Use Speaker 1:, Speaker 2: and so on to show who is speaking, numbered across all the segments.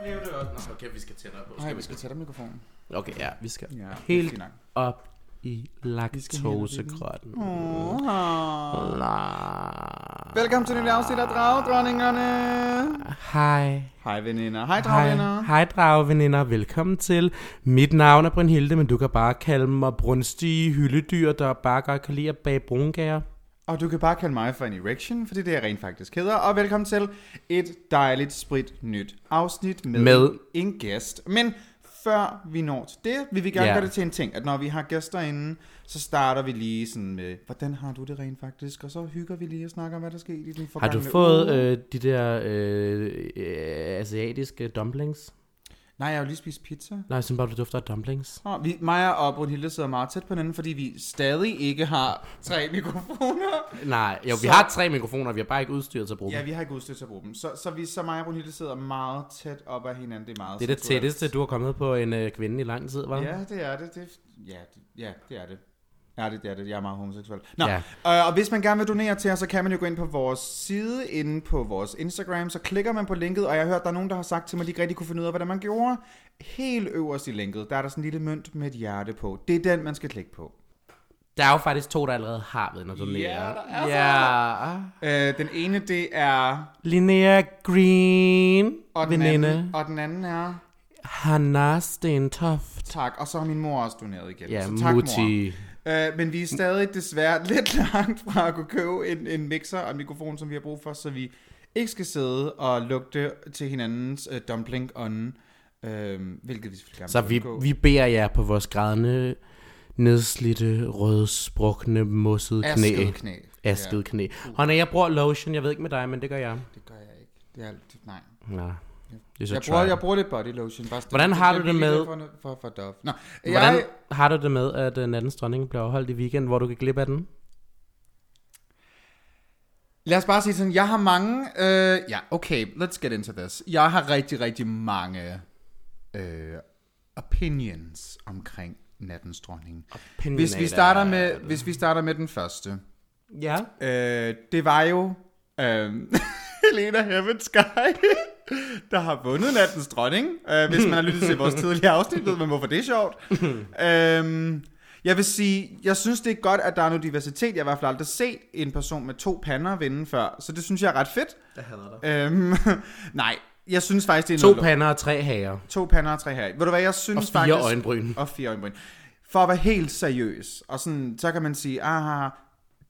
Speaker 1: Blev det også? Nå, okay, vi skal tættere på.
Speaker 2: Nej, vi skal tage dig mikrofonen.
Speaker 1: Okay, ja, vi skal
Speaker 2: Ja, det er
Speaker 1: Helt
Speaker 2: fint nok.
Speaker 1: op i
Speaker 2: skal hen og vinde.
Speaker 1: laktosegrøtten.
Speaker 2: Åh.
Speaker 1: La-
Speaker 2: Velkommen til et nyt afsnit af Dragdronningerne.
Speaker 1: Hej.
Speaker 2: Hej veninder. Hej dragveninder.
Speaker 1: Hej, dragveninder. Velkommen til. Mit navn er Brynhilde, men du kan bare kalde mig brunstige hyldedyr, der bare godt kan lide at bage brungager.
Speaker 2: Og du kan bare kalde mig for en erection, for det er det, jeg rent faktisk hedder. Og velkommen til et dejligt, sprit nyt afsnit med,
Speaker 1: Med-
Speaker 2: en gæst. Men før vi når til det, vil vi gerne
Speaker 1: Ja.
Speaker 2: yeah. gøre det til en ting, at når vi har gæster inde, så starter vi lige sådan med, hvordan har du det rent faktisk? Og så hygger vi lige og snakker om, hvad der skete i den
Speaker 1: Har
Speaker 2: forgangne
Speaker 1: du fået
Speaker 2: uge.
Speaker 1: øh, de der øh, øh, asiatiske dumplings? øh-
Speaker 2: Nej, jeg har jo lige spist pizza.
Speaker 1: Nej, jeg synes bare, du dufter af dumplings.
Speaker 2: Nå, vi, Maja og Brunhilde sidder meget tæt på hinanden, fordi vi stadig ikke har tre mikrofoner.
Speaker 1: Nej, jo, vi
Speaker 2: Så-
Speaker 1: har tre mikrofoner, vi har bare ikke udstyret til at bruge
Speaker 2: Ja,
Speaker 1: dem.
Speaker 2: vi har ikke udstyr til at bruge dem. Så, så, vi, så Maja og Brunhilde sidder meget tæt op ad hinanden. Det er meget
Speaker 1: Det er det
Speaker 2: sensuelt.
Speaker 1: tætteste, du har kommet på en øh, kvinde i lang tid, var?
Speaker 2: Ja, det er det. det ja, det, ja, det er det. Ja, det, det er det. Jeg er meget homoseksuel. Nå,
Speaker 1: Ja.
Speaker 2: ja. øh, og hvis man gerne vil donere til os, så kan man jo gå ind på vores side, inde på vores Instagram, så klikker man på linket, og jeg har hørt, der er nogen, der har sagt til mig, at de ikke rigtig kunne finde ud af, hvordan man gjorde. Helt øverst i linket, der er der sådan en lille mønt med et hjerte på. Det er den, man skal klikke på.
Speaker 1: Der er jo faktisk to, der allerede har været noget donere.
Speaker 2: Ja, der er så
Speaker 1: ja.
Speaker 2: Øh, den ene, det er...
Speaker 1: Linnea Green,
Speaker 2: Og den,
Speaker 1: veninde.
Speaker 2: anden, og den anden er...
Speaker 1: Hanna Stentoft.
Speaker 2: Tak, og så har min mor også doneret igen.
Speaker 1: Ja,
Speaker 2: så tak, mor.
Speaker 1: Muti.
Speaker 2: Øh, men vi er stadig desværre lidt langt fra at kunne købe en, en mixer og en mikrofon, som vi har brug for, så vi ikke skal sidde og lugte til hinandens øh, dumpling ånden, øh, hvilket vi selvfølgelig gerne
Speaker 1: Så
Speaker 2: vil
Speaker 1: vi,
Speaker 2: undgå.
Speaker 1: vi beder jer på vores grædende, nedslidte, rødsprukne, mossede knæ.
Speaker 2: Asket knæ.
Speaker 1: Asket knæ. Og når jeg bruger lotion, jeg ved ikke med dig, men det gør jeg.
Speaker 2: Ja, det gør jeg ikke. Det er alt, nej.
Speaker 1: Nå. Det er så
Speaker 2: Jeg
Speaker 1: try.
Speaker 2: bruger, jeg bruger lidt body lotion. Bare
Speaker 1: Hvordan har du det med-
Speaker 2: For, for, for Dove. Nå,
Speaker 1: Hvordan
Speaker 2: jeg,
Speaker 1: har du det med, at øh, Nattens Dronning bliver afholdt i weekend, hvor du kan glip af den?
Speaker 2: Lad os bare sige sådan, jeg har mange, øh, ja, okay, let's get into this. Jeg har rigtig, rigtig mange øh, opinions omkring nattens dronning. Hvis vi starter med, hvis vi starter med den første.
Speaker 1: Ja.
Speaker 2: Øh, det var jo øh, Helena Heaven Sky, der har vundet nattens dronning. Øh, hvis man har lyttet til vores tidligere afsnit, ved man, hvorfor det er sjovt. øh, jeg vil sige, jeg synes, det er godt, at der er noget diversitet. Jeg har i hvert fald aldrig set en person med to pander vinde før, så det synes jeg er ret fedt.
Speaker 1: Jeg hader dig.
Speaker 2: Øhm, nej, jeg synes faktisk, det er
Speaker 1: To
Speaker 2: noget...
Speaker 1: pander og tre hager.
Speaker 2: to pander og tre her. Ved du hvad, jeg synes
Speaker 1: Og fire
Speaker 2: faktisk...
Speaker 1: øjenbryn.
Speaker 2: Og fire øjenbryn. For at være helt seriøs, og sådan, så kan man sige, aha,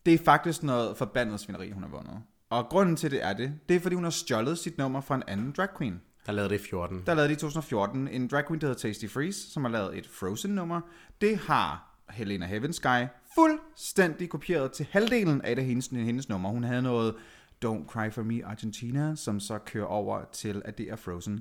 Speaker 2: det er faktisk noget forbandet svineri, hun har vundet. Og grunden til det er det, det er fordi hun har stjålet sit nummer fra en anden drag queen.
Speaker 1: Der lavede det i 14.
Speaker 2: Der lavede de i 2014 en drag queen, der hedder Tasty Freeze, som har lavet et Frozen-nummer. Det har Helena Heavensky fuldstændig kopieret til halvdelen af det hendes, hendes nummer. Hun havde noget Don't Cry For Me Argentina, som så kører over til, at det er Frozen.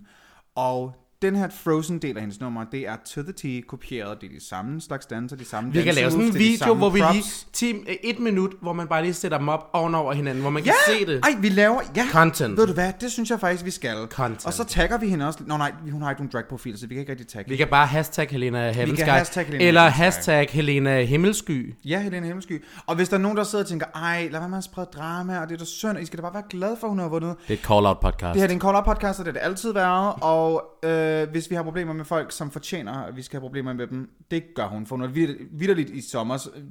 Speaker 2: Og den her Frozen-del af hendes nummer, det er to the T kopieret. Det er de samme slags danser, de samme
Speaker 1: Vi kan lave sådan en
Speaker 2: dansemoves, det er de
Speaker 1: video,
Speaker 2: samme
Speaker 1: hvor vi
Speaker 2: props.
Speaker 1: lige... 10, et minut, hvor man bare lige sætter dem op ovenover hinanden, hvor man kan
Speaker 2: Ja!
Speaker 1: se det.
Speaker 2: Ej, vi laver... Ja,
Speaker 1: Content.
Speaker 2: ved du hvad, det synes jeg faktisk, vi skal.
Speaker 1: Content.
Speaker 2: Og så tagger vi hende også. Nå nej, hun har ikke nogen drag-profil, så vi kan ikke rigtig tagge
Speaker 1: Vi kan bare hashtag Helena Heavensky,
Speaker 2: hashtag Helena
Speaker 1: eller
Speaker 2: Heavensky.
Speaker 1: hashtag Helena Himmelsky.
Speaker 2: Ja, Helene Himmelsky. Og hvis der er nogen, der sidder og tænker, ej, lad være med at sprede drama, og det er da synd, og I skal da bare være glade for, at hun har vundet.
Speaker 1: Det er et call-out podcast.
Speaker 2: Det her det er en call podcast, og det har det altid været, og øh, hvis vi har problemer med folk, som fortjener, at vi skal have problemer med dem, det gør hun. For hun vidderligt i sommer øh,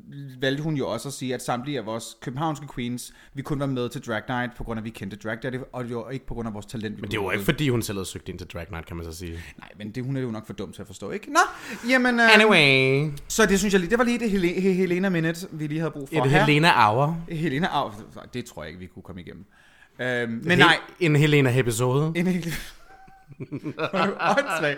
Speaker 2: valgte hun jo også at sige, at samtlige af vores københavnske queens, vi kun var med til Drag Night, på grund af, at vi kendte Drag Daddy, og det var ikke på grund af vores talent.
Speaker 1: Men det var ikke, fordi hun selv havde søgt ind til Drag Night, kan man så sige.
Speaker 2: Nej, men det, hun er jo nok for dum til at forstå, ikke? Nå, jamen, øh,
Speaker 1: Anyway,
Speaker 2: så det synes jeg lige, det var lige det Hele- He- Helena Minute, vi lige havde brug for
Speaker 1: et
Speaker 2: her.
Speaker 1: Helena Hour.
Speaker 2: Helena Arv, det tror jeg ikke, vi kunne komme igennem. Øhm, men
Speaker 1: En
Speaker 2: nej,
Speaker 1: hel- En Helena episode.
Speaker 2: en hel... Hvor er du åndssvag.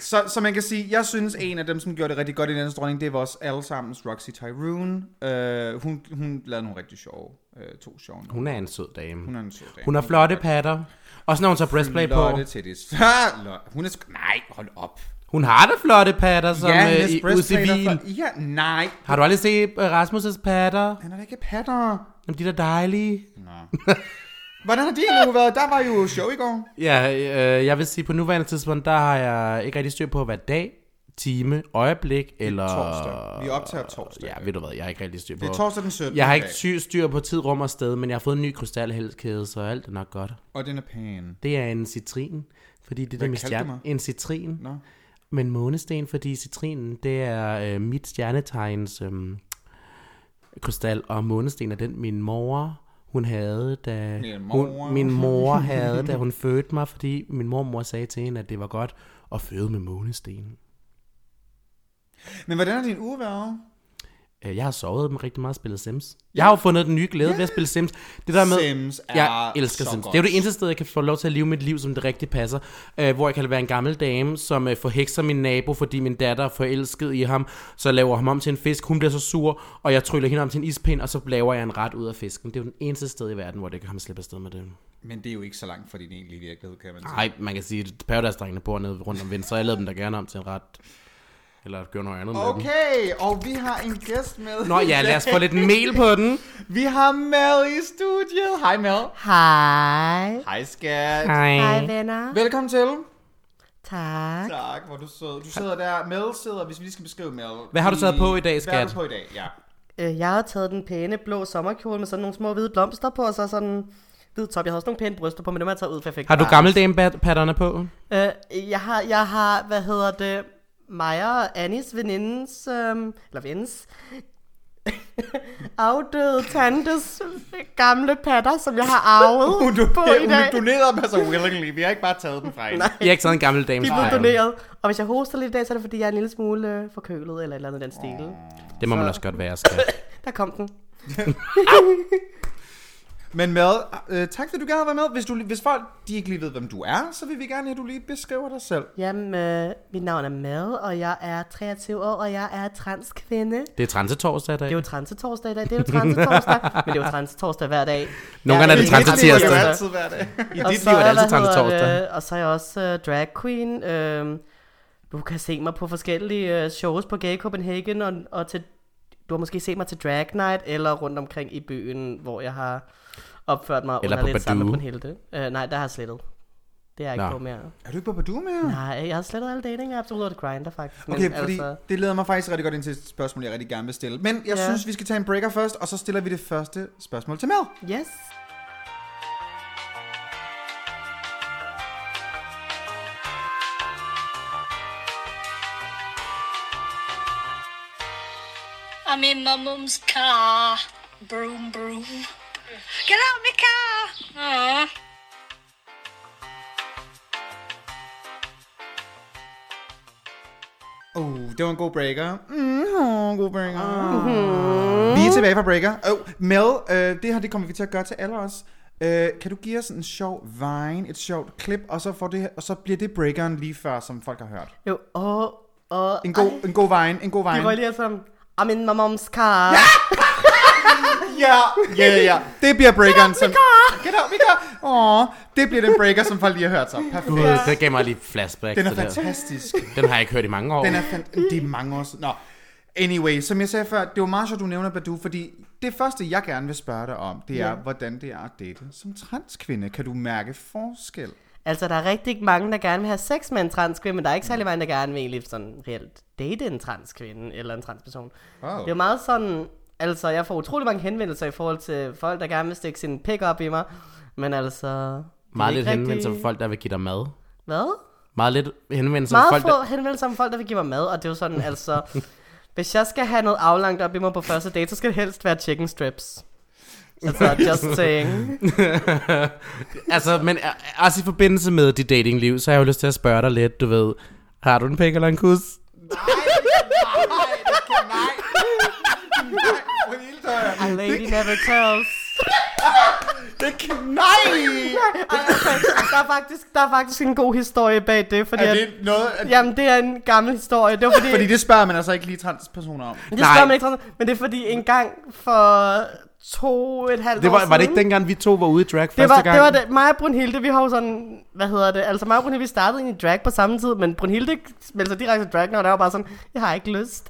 Speaker 2: så, så man kan sige, jeg synes, en af dem, som gjorde det rigtig godt i den dronning, det var også allesammens Roxy Tyrone. Øh, hun, hun lavede nogle rigtig sjove, øh, to sjove. numre.
Speaker 1: Hun er en sød dame.
Speaker 2: Hun er en sød dame.
Speaker 1: Hun har flotte patter. Og når hun tager breastplay på.
Speaker 2: Lotte titties. Ha, Lo- hun er sk- Nej, hold op.
Speaker 1: Hun har da flotte patter, som
Speaker 2: ja,
Speaker 1: ja, øh,
Speaker 2: Miss
Speaker 1: i
Speaker 2: Breastplater
Speaker 1: ucivil.
Speaker 2: for- Ja, nej.
Speaker 1: Har du aldrig set øh, Rasmus' patter?
Speaker 2: Han er da ikke patter.
Speaker 1: Jamen, de er da dejlige.
Speaker 2: Hvordan har din uge været? Der var jo show i går.
Speaker 1: Ja, øh, jeg vil sige, på nuværende tidspunkt, der har jeg ikke rigtig styr på, hvad dag, time, øjeblik eller...
Speaker 2: Torsdag. Vi optager torsdag.
Speaker 1: Ja, ved du hvad, jeg har ikke rigtig styr på...
Speaker 2: Det er torsdag den 17.
Speaker 1: Jeg har
Speaker 2: i
Speaker 1: ikke
Speaker 2: dag,
Speaker 1: syg styr på tid, rum og sted, men jeg har fået en ny krystalhalskæde, så alt er nok godt.
Speaker 2: Og den er pæn.
Speaker 1: Det er en citrin, fordi det er det med
Speaker 2: kaldte du
Speaker 1: stjerne.
Speaker 2: mig?
Speaker 1: En citrin.
Speaker 2: Nå.
Speaker 1: Men månesten, fordi citrinen, det er øh, mit stjernetegns øh, krystal, og månesten er den, min mor, hun havde, da
Speaker 2: Min mor.
Speaker 1: Hun, min mor havde, da hun fødte mig, fordi min mormor sagde til hende, at det var godt at føde med månesten.
Speaker 2: Men hvordan har din uge været?
Speaker 1: Øh, Jeg har sovet dem rigtig meget og spillet Sims. Jeg har jo fundet den nye glæde ved at spille Sims. Det der med,
Speaker 2: Sims er
Speaker 1: jeg elsker
Speaker 2: så
Speaker 1: Sims.
Speaker 2: godt.
Speaker 1: Det er jo det eneste sted, jeg kan få lov til at leve mit liv, som det rigtig passer. Øh, hvor jeg kan være en gammel dame, som øh, forhekser min nabo, fordi min datter er forelsket i ham. Så laver ham om til en fisk. Hun bliver så sur, og jeg tryller hende om til en ispind, og så laver jeg en ret ud af fisken. Det er jo den eneste sted i verden, hvor det kan ham slippe afsted med det.
Speaker 2: Men det er jo ikke så langt fra din egentlige virkelighed, kan man sige.
Speaker 1: Nej, man kan sige, at Paradise-drengene bor nede rundt om vinden, så jeg lavede dem da gerne om til en ret. Eller gør noget andet med dem.
Speaker 2: Okay, og vi har en gæst med.
Speaker 1: Ah. Nå ja, lad os få lidt mel på den.
Speaker 2: Vi har Mel i studiet. Hej Mel.
Speaker 3: Hej.
Speaker 2: Hej skat.
Speaker 1: Ah.
Speaker 3: Hej venner.
Speaker 2: Velkommen til.
Speaker 3: Tak.
Speaker 2: Tak, hvor du sød. Du sidder der. Mel sidder, hvis vi lige skal beskrive Mel.
Speaker 1: Hvad har du
Speaker 2: i-
Speaker 1: taget på i dag,
Speaker 2: Hvad har du
Speaker 1: skat?
Speaker 2: på i dag, ja.
Speaker 3: Øh, Jeg har taget den pæne blå sommerkjole med sådan nogle små hvide blomster på, og så sådan en hvid top. Jeg har også nogle pæne bryster på, men dem har jeg taget ud, for jeg fik
Speaker 1: Har du
Speaker 3: dem.
Speaker 1: gammeldame-patterne på?
Speaker 3: Øh, jeg, har, jeg har, hvad hedder det, Maja og Annis venindens, øhm, eller vens, afdøde tantes gamle patter, som jeg har arvet
Speaker 2: Hun, Uh, du,
Speaker 3: på i
Speaker 2: hun
Speaker 3: dag.
Speaker 2: donerede dem altså willingly. Vi har ikke bare taget dem fra hende.
Speaker 1: Jeg er ikke sådan en gammel dame.
Speaker 3: De er blevet doneret. Og hvis jeg hoster lidt i dag, så er det fordi, jeg er en lille smule øh, forkølet, eller et eller andet i den stil.
Speaker 1: Det må man også godt være, skat.
Speaker 3: Der kom den.
Speaker 2: Men Mel, øh, tak fordi du gad at være med. Hvis, du, hvis folk de ikke lige ved, hvem du er, så vil vi gerne have, at du lige beskriver dig selv.
Speaker 3: Jamen, øh, mit navn er Mad, og jeg er 23 år, og jeg er transkvinde. Det
Speaker 1: Det er transetorsdag i dag.
Speaker 3: er jo transetorsdag i dag, det er jo transetorsdag, men det er jo transetorsdag hver dag.
Speaker 1: Nogle gange er det
Speaker 3: Hver dag.
Speaker 1: transetirsdag.
Speaker 2: Det er jo altid hver dag.
Speaker 1: I
Speaker 3: Og
Speaker 1: dit
Speaker 3: så
Speaker 1: liv er det
Speaker 3: hvad
Speaker 1: altid
Speaker 3: hedder
Speaker 1: transetorsdag.
Speaker 3: det, Og så er jeg også uh, drag queen. Uh, du kan se mig på forskellige uh, shows på Gay Copenhagen, og, og til, du har måske set mig til drag night, eller rundt omkring i byen, hvor jeg har opført mig
Speaker 1: Eller på
Speaker 3: under lidt sammen med
Speaker 1: Badoo.
Speaker 3: Brunhilde. Uh, nej, der har jeg slettet. Det er jeg ikke
Speaker 1: Nå.
Speaker 3: på mere.
Speaker 2: Er du ikke på Badoo mere?
Speaker 3: Nej, jeg har slettet alle dating apps, udover det grinder faktisk.
Speaker 2: Okay, fordi altså... det leder mig faktisk rigtig godt ind til et spørgsmål, jeg rigtig gerne vil stille. Men jeg ja.
Speaker 3: Ja.
Speaker 2: synes, vi skal tage en breaker først, og så stiller vi det første spørgsmål til Mel.
Speaker 3: Yes.
Speaker 4: I'm in my mum's car. Broom, broom. Get out of my car! Aw.
Speaker 2: Oh, det var en god breaker. Mm, oh, god breaker. Mm-hmm. Vi er tilbage fra breaker. Oh, Mel, øh, det her det kommer vi til at gøre til alle os. Øh, kan du give os en sjov vine, et sjovt klip, og så, får det, her- og så bliver det breakeren lige før, som folk har hørt.
Speaker 3: Jo, og... og
Speaker 2: En god, en god vine, en god
Speaker 3: Ej, det var
Speaker 2: vine.
Speaker 3: lige sådan... I'm in my mom's car. Ja!
Speaker 2: Ja, ja, ja. Det bliver breakeren. Get up, som... Get up, Mika! Åh, det bliver den breaker, som folk lige har hørt så. Perfekt.
Speaker 1: Gud, det gav mig lige flashback.
Speaker 2: Den er fantastisk.
Speaker 1: Den har jeg ikke hørt i mange år.
Speaker 2: Den er fandt... Det er mange år siden. Nå. Anyway, som jeg sagde før, det var meget sjovt, du nævner Badu, fordi det første, jeg gerne vil spørge dig om, det er,
Speaker 3: Ja.
Speaker 2: hvordan det er at date som transkvinde. Kan du mærke forskel?
Speaker 3: Altså, der er rigtig mange, der gerne vil have sex med en transkvinde, men der er ikke særlig mange, der gerne vil egentlig sådan reelt date en transkvinde eller en transperson.
Speaker 2: Wow.
Speaker 3: Det er jo meget sådan... Altså, jeg får utrolig mange henvendelser i forhold til folk, der gerne vil stikke sin pik op i mig. Men altså... det er
Speaker 1: Meget lidt
Speaker 3: ikke
Speaker 1: henvendelser fra
Speaker 3: rigtig-
Speaker 1: folk, der vil give dig mad.
Speaker 3: Hvad?
Speaker 1: Meget lidt henvendelser fra
Speaker 3: Meget
Speaker 1: folk,
Speaker 3: få
Speaker 1: der...
Speaker 3: henvendelser om folk, der vil give mig mad, og det er jo sådan, altså... Hvis jeg skal have noget aflangt op i mig på første date, så skal det helst være chicken strips. Altså, just saying.
Speaker 1: Altså, men øh, også i forbindelse med dit datingliv, så har jeg jo lyst til at spørge dig lidt, du ved... Har du en pæk eller en kus?
Speaker 3: A lady never tells.
Speaker 2: Nej!
Speaker 3: Der er, faktisk, der er faktisk en god historie bag det, fordi...
Speaker 2: Er
Speaker 3: at-
Speaker 2: det noget... Er...
Speaker 3: Jamen, det er en gammel historie. Det var fordi...
Speaker 2: Fordi det spørger man altså ikke lige transpersoner om.
Speaker 3: Det
Speaker 1: Nej.
Speaker 3: spørger man ikke, sådan, men det er fordi en gang for to et halvt
Speaker 1: Det
Speaker 3: år
Speaker 1: var, var det
Speaker 3: siden.
Speaker 1: ikke dengang, vi to var ude i drag første
Speaker 3: det var,
Speaker 1: gang?
Speaker 3: det var det. Mig og Brunhilde, vi har jo sådan, hvad hedder det, altså mig og Brunhilde, vi startede egentlig i drag på samme tid, men Brunhilde meldte sig direkte til drag, når der var bare sådan, jeg har ikke lyst.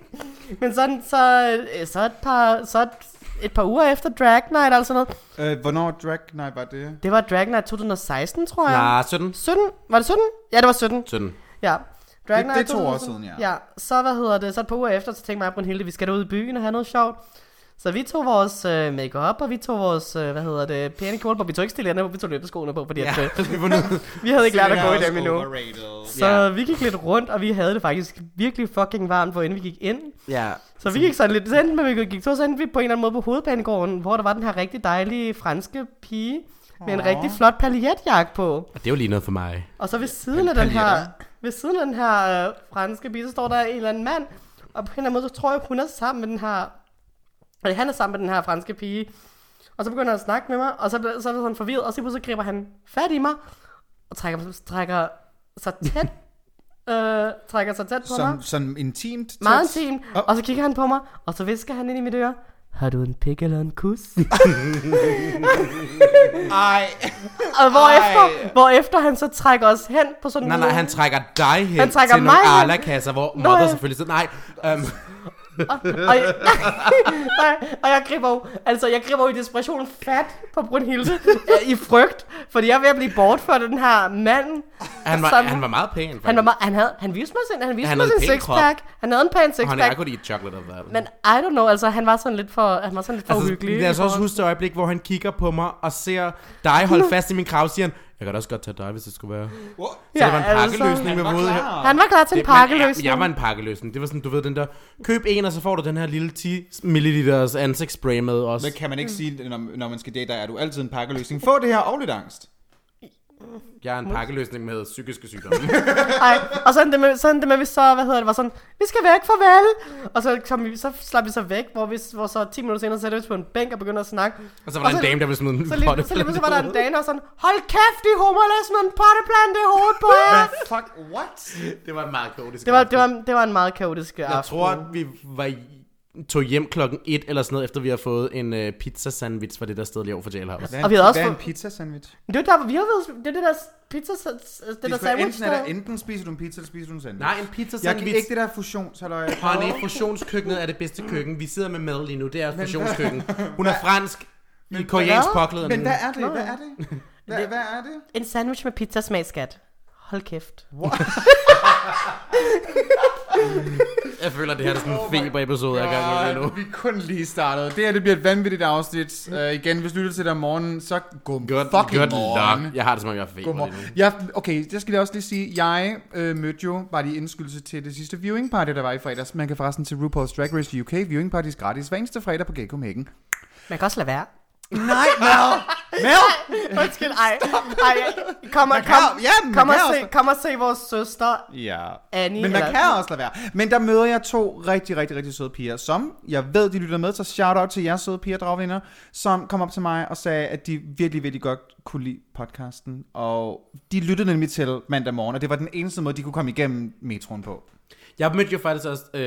Speaker 3: men sådan, så, øh, så, et par, så et, et par uger efter drag night, altså noget,
Speaker 2: Øh, hvornår drag? Nej, var det?
Speaker 3: det var drag night 2016, tror jeg.
Speaker 1: Nej, 17.
Speaker 3: 17? Var det 17? Ja, det var 17.
Speaker 1: 17.
Speaker 3: Ja.
Speaker 2: Det- det er to år
Speaker 3: 2000.
Speaker 2: siden, ja.
Speaker 3: Ja, så hvad hedder det, så et par uger efter, så tænkte mig og Brunhilde, vi skal derud i byen og have noget sjovt. Så vi tog vores øh, makeup og vi tog vores, øh, hvad hedder det, pæne kjole på. Vi tog ikke stiletterne på, vi tog løbeskoene på, fordi ja. at, øh,
Speaker 1: vi var nødt-
Speaker 3: vi havde ikke lært at gå i dem endnu.
Speaker 2: endnu.
Speaker 3: Så
Speaker 1: Ja.
Speaker 3: vi gik lidt rundt, og vi havde det faktisk virkelig fucking varmt, hvor inden vi gik ind.
Speaker 1: ja.
Speaker 3: Så vi gik sådan lidt, så enten med, vi gik to, så endte vi på en eller anden måde på hovedbanegården, hvor der var den her rigtig dejlige franske pige med en rigtig flot paljetjakke på.
Speaker 1: Og det var lige noget for mig.
Speaker 3: Og så ved siden af den her, ved siden af den her øh, franske bil, så står der en eller anden mand. Og på en eller anden måde, så tror jeg, hun er sammen med den her... Eller han er sammen med den her franske pige. Og så begynder han at snakke med mig, og så, bliver- så er det sådan forvirret, og så pludselig griber han fat i mig, og trækker, trækker sig tæt, øh, trækker sig tæt på mig.
Speaker 2: Som, som intimt tæt.
Speaker 3: Meget intimt.
Speaker 2: Og-
Speaker 3: Oh. Og så kigger han på mig, og så visker han ind i mit øre. Har du en pik eller en kus?
Speaker 2: Ej.
Speaker 3: og hvorefter, hvorefter han så trækker os hen på sådan
Speaker 1: Nej, nej, han trækker dig hen
Speaker 3: Han trækker
Speaker 1: til nogle
Speaker 3: mig hen.
Speaker 1: Arla-kasser, hvor mother
Speaker 3: ja.
Speaker 1: selvfølgelig sidder. Nej, øhm,
Speaker 3: og, jeg, nej, og jeg griber jo, altså jeg griber jo i desperation fat på Brunhilde øh, i frygt, fordi jeg er ved at blive bortført af den her mand.
Speaker 1: han, var,
Speaker 3: Som-
Speaker 1: han var meget pæn. Faktisk.
Speaker 3: Han, var, meget- han, havde, han viste mig sin, han viste
Speaker 1: Han
Speaker 3: han mig
Speaker 1: havde
Speaker 3: sin
Speaker 1: en pæn
Speaker 3: sixpack. Han havde en pæn
Speaker 1: Og han er
Speaker 3: sixpack.
Speaker 1: godt i chocolate og hvad.
Speaker 3: Men I don't know, altså han var sådan lidt for, han var sådan lidt for altså, uhyggelig.
Speaker 1: lad os også
Speaker 3: i forhold-
Speaker 1: huske det øjeblik, hvor han kigger på mig og ser dig holde fast i min krav, siger han, jeg kan da også godt tage dig, hvis det skulle være. Så ja, det var en pakkeløsning med våde her.
Speaker 3: altså, Han var klar til en
Speaker 1: Det- men,
Speaker 3: pakkeløsning.
Speaker 1: Ja, jeg var en pakkeløsning. Det var sådan, du ved, den der, køb en, og så får du den her lille 10 ml ansigtsspray med også.
Speaker 2: Men kan man ikke sige, når, når man skal date dig, er du altid en pakkeløsning? Få det her og lidt angst.
Speaker 1: Jeg er en pakkeløsning med psykiske sygdomme.
Speaker 3: Ej, og sådan det med, sådan det med, vi så, hvad hedder det, var sådan, vi skal væk, farvel. Og så, kom vi, så slap vi så væk, hvor, vi, hvor så 10 minutter senere sætter vi os på en bænk og begynder at snakke.
Speaker 1: og så var der en dame, der ville smide en
Speaker 3: Så lige,
Speaker 1: potte-
Speaker 3: så lige pludselig var der en dame, der var sådan, hold kæft, I homo, lad os smide en potteplante i hovedet på jer.
Speaker 2: Fuck, what?
Speaker 1: Det var en meget kaotisk
Speaker 3: det, var,
Speaker 1: aften.
Speaker 3: det, var, det var en meget kaotisk øh, aften.
Speaker 1: Jeg tror, at vi var i- tog hjem klokken 1 eller sådan noget, efter vi har fået en uh, pizza sandwich fra det der sted lige over for Jailhouse.
Speaker 2: Hvad,
Speaker 3: Og vi havde også
Speaker 2: hvad er en
Speaker 3: fået-
Speaker 2: pizza sandwich?
Speaker 3: Det var der, hvor vi har været, det er det der pizza, det der sandwich
Speaker 2: enten, er
Speaker 3: der.
Speaker 2: der, enten spiser du en pizza, eller spiser du en sandwich.
Speaker 1: Nej, en pizza
Speaker 2: Jeg kan
Speaker 1: sandwich.
Speaker 2: ikke det der fusionshalløj.
Speaker 1: Honey, fusionskøkkenet er det bedste køkken. Vi sidder med mad lige nu, det er fusionskøkken. Hun er fransk, i koreansk
Speaker 3: hvad?
Speaker 1: påklædning.
Speaker 2: Men hvad er det? Hvad er det? Hvad, hvad er det?
Speaker 3: En sandwich med pizza smag, skat. Hold kæft.
Speaker 1: Jeg føler, det her er sådan en feber-episode, jeg er i gang med lige nu.
Speaker 2: vi er kun lige startet. Det her det bliver et vanvittigt afsnit. Uh, igen, hvis du lytter til det om morgenen, så god fucking
Speaker 1: Good
Speaker 2: morgen.
Speaker 1: luck. Jeg har det, som om jeg har feber
Speaker 2: Godmorgen.
Speaker 1: lige nu.
Speaker 2: Jeg, okay, jeg skal lige også lige sige, jeg øh, mødte jo bare lige indskyldelse til det sidste viewing party, der var i fredags. Man kan forresten til RuPaul's Drag Race UK viewing parties gratis hver eneste fredag på Gay Copenhagen.
Speaker 3: Man kan også lade være.
Speaker 2: Nej, Mel! Mel!
Speaker 3: Undskyld, ej. ej kom, og,
Speaker 2: Man kan-
Speaker 3: kom,
Speaker 2: ja, man
Speaker 3: kom, og
Speaker 2: kan
Speaker 3: se,
Speaker 2: også.
Speaker 3: kom og se vores søster.
Speaker 2: Ja.
Speaker 3: Annie,
Speaker 2: Men man
Speaker 3: eller-
Speaker 2: kan også lade være. Men der møder jeg to rigtig, rigtig, rigtig søde piger, som jeg ved, de lytter med, så shout out til jer søde piger, dragvinder, som kom op til mig og sagde, at de virkelig, virkelig godt kunne lide podcasten. Og de lyttede nemlig til mandag morgen, og det var den eneste måde, de kunne komme igennem metroen på.
Speaker 1: Jeg mødte jo faktisk også, øh,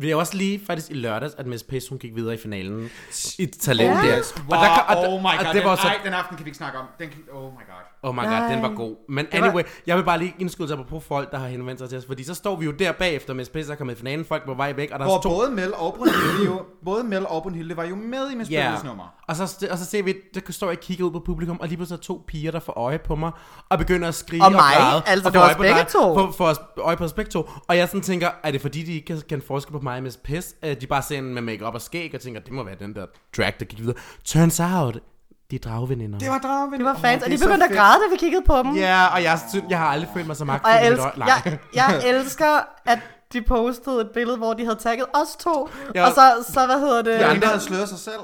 Speaker 1: det var også lige faktisk i lørdags, at Miss Pace, hun gik videre i finalen i talent der.
Speaker 2: Og der, og, og, oh my god,
Speaker 1: og det var så,
Speaker 2: den aften kan vi ikke snakke om. Den kan, oh my god.
Speaker 1: Oh my god,
Speaker 3: Nej.
Speaker 1: den var god. Men
Speaker 3: var-
Speaker 1: anyway, jeg vil bare lige indskyde sig på folk, der har henvendt sig til os, fordi så står vi jo der bagefter, mens Pisse er kommet i finalen, folk på vej væk, og der
Speaker 2: Hvor
Speaker 1: er to...
Speaker 2: både Mel og Brunhilde jo, både Mel og Brunhilde var jo med i Miss
Speaker 1: Ja.
Speaker 2: yeah. nummer.
Speaker 1: Og så, og så ser vi, der står jeg og kigger ud på publikum, og lige pludselig er to piger, der får øje på mig, og begynder at skrige
Speaker 3: Og
Speaker 1: og,
Speaker 3: mig,
Speaker 1: græde,
Speaker 3: altså
Speaker 1: og
Speaker 3: for
Speaker 1: får
Speaker 3: os
Speaker 1: øje på
Speaker 3: begge
Speaker 1: dig,
Speaker 3: to.
Speaker 1: For, for os, øje på os begge to. Og jeg sådan tænker, er det fordi, de ikke kan kende forskel på mig og Miss Piss, at de bare ser en med makeup og skæg, og tænker, det må være den der drag, der gik videre. Turns out, de er dragveninder.
Speaker 2: Det var dragen.
Speaker 3: Det var fans, og de begyndte at græde, da vi kiggede på dem.
Speaker 1: Ja, og jeg, synes- jeg har aldrig følt mig så
Speaker 3: Og
Speaker 1: magtfuld.
Speaker 3: jeg,
Speaker 1: i mit
Speaker 3: elsker,
Speaker 1: øje- Nej.
Speaker 3: jeg, jeg elsker, at de postede et billede, hvor de havde tagget os to.
Speaker 1: Ja.
Speaker 3: Ja. Og så, så, hvad hedder det?
Speaker 2: De andre havde sløret sig selv.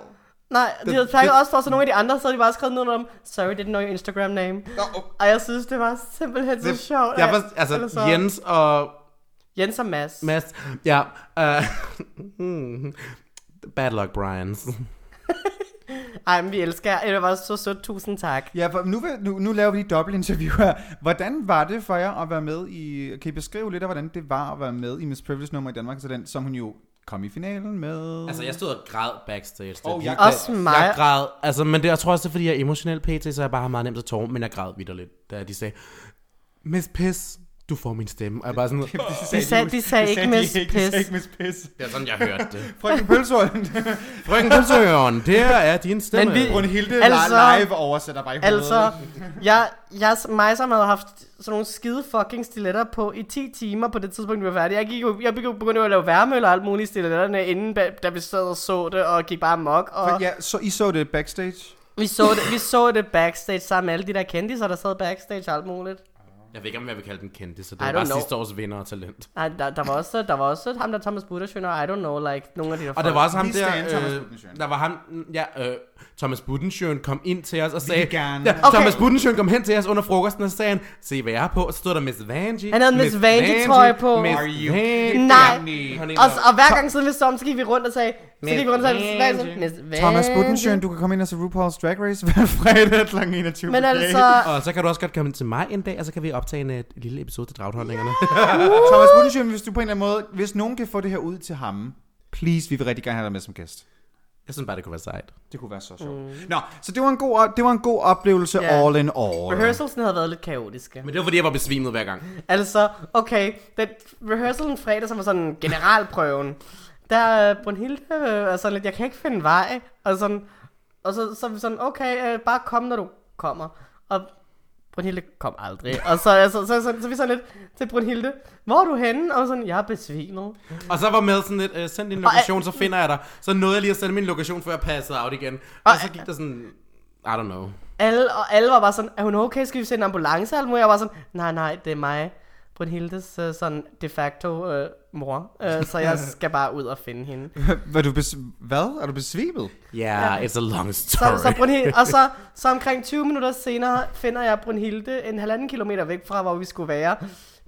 Speaker 3: Nej, de havde tagget os to, og så nogle af de andre, så havde de bare skrevet noget om, sorry, didn't know your Instagram name.
Speaker 2: Nå,
Speaker 3: Og jeg synes, det var simpelthen så sjovt.
Speaker 1: Jeg
Speaker 3: at-
Speaker 1: var,
Speaker 3: eller
Speaker 1: altså, Jens og
Speaker 3: Jens og Mads.
Speaker 1: Mads, ja. Uh, bad luck, Brians.
Speaker 3: Ej, men vi elsker jer. Det var så sødt. Tusind tak.
Speaker 2: Ja, for nu, vil- nu, nu laver vi lige dobbelt interview her. Hvordan var det for jer at være med i... Kan I beskrive lidt af, hvordan det var at være med i Miss Privilege nummer i Danmark? Så den, som hun jo kom i finalen med...
Speaker 1: Altså, jeg stod og græd backstage. Det
Speaker 2: Og
Speaker 1: er
Speaker 2: jeg-
Speaker 1: virkelig-
Speaker 3: Også mig.
Speaker 1: Jeg græd, altså, men det, jeg tror også, det er, fordi jeg er emotionel pt, så jeg bare har meget nemt at tåre, men jeg græd vidderligt, da de sagde, Miss Piss, du får min stemme. Og jeg bare sådan, det
Speaker 3: De sagde, de sagde ikke Miss
Speaker 2: De
Speaker 3: Piss.
Speaker 2: sagde ikke Miss Piss.
Speaker 1: er sådan, jeg hørte det.
Speaker 2: Frøken Pølsehånd.
Speaker 1: Frøken Pølsehøren, det er din stemme.
Speaker 3: Men vi-
Speaker 2: Brunhilde altså,
Speaker 3: Altså-
Speaker 2: live oversætter bare i hovedet.
Speaker 3: Altså, jeg, jeg, mig som havde haft sådan nogle skide fucking stiletter på i 10 timer på det tidspunkt, vi var færdige. Jeg, gik, jo- jeg begyndte jo at lave værmøl og alt muligt i stiletterne, inden ba- da vi sad og så det, og gik bare mok. Og
Speaker 2: Ja, så I så det backstage?
Speaker 3: vi, så det, vi så det backstage sammen med alle de der kendiser, der sad backstage og alt muligt.
Speaker 1: Jeg ved ikke, om jeg vil kalde den kendte, så det
Speaker 3: I
Speaker 1: var
Speaker 3: don't
Speaker 1: bare
Speaker 3: know.
Speaker 1: sidste års vinder og talent.
Speaker 3: Ej, der, der, var også, der var også ham, der Thomas Buddersjøen, og I don't know, like, nogle af de der
Speaker 1: Og der var også ham
Speaker 2: Vi stan Thomas
Speaker 1: der, øh,
Speaker 2: Budensjøen.
Speaker 1: der var ham, mm, ja, øh, Thomas Budensjøen kom ind til os og sagde,
Speaker 2: vil gerne.
Speaker 1: Ja,
Speaker 3: Okay.
Speaker 1: Thomas Budensjøen kom hen til os under frokosten og sagde, han, se hvad jeg har på, og så stod der Miss Vanjie.
Speaker 3: Han havde Miss Vanjie-trøje på.
Speaker 1: Miss
Speaker 2: Are you
Speaker 1: Vanjie.
Speaker 3: kidding Nej.
Speaker 1: Honey,
Speaker 3: Og,
Speaker 1: no.
Speaker 3: og hver gang siden vi så ham, så gik vi rundt og sagde, så
Speaker 1: Miss
Speaker 3: gik vi rundt og sagde, hvad er
Speaker 1: Vanjie.
Speaker 3: det? Miss Vanjie.
Speaker 2: Thomas Budensjøen, du kan komme ind og se RuPaul's Drag Race hver fredag kl. 21.
Speaker 3: Men
Speaker 2: okay?
Speaker 3: altså,
Speaker 1: Og så kan du også godt komme ind til mig en dag, og så kan vi optage en, øh, lille episode til dragtholdningerne.
Speaker 2: Thomas Budensjøen, hvis du på en eller anden måde... Hvis nogen kan få det her ud til ham, please, vi vil rigtig gerne have dig med som gæst.
Speaker 1: jeg synes bare, det kunne være sejt.
Speaker 2: Det kunne være så sjovt. Mm. Nå, så det var en god, det var en god oplevelse
Speaker 3: Ja.
Speaker 2: all in all.
Speaker 3: rehearsalsen havde været lidt kaotiske.
Speaker 1: Men det var, fordi jeg var besvimet hver gang.
Speaker 3: Altså, okay, den rehearsalen fredag, som var sådan generalprøven, der øh, Brunhilde øh, er sådan lidt, jeg kan ikke finde vej, og sådan, og så, så er vi sådan, okay, øh, bare kom, når du kommer, og Brunhilde kom aldrig, og så, altså, så, så, så, så er vi sådan lidt til Brunhilde, hvor er du henne? Og sådan, jeg er besvimet.
Speaker 1: Og så var med sådan lidt, øh, send din lokation, så finder jeg dig. Så nåede jeg lige at sende min lokation, før jeg passede out igen. Og så gik der sådan, I don't know.
Speaker 3: Alle, og alle var bare sådan, er hun okay, skal vi sende en ambulance? Og alt muligt. jeg var sådan, nej, nej, det er mig. Brunhildes øh, sådan de facto øh, mor, øh, så jeg skal bare ud og finde hende.
Speaker 2: Var du bes... Hvad? Er du besvimet?
Speaker 1: Yeah, it's a long story.
Speaker 3: Så, så Brunhilde, og så, så omkring 20 minutter senere finder jeg Brunhilde en halvanden kilometer væk fra, hvor vi skulle være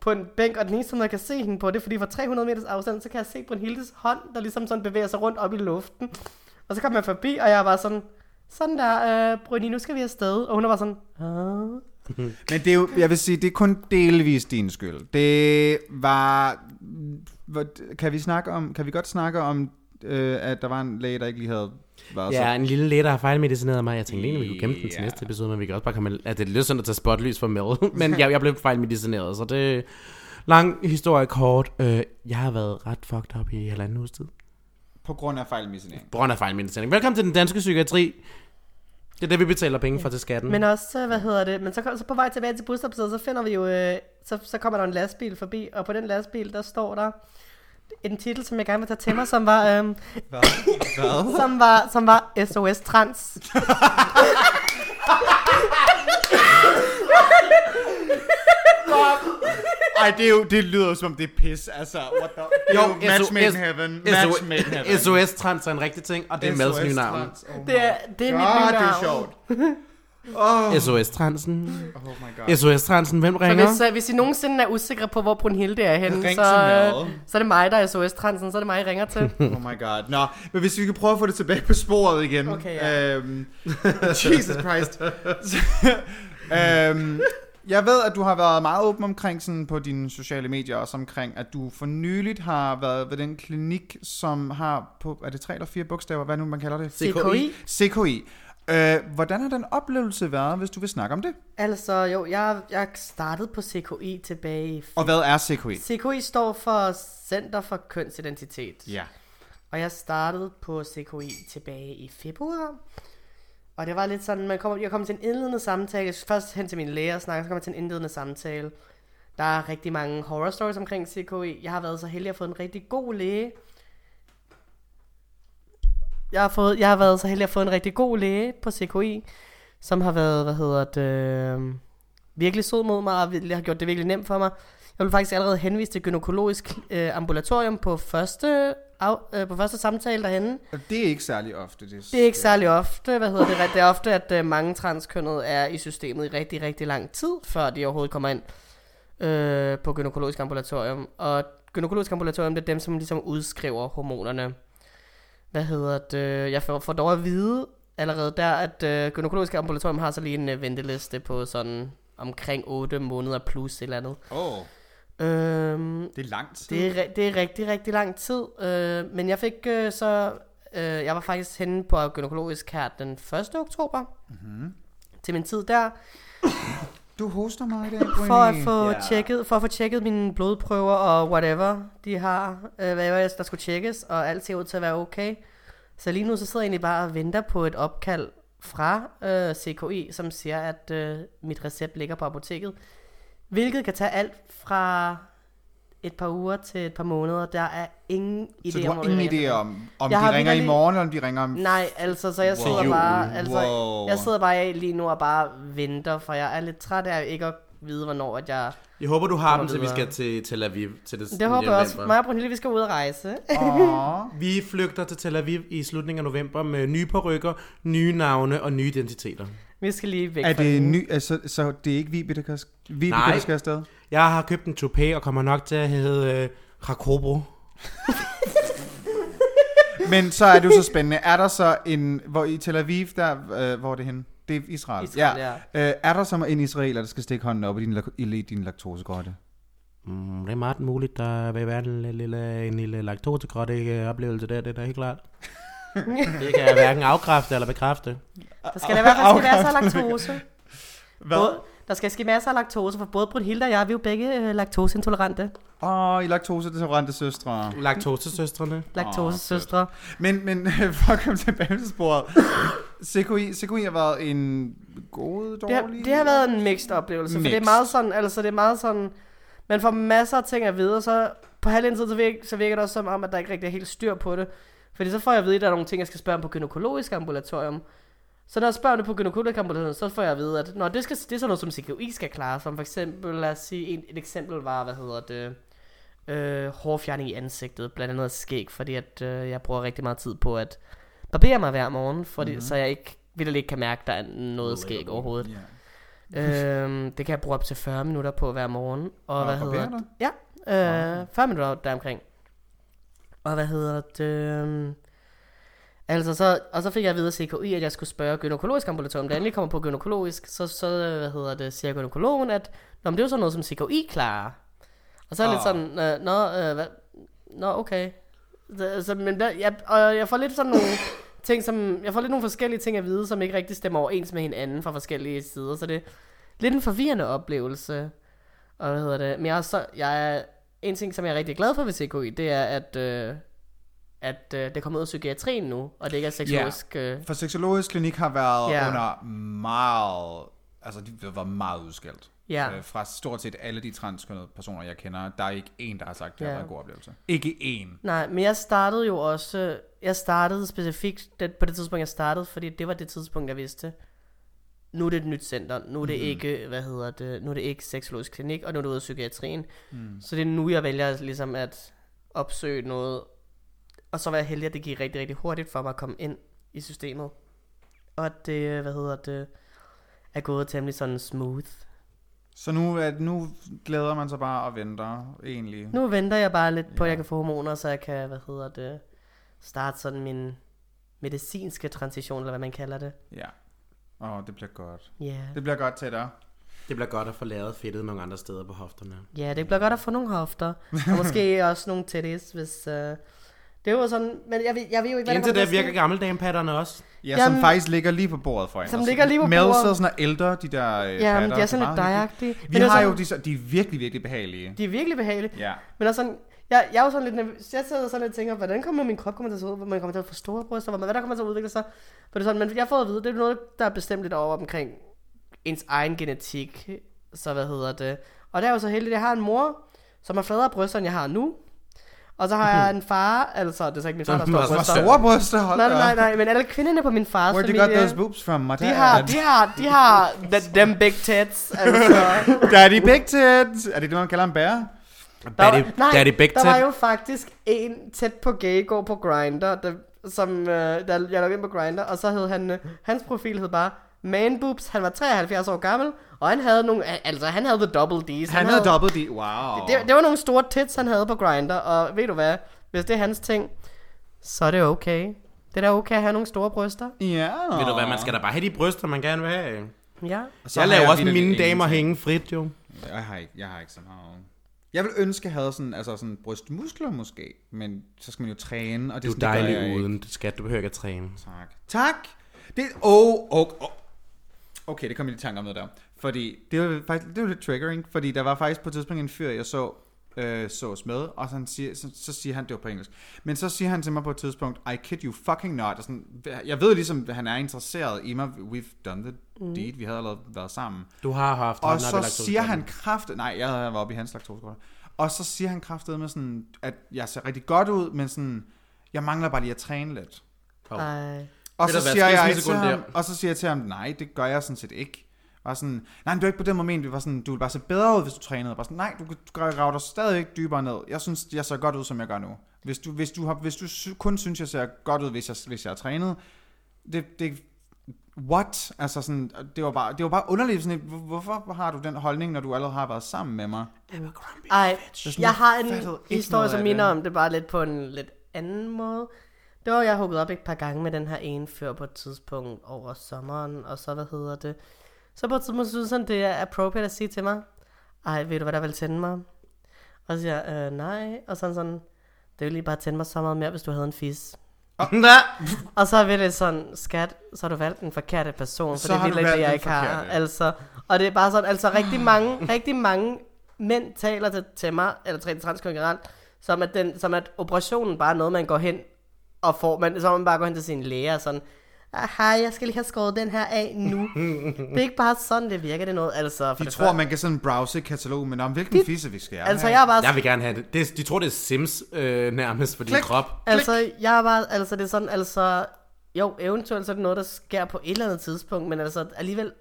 Speaker 3: på en bænk, og den eneste måde, jeg kan se hende på, det er, fordi fra 300 meters afstand, så kan jeg se Brunhildes hånd, der ligesom sådan bevæger sig rundt op i luften. Og så kom jeg forbi, og jeg var sådan, sådan der, øh, Brunhilde, nu skal vi afsted. Og hun var sådan, "Ah."
Speaker 2: Men det er jo, jeg vil sige, det er kun delvis din skyld. Det var... hvor- Kan vi, snakke om, kan vi godt snakke om, øh, at der var en læge, der ikke lige havde været
Speaker 1: Ja,
Speaker 2: så...
Speaker 1: en lille læge, der har fejlmedicineret mig. Jeg tænkte egentlig, vi kunne gemme den til næste episode, men vi kan også bare komme... At det lyder sådan at tage spotlys for Mel, men jeg, jeg blev fejlmedicineret, så det... Lang historie kort. Øh, jeg har været ret fucked up i halvanden uges tid.
Speaker 2: På grund af fejlmedicinering.
Speaker 1: Brønd af fejlmedicinering. Velkommen til den danske psykiatri. Det er det, vi betaler penge for til skatten.
Speaker 3: Men også, øh, hvad hedder det, men så, kom- så på vej tilbage til busstopstedet, så finder vi jo, øh, så, så kommer der en lastbil forbi, og på den lastbil, der står der en titel, som jeg gerne vil tage til mig, som var, øh,
Speaker 2: Hvad?
Speaker 3: som var, som var SOS Trans.
Speaker 2: Ej, det, er jo, det lyder jo som om det er pis. Altså, what the... Det er jo match made in heaven. Match made in heaven.
Speaker 1: SOS trans er en rigtig ting, og det er Mads nye navn.
Speaker 3: Det er, det er mit
Speaker 2: Ah,
Speaker 3: nye
Speaker 2: Oh det
Speaker 3: navn.
Speaker 2: er sjovt.
Speaker 1: SOS transen.
Speaker 2: Oh my god.
Speaker 1: SOS transen, hvem
Speaker 3: Så
Speaker 1: ringer?
Speaker 3: hvis, uh, hvis I nogensinde er usikre på, hvor Brunhilde er henne,
Speaker 2: Ring
Speaker 3: så,
Speaker 2: til
Speaker 3: øh,
Speaker 2: Mad.
Speaker 3: så er det mig, der er SOS-transen, så er det mig, I ringer til.
Speaker 2: Oh my god. Nå, men hvis vi kan prøve at få det tilbage på sporet igen.
Speaker 3: Okay, ja.
Speaker 2: Øhm, Jesus Christ. øhm, jeg ved, at du har været meget åben omkring sådan på dine sociale medier, også omkring, at du for nyligt har været ved den klinik, som har på, er det tre eller fire bogstaver, hvad nu man kalder det?
Speaker 3: CKI.
Speaker 2: CKI. Øh, hvordan har den oplevelse været, hvis du vil snakke om det?
Speaker 3: Altså, jo, jeg, jeg startede på CKI tilbage i...
Speaker 2: Og hvad er CKI?
Speaker 3: CKI står for Center for Kønsidentitet.
Speaker 2: Ja.
Speaker 3: Og jeg startede på CKI tilbage i februar. Og det var lidt sådan, man kom, jeg kom til en indledende samtale. Jeg skulle først hen til min læge og snakke, så kom jeg til en indledende samtale. Der er rigtig mange horror stories omkring CKI. Jeg har været så heldig at få en rigtig god læge. Jeg har, fået, jeg har været så heldig at få en rigtig god læge på CKI, som har været, hvad hedder det, øh, virkelig sød mod mig, og virkelig- har gjort det virkelig nemt for mig. Jeg blev faktisk allerede henvist til gynækologisk øh, ambulatorium på første, af, øh, på første samtale derhenne.
Speaker 2: Det er ikke særlig ofte. Det,
Speaker 3: Det er ikke særlig ofte, hvad hedder det, det er ofte, at øh, mange transkønnede er i systemet i rigtig, rigtig lang tid, før de overhovedet kommer ind øh, på gynækologisk ambulatorium. Og gynækologisk ambulatorium, det er dem, som ligesom udskriver hormonerne. Hvad hedder det, jeg får, får dog at vide allerede der, at øh, gynækologisk ambulatorium har så lige en øh, venteliste på sådan omkring 8 måneder plus et eller andet.
Speaker 2: Åh. Oh.
Speaker 3: Øhm,
Speaker 2: Det er langt.
Speaker 3: det, er, ri- det er rigtig, rigtig lang tid. Øh, men jeg fik øh, så... Øh, jeg var faktisk henne på gynækologisk her den 1. oktober. Mm-hmm. Til min tid der.
Speaker 2: Du hoster mig i dag, Brittany.
Speaker 3: For at få yeah. tjekket, for at få tjekket mine blodprøver og whatever de har, øh, hvad ellers der skulle tjekkes, og alt ser ud til at være okay. Så lige nu så sidder jeg egentlig bare og venter på et opkald fra øh, CKI, som siger, at øh, mit recept ligger på apoteket. Hvilket kan tage alt fra et par uger til et par måneder. Der er ingen idé
Speaker 2: Så
Speaker 3: om,
Speaker 2: du har
Speaker 3: hvor det
Speaker 2: ingen
Speaker 3: ringer
Speaker 2: idé
Speaker 3: fra.
Speaker 2: om, om
Speaker 3: Jeg
Speaker 2: de
Speaker 3: har
Speaker 2: ringer i
Speaker 3: vitterlig-
Speaker 2: morgen, eller om de ringer om...
Speaker 3: Nej, altså, så jeg
Speaker 2: Til
Speaker 3: sidder
Speaker 2: jul.
Speaker 3: bare, altså,
Speaker 2: Wow.
Speaker 3: jeg sidder bare lige nu og bare venter, for jeg er lidt træt af ikke at vide, hvornår at jeg...
Speaker 1: Jeg håber, du har dem,
Speaker 3: Kommer
Speaker 1: så vi
Speaker 3: videre.
Speaker 1: skal til Tel Aviv. Til det,
Speaker 3: Det håber jeg også.
Speaker 1: november.
Speaker 3: Maja Brunhilde, vi skal ud og rejse.
Speaker 2: Åh.
Speaker 1: Vi flygter til Tel Aviv i slutningen af november med nye parrykker, nye navne og nye identiteter.
Speaker 3: Vi skal lige væk
Speaker 2: Er
Speaker 3: fra
Speaker 2: det en
Speaker 3: den.
Speaker 2: ny... Altså, så det er ikke Vibe, der, kan, Vibe,
Speaker 1: Nej.
Speaker 2: der skal afsted?
Speaker 1: Jeg har købt en toupé og kommer nok til at hedde øh, Rakobo.
Speaker 2: Men så er det jo så spændende. Er der så en... Hvor i Tel Aviv, der... Øh, hvor er det henne? Det er Israel.
Speaker 3: Israel,
Speaker 2: Øh, er der så en israeler, der skal stikke hånden op i din, lak- i din laktosegrotte?
Speaker 1: Mm, det er meget muligt, der vil være en lille, en lille laktosegrotte oplevelse der, det er da helt klart. det kan jeg hverken afkræfte eller bekræfte.
Speaker 3: Der skal der i hvert fald ske masser af laktose. Både, der skal ske masser af laktose, for både Brunhilde og jeg, vi er jo begge øh, laktoseintolerante.
Speaker 2: Åh, oh, i laktosetolerante søstre.
Speaker 1: Laktosesøstrene.
Speaker 3: Laktosesøstre.
Speaker 2: Men, men for at komme tilbage til sporet. CKI, CKI har været en god,
Speaker 3: Det, har,
Speaker 2: dårlig...
Speaker 3: det har været en mixed oplevelse, for det er
Speaker 2: Mixed.
Speaker 3: meget sådan, altså det er meget sådan, man får masser af ting at vide, og så på halvdelen tid, så virker, så virker det også som om, at der ikke rigtig er helt styr på det. Fordi så får jeg at vide, at der er nogle ting, jeg skal spørge om på gynækologisk ambulatorium. Så når jeg spørger om det på gynækologisk ambulatorium, så får jeg at vide, at når det, skal, det er sådan noget, som CGI skal klare, som for eksempel, lad os sige, en, et eksempel var, hvad hedder det, øh, hårfjerning i ansigtet, blandt andet skæg, fordi at, øh, jeg bruger rigtig meget tid på at barbere mig hver morgen, fordi, mm-hmm. så jeg ikke, vildt ikke kan mærke, der er noget skæg overhovedet
Speaker 2: Ja.
Speaker 3: øhm, det kan jeg bruge op til 40 minutter på hver morgen. Og
Speaker 2: Nå,
Speaker 3: hvad
Speaker 2: barberer
Speaker 3: hedder det? Ja, øh, 40 minutter deromkring. Og hvad hedder det? øhm, Altså så, og så fik jeg at vide af CKI, at jeg skulle spørge gynækologisk ambulatorium. Da jeg endelig kommer på gynækologisk, så, så øh, hvad hedder det, siger gynækologen, at Nå, men det er jo sådan noget, som CKI klarer. Og så er jeg
Speaker 2: Ah.
Speaker 3: lidt sådan, øh, nå, øh, hvad? nå, okay. Så, så, men der, jeg, og jeg får lidt sådan nogle ting, som, jeg får lidt nogle forskellige ting at vide, som ikke rigtig stemmer overens med hinanden fra forskellige sider, så det er lidt en forvirrende oplevelse. Og hvad hedder det? Men jeg er så, jeg er, en ting, som jeg er rigtig glad for ved CKI, det er, at, øh, at øh, det er kommet ud af psykiatrien nu, og det ikke er seksuologisk. Øh,
Speaker 2: For seksologisk klinik har været
Speaker 3: Ja.
Speaker 2: yeah. under meget... Altså, de var meget udskældt.
Speaker 3: Ja.
Speaker 2: Øh, fra stort set alle de transkønnede personer, jeg kender, der er ikke én, der har sagt, at det
Speaker 3: Ja.
Speaker 2: har været en god oplevelse. Ikke én.
Speaker 3: Nej, men jeg startede jo også, jeg startede specifikt det, på det tidspunkt, jeg startede, fordi det var det tidspunkt, jeg vidste. Nu er det et nyt center, nu er det mm. ikke, hvad hedder det, nu er det ikke seksologisk klinik, og nu er det ude af psykiatrien. Mm. Så det er nu, jeg vælger ligesom at opsøge noget, og så var jeg heldig, at det gik rigtig, rigtig hurtigt for mig at komme ind i systemet. Og at det, hvad hedder det, er gået temmelig sådan smooth.
Speaker 2: Så nu, at nu glæder man sig bare og venter, egentlig.
Speaker 3: Nu venter jeg bare lidt på, at jeg kan få hormoner, så jeg kan, hvad hedder det, starte sådan min medicinske transition, eller hvad man kalder det.
Speaker 2: Ja. Åh, oh, det bliver godt.
Speaker 3: Ja, yeah.
Speaker 2: Det bliver godt til dig.
Speaker 1: Det bliver godt at få lavet fedtet nogle andre steder på hofterne.
Speaker 3: yeah, det bliver godt at få nogle hofter, og måske også nogle titties, hvis... Øh, det var sådan, men jeg ved, jeg ved jo ikke, hvad
Speaker 1: Indtil
Speaker 3: der
Speaker 1: det
Speaker 3: kommer
Speaker 1: virker
Speaker 3: til at ske.
Speaker 1: gammeldamepatterne også.
Speaker 2: Ja, Jamen, som
Speaker 3: Jamen-
Speaker 2: faktisk ligger lige på bordet for en.
Speaker 3: Som
Speaker 2: Og
Speaker 3: ligger lige på
Speaker 2: Mel
Speaker 3: bordet.
Speaker 2: sidder sådan og ældre, de der øh,
Speaker 3: Ja, men
Speaker 2: patter.
Speaker 3: de er sådan lidt
Speaker 2: meget hyggeligt.
Speaker 3: dejagtige. Men
Speaker 2: Vi
Speaker 3: det er
Speaker 2: har jo,
Speaker 3: sådan-
Speaker 2: de, så- de er virkelig, virkelig behagelige.
Speaker 3: De er virkelig behagelige.
Speaker 2: Ja.
Speaker 3: Men også sådan, jeg, jeg er jo sådan lidt nervøs. Jeg sidder sådan lidt og tænker, hvordan kommer min krop kommer til at se ud? Hvordan kommer jeg til at få store bryster? Hvordan- Hvad der kommer til at udvikle sig? Men, det er sådan, men jeg får at vide, det er noget, der er bestemt lidt over omkring ens egen genetik. Så hvad hedder det? Og der er jo så heldigt, at jeg har en mor, som har fladere bryster, end jeg har nu. Og så har
Speaker 2: Hmm.
Speaker 3: jeg en far, altså det er så ikke min far, der
Speaker 1: Som
Speaker 3: står
Speaker 1: har så Hvor større.
Speaker 2: Hvor
Speaker 3: bryster.
Speaker 2: store bryster, hold
Speaker 3: Nej, nej,
Speaker 2: da
Speaker 3: nej,
Speaker 2: op.
Speaker 3: nej, men alle kvinderne på min fars
Speaker 2: Where you
Speaker 3: familie,
Speaker 2: got those boobs from, my
Speaker 3: de
Speaker 2: dad?
Speaker 3: har, de har, de har the, them big tits, altså.
Speaker 2: Daddy Big Tits! Er det det, man kalder en bære?
Speaker 1: Daddy,
Speaker 3: var- nej,
Speaker 1: Daddy Big
Speaker 3: der var
Speaker 1: Ted.
Speaker 3: jo faktisk en tæt på gay går på Grinder, der, som øh, der, jeg logger ind på Grinder, og så hed han, øh, hans profil hed bare Man Boobs. Han var 73 år gammel, og han havde nogle, altså han havde the double D's.
Speaker 2: Han havde dobbelt D. Wow.
Speaker 3: det, det, var nogle store tits, han havde på Grinder, og ved du hvad, hvis det er hans ting, så er det okay. Det er da okay at have nogle store bryster.
Speaker 2: Ja.
Speaker 1: Ved du hvad, man skal da bare have de bryster, man gerne vil have.
Speaker 3: Ja.
Speaker 2: Så
Speaker 1: Så jeg
Speaker 2: har
Speaker 1: laver også
Speaker 2: vitterligt
Speaker 1: mine
Speaker 2: ingenting.
Speaker 1: damer hænge frit, jo.
Speaker 2: Jeg har ikke, jeg har ikke så meget. Jeg, Jeg vil ønske, at jeg havde sådan, altså sådan brystmuskler måske, men så skal man jo træne, og det
Speaker 1: Du er
Speaker 2: sådan, det gør jeg
Speaker 1: dejlig
Speaker 2: ikke.
Speaker 1: uden. Det skal du behøver ikke at træne.
Speaker 2: Tak. Tak! Det, oh, oh, oh. Okay, det kom jeg lige i tanke om noget der. Fordi det var faktisk det var lidt triggering, fordi der var faktisk på et tidspunkt en fyr, jeg så øh, sås med, og så, han siger, så, så, siger han, det var på engelsk, men så siger han til mig på et tidspunkt, I kid you fucking not. Og sådan, jeg ved ligesom, at han er interesseret i mig. We've done the deed. Vi havde allerede været sammen.
Speaker 1: Du har haft
Speaker 2: Og
Speaker 1: hånden op i
Speaker 2: så
Speaker 1: laktoseforskning.
Speaker 2: siger han kraft... Nej, jeg havde- jeg var oppe i hans laktosekoder. Og så siger han kraftet med sådan, at jeg ser rigtig godt ud, men sådan, jeg mangler bare lige at træne lidt.
Speaker 3: Ej.
Speaker 1: Ved
Speaker 2: Og så,
Speaker 1: du hvad,
Speaker 2: siger jeg til
Speaker 1: skilsmissegrund
Speaker 2: ham,
Speaker 1: der.
Speaker 2: og så siger jeg til ham, nej, det gør jeg sådan set ikke. Var sådan, nej, men det var ikke på den måde ment, det var sådan, du ville bare se bedre ud, hvis du trænede. Bare sådan, nej, du, du gør- rager dig stadigvæk dybere ned. Jeg synes, jeg ser godt ud, som jeg gør nu. Hvis du, hvis du, har, hvis du sy- kun synes, jeg ser godt ud, hvis jeg, hvis jeg har trænet, det, det, what? Altså sådan, det var bare, det var bare underligt. Sådan, hvor- hvorfor har du den holdning, når du allerede har været sammen med mig?
Speaker 1: Abercrombie.
Speaker 3: Ej,
Speaker 2: sådan,
Speaker 3: jeg har
Speaker 2: jeg fattede
Speaker 3: en
Speaker 2: ikke
Speaker 3: historie,
Speaker 2: noget
Speaker 3: som
Speaker 2: af
Speaker 3: minder
Speaker 2: det.
Speaker 3: om det, bare lidt på en lidt anden måde. Det var, jeg hugget op et par gange med den her ene før på et tidspunkt over sommeren, og så, hvad hedder det? Så på et tidspunkt synes han, det er appropriate at sige til mig, ej, ved du, hvad der vil tænde mig? Og så siger jeg, øh, nej, og sådan sådan, det ville lige bare tænde mig så meget mere, hvis du havde en fis. Og så er vi lidt sådan, skat, så har du valgt den forkerte person, for
Speaker 2: Så
Speaker 3: så det
Speaker 2: har
Speaker 3: er
Speaker 2: du
Speaker 3: vildt,
Speaker 2: valgt
Speaker 3: det, jeg
Speaker 2: den
Speaker 3: ikke har.
Speaker 2: forkerte. Ah.
Speaker 3: Altså, og det er bare sådan, altså rigtig mange, rigtig mange mænd taler til, til mig, eller til transkonkurrent, som at, den, som at operationen bare er noget, man går hen og får, man, så man bare går hen til sin læge og sådan, "Ah, hej, jeg skal lige have skåret den her af nu. det er ikke bare sådan, det virker det er noget. Altså,
Speaker 2: De
Speaker 3: for det
Speaker 2: tror, man kan sådan browse katalogen, men om hvilken fisse vi skal have.
Speaker 3: Altså, jeg er bare
Speaker 1: Jeg vil gerne have det. det er, de tror, det er Sims øh, nærmest for din
Speaker 2: Klik.
Speaker 1: krop.
Speaker 3: Altså, jeg er bare, altså det er sådan, altså, jo, eventuelt så er det noget, der sker på et eller andet tidspunkt, men altså alligevel,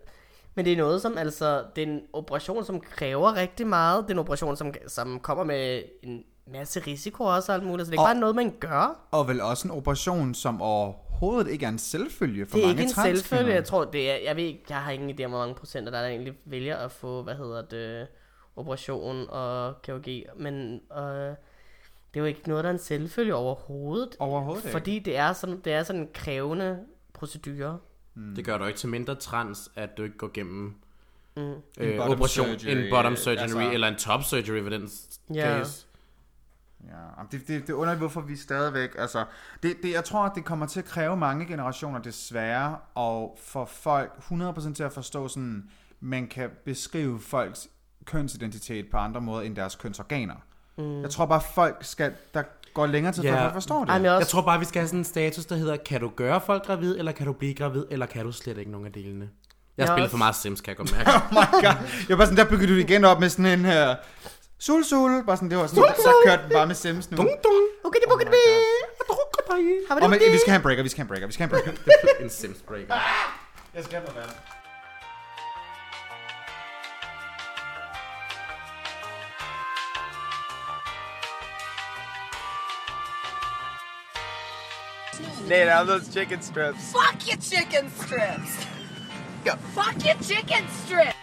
Speaker 3: men det er noget, som altså, det er en operation, som kræver rigtig meget, det er en operation, som, som kommer med en masse risiko også og alt muligt, så det er ikke
Speaker 2: Og-
Speaker 3: bare noget, man gør.
Speaker 2: Og vel også en operation, som overhovedet ikke er en selvfølge for
Speaker 3: Det er
Speaker 2: mange
Speaker 3: ikke en
Speaker 2: transkvinder.
Speaker 3: selvfølge, jeg tror, det er, jeg ved ikke, jeg har ingen idé om, hvor mange procenter, der, er, der egentlig vælger at få, hvad hedder det, operation og kirurgi, men øh, det er jo ikke noget, der er en selvfølge overhovedet.
Speaker 2: Overhovedet ikke.
Speaker 3: Fordi det er sådan, det er sådan en krævende procedure.
Speaker 1: Det gør du ikke til mindre trans, at du ikke går gennem mm.
Speaker 2: En
Speaker 1: øh,
Speaker 2: bottom
Speaker 1: operation,
Speaker 2: surgery,
Speaker 1: en bottom
Speaker 2: øh,
Speaker 1: surgery,
Speaker 2: altså-
Speaker 1: eller en top surgery for den
Speaker 3: Ja.
Speaker 1: case.
Speaker 2: Ja, jamen, det, det, det undrer hvorfor vi stadigvæk, altså, det, det, jeg tror, at det kommer til at kræve mange generationer desværre, og for folk 100% til at forstå sådan, man kan beskrive folks kønsidentitet på andre måder end deres kønsorganer. Mm. Jeg tror bare, folk skal, der går længere tid, før
Speaker 1: Ja.
Speaker 2: folk forstår det.
Speaker 3: Ej, men jeg, er
Speaker 1: Jeg
Speaker 3: også,
Speaker 1: tror bare, vi skal have sådan en status, der hedder, kan du gøre folk gravid, eller kan du blive gravid, eller kan du slet ikke nogen af delene? Jeg
Speaker 3: Jeg
Speaker 1: har
Speaker 3: er
Speaker 1: spillet
Speaker 3: også-
Speaker 1: for meget Sims, kan jeg godt mærke.
Speaker 2: Oh my god. Jeg var sådan, der byggede du det igen op med sådan en her... Sul, sul, bare sådan, det var sådan, så kørte den bare med Sims nu.
Speaker 1: dung, dung,
Speaker 3: okay, det bukkede
Speaker 1: jeg drukker dig.
Speaker 3: Har
Speaker 2: Og
Speaker 3: man
Speaker 2: men,
Speaker 3: det?
Speaker 2: vi skal have en breaker, vi skal have en breaker, vi skal have en breaker.
Speaker 1: En Sims breaker.
Speaker 2: Jeg skal have noget vand.
Speaker 5: Nate, how those chicken strips?
Speaker 4: Fuck your chicken strips. Fuck your chicken strips.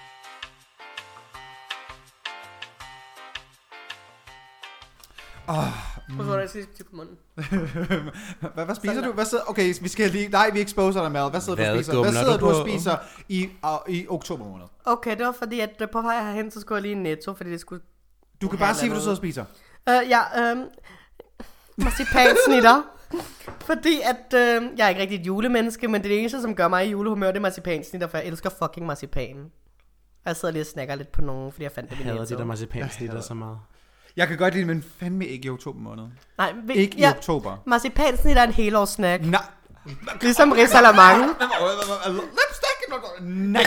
Speaker 2: Oh
Speaker 3: Hvorfor er det sidste på munden?
Speaker 2: Hvad, hvad spiser du? Hvad sidder, okay, vi skal lige... Nej, vi exposer dig, Mal. Hvad sidder du
Speaker 1: Hvad
Speaker 2: og spiser? Hvad
Speaker 1: gumler
Speaker 2: sidder
Speaker 1: du
Speaker 2: du og
Speaker 1: på?
Speaker 2: spiser i, og- i oktober måned?
Speaker 3: Okay, det var fordi, at øh, på vej herhen, så skulle jeg lige i netto, fordi det skulle...
Speaker 2: Du kan bare
Speaker 3: Halvandet.
Speaker 2: sige, hvad du sidder og spiser.
Speaker 3: Øh, ja, øh, marcipansnitter. fordi at, øh, jeg er ikke rigtig et julemenneske, men det eneste, som gør mig i julehumør, det er marcipansnitter, for jeg elsker fucking marcipan. Og jeg sidder lige og snakker lidt på nogen, fordi jeg fandt det i
Speaker 1: Jeg hader
Speaker 3: netto.
Speaker 1: de der marcipansnitter så meget.
Speaker 2: Jeg kan godt lide det, men fandme ikke i oktober måned.
Speaker 3: Nej, vi,
Speaker 2: Ikke ja. i oktober.
Speaker 3: Marcipansnitter er en helårssnack.
Speaker 2: Nej.
Speaker 3: Ligesom risalamande.
Speaker 2: Lipstick! Nej,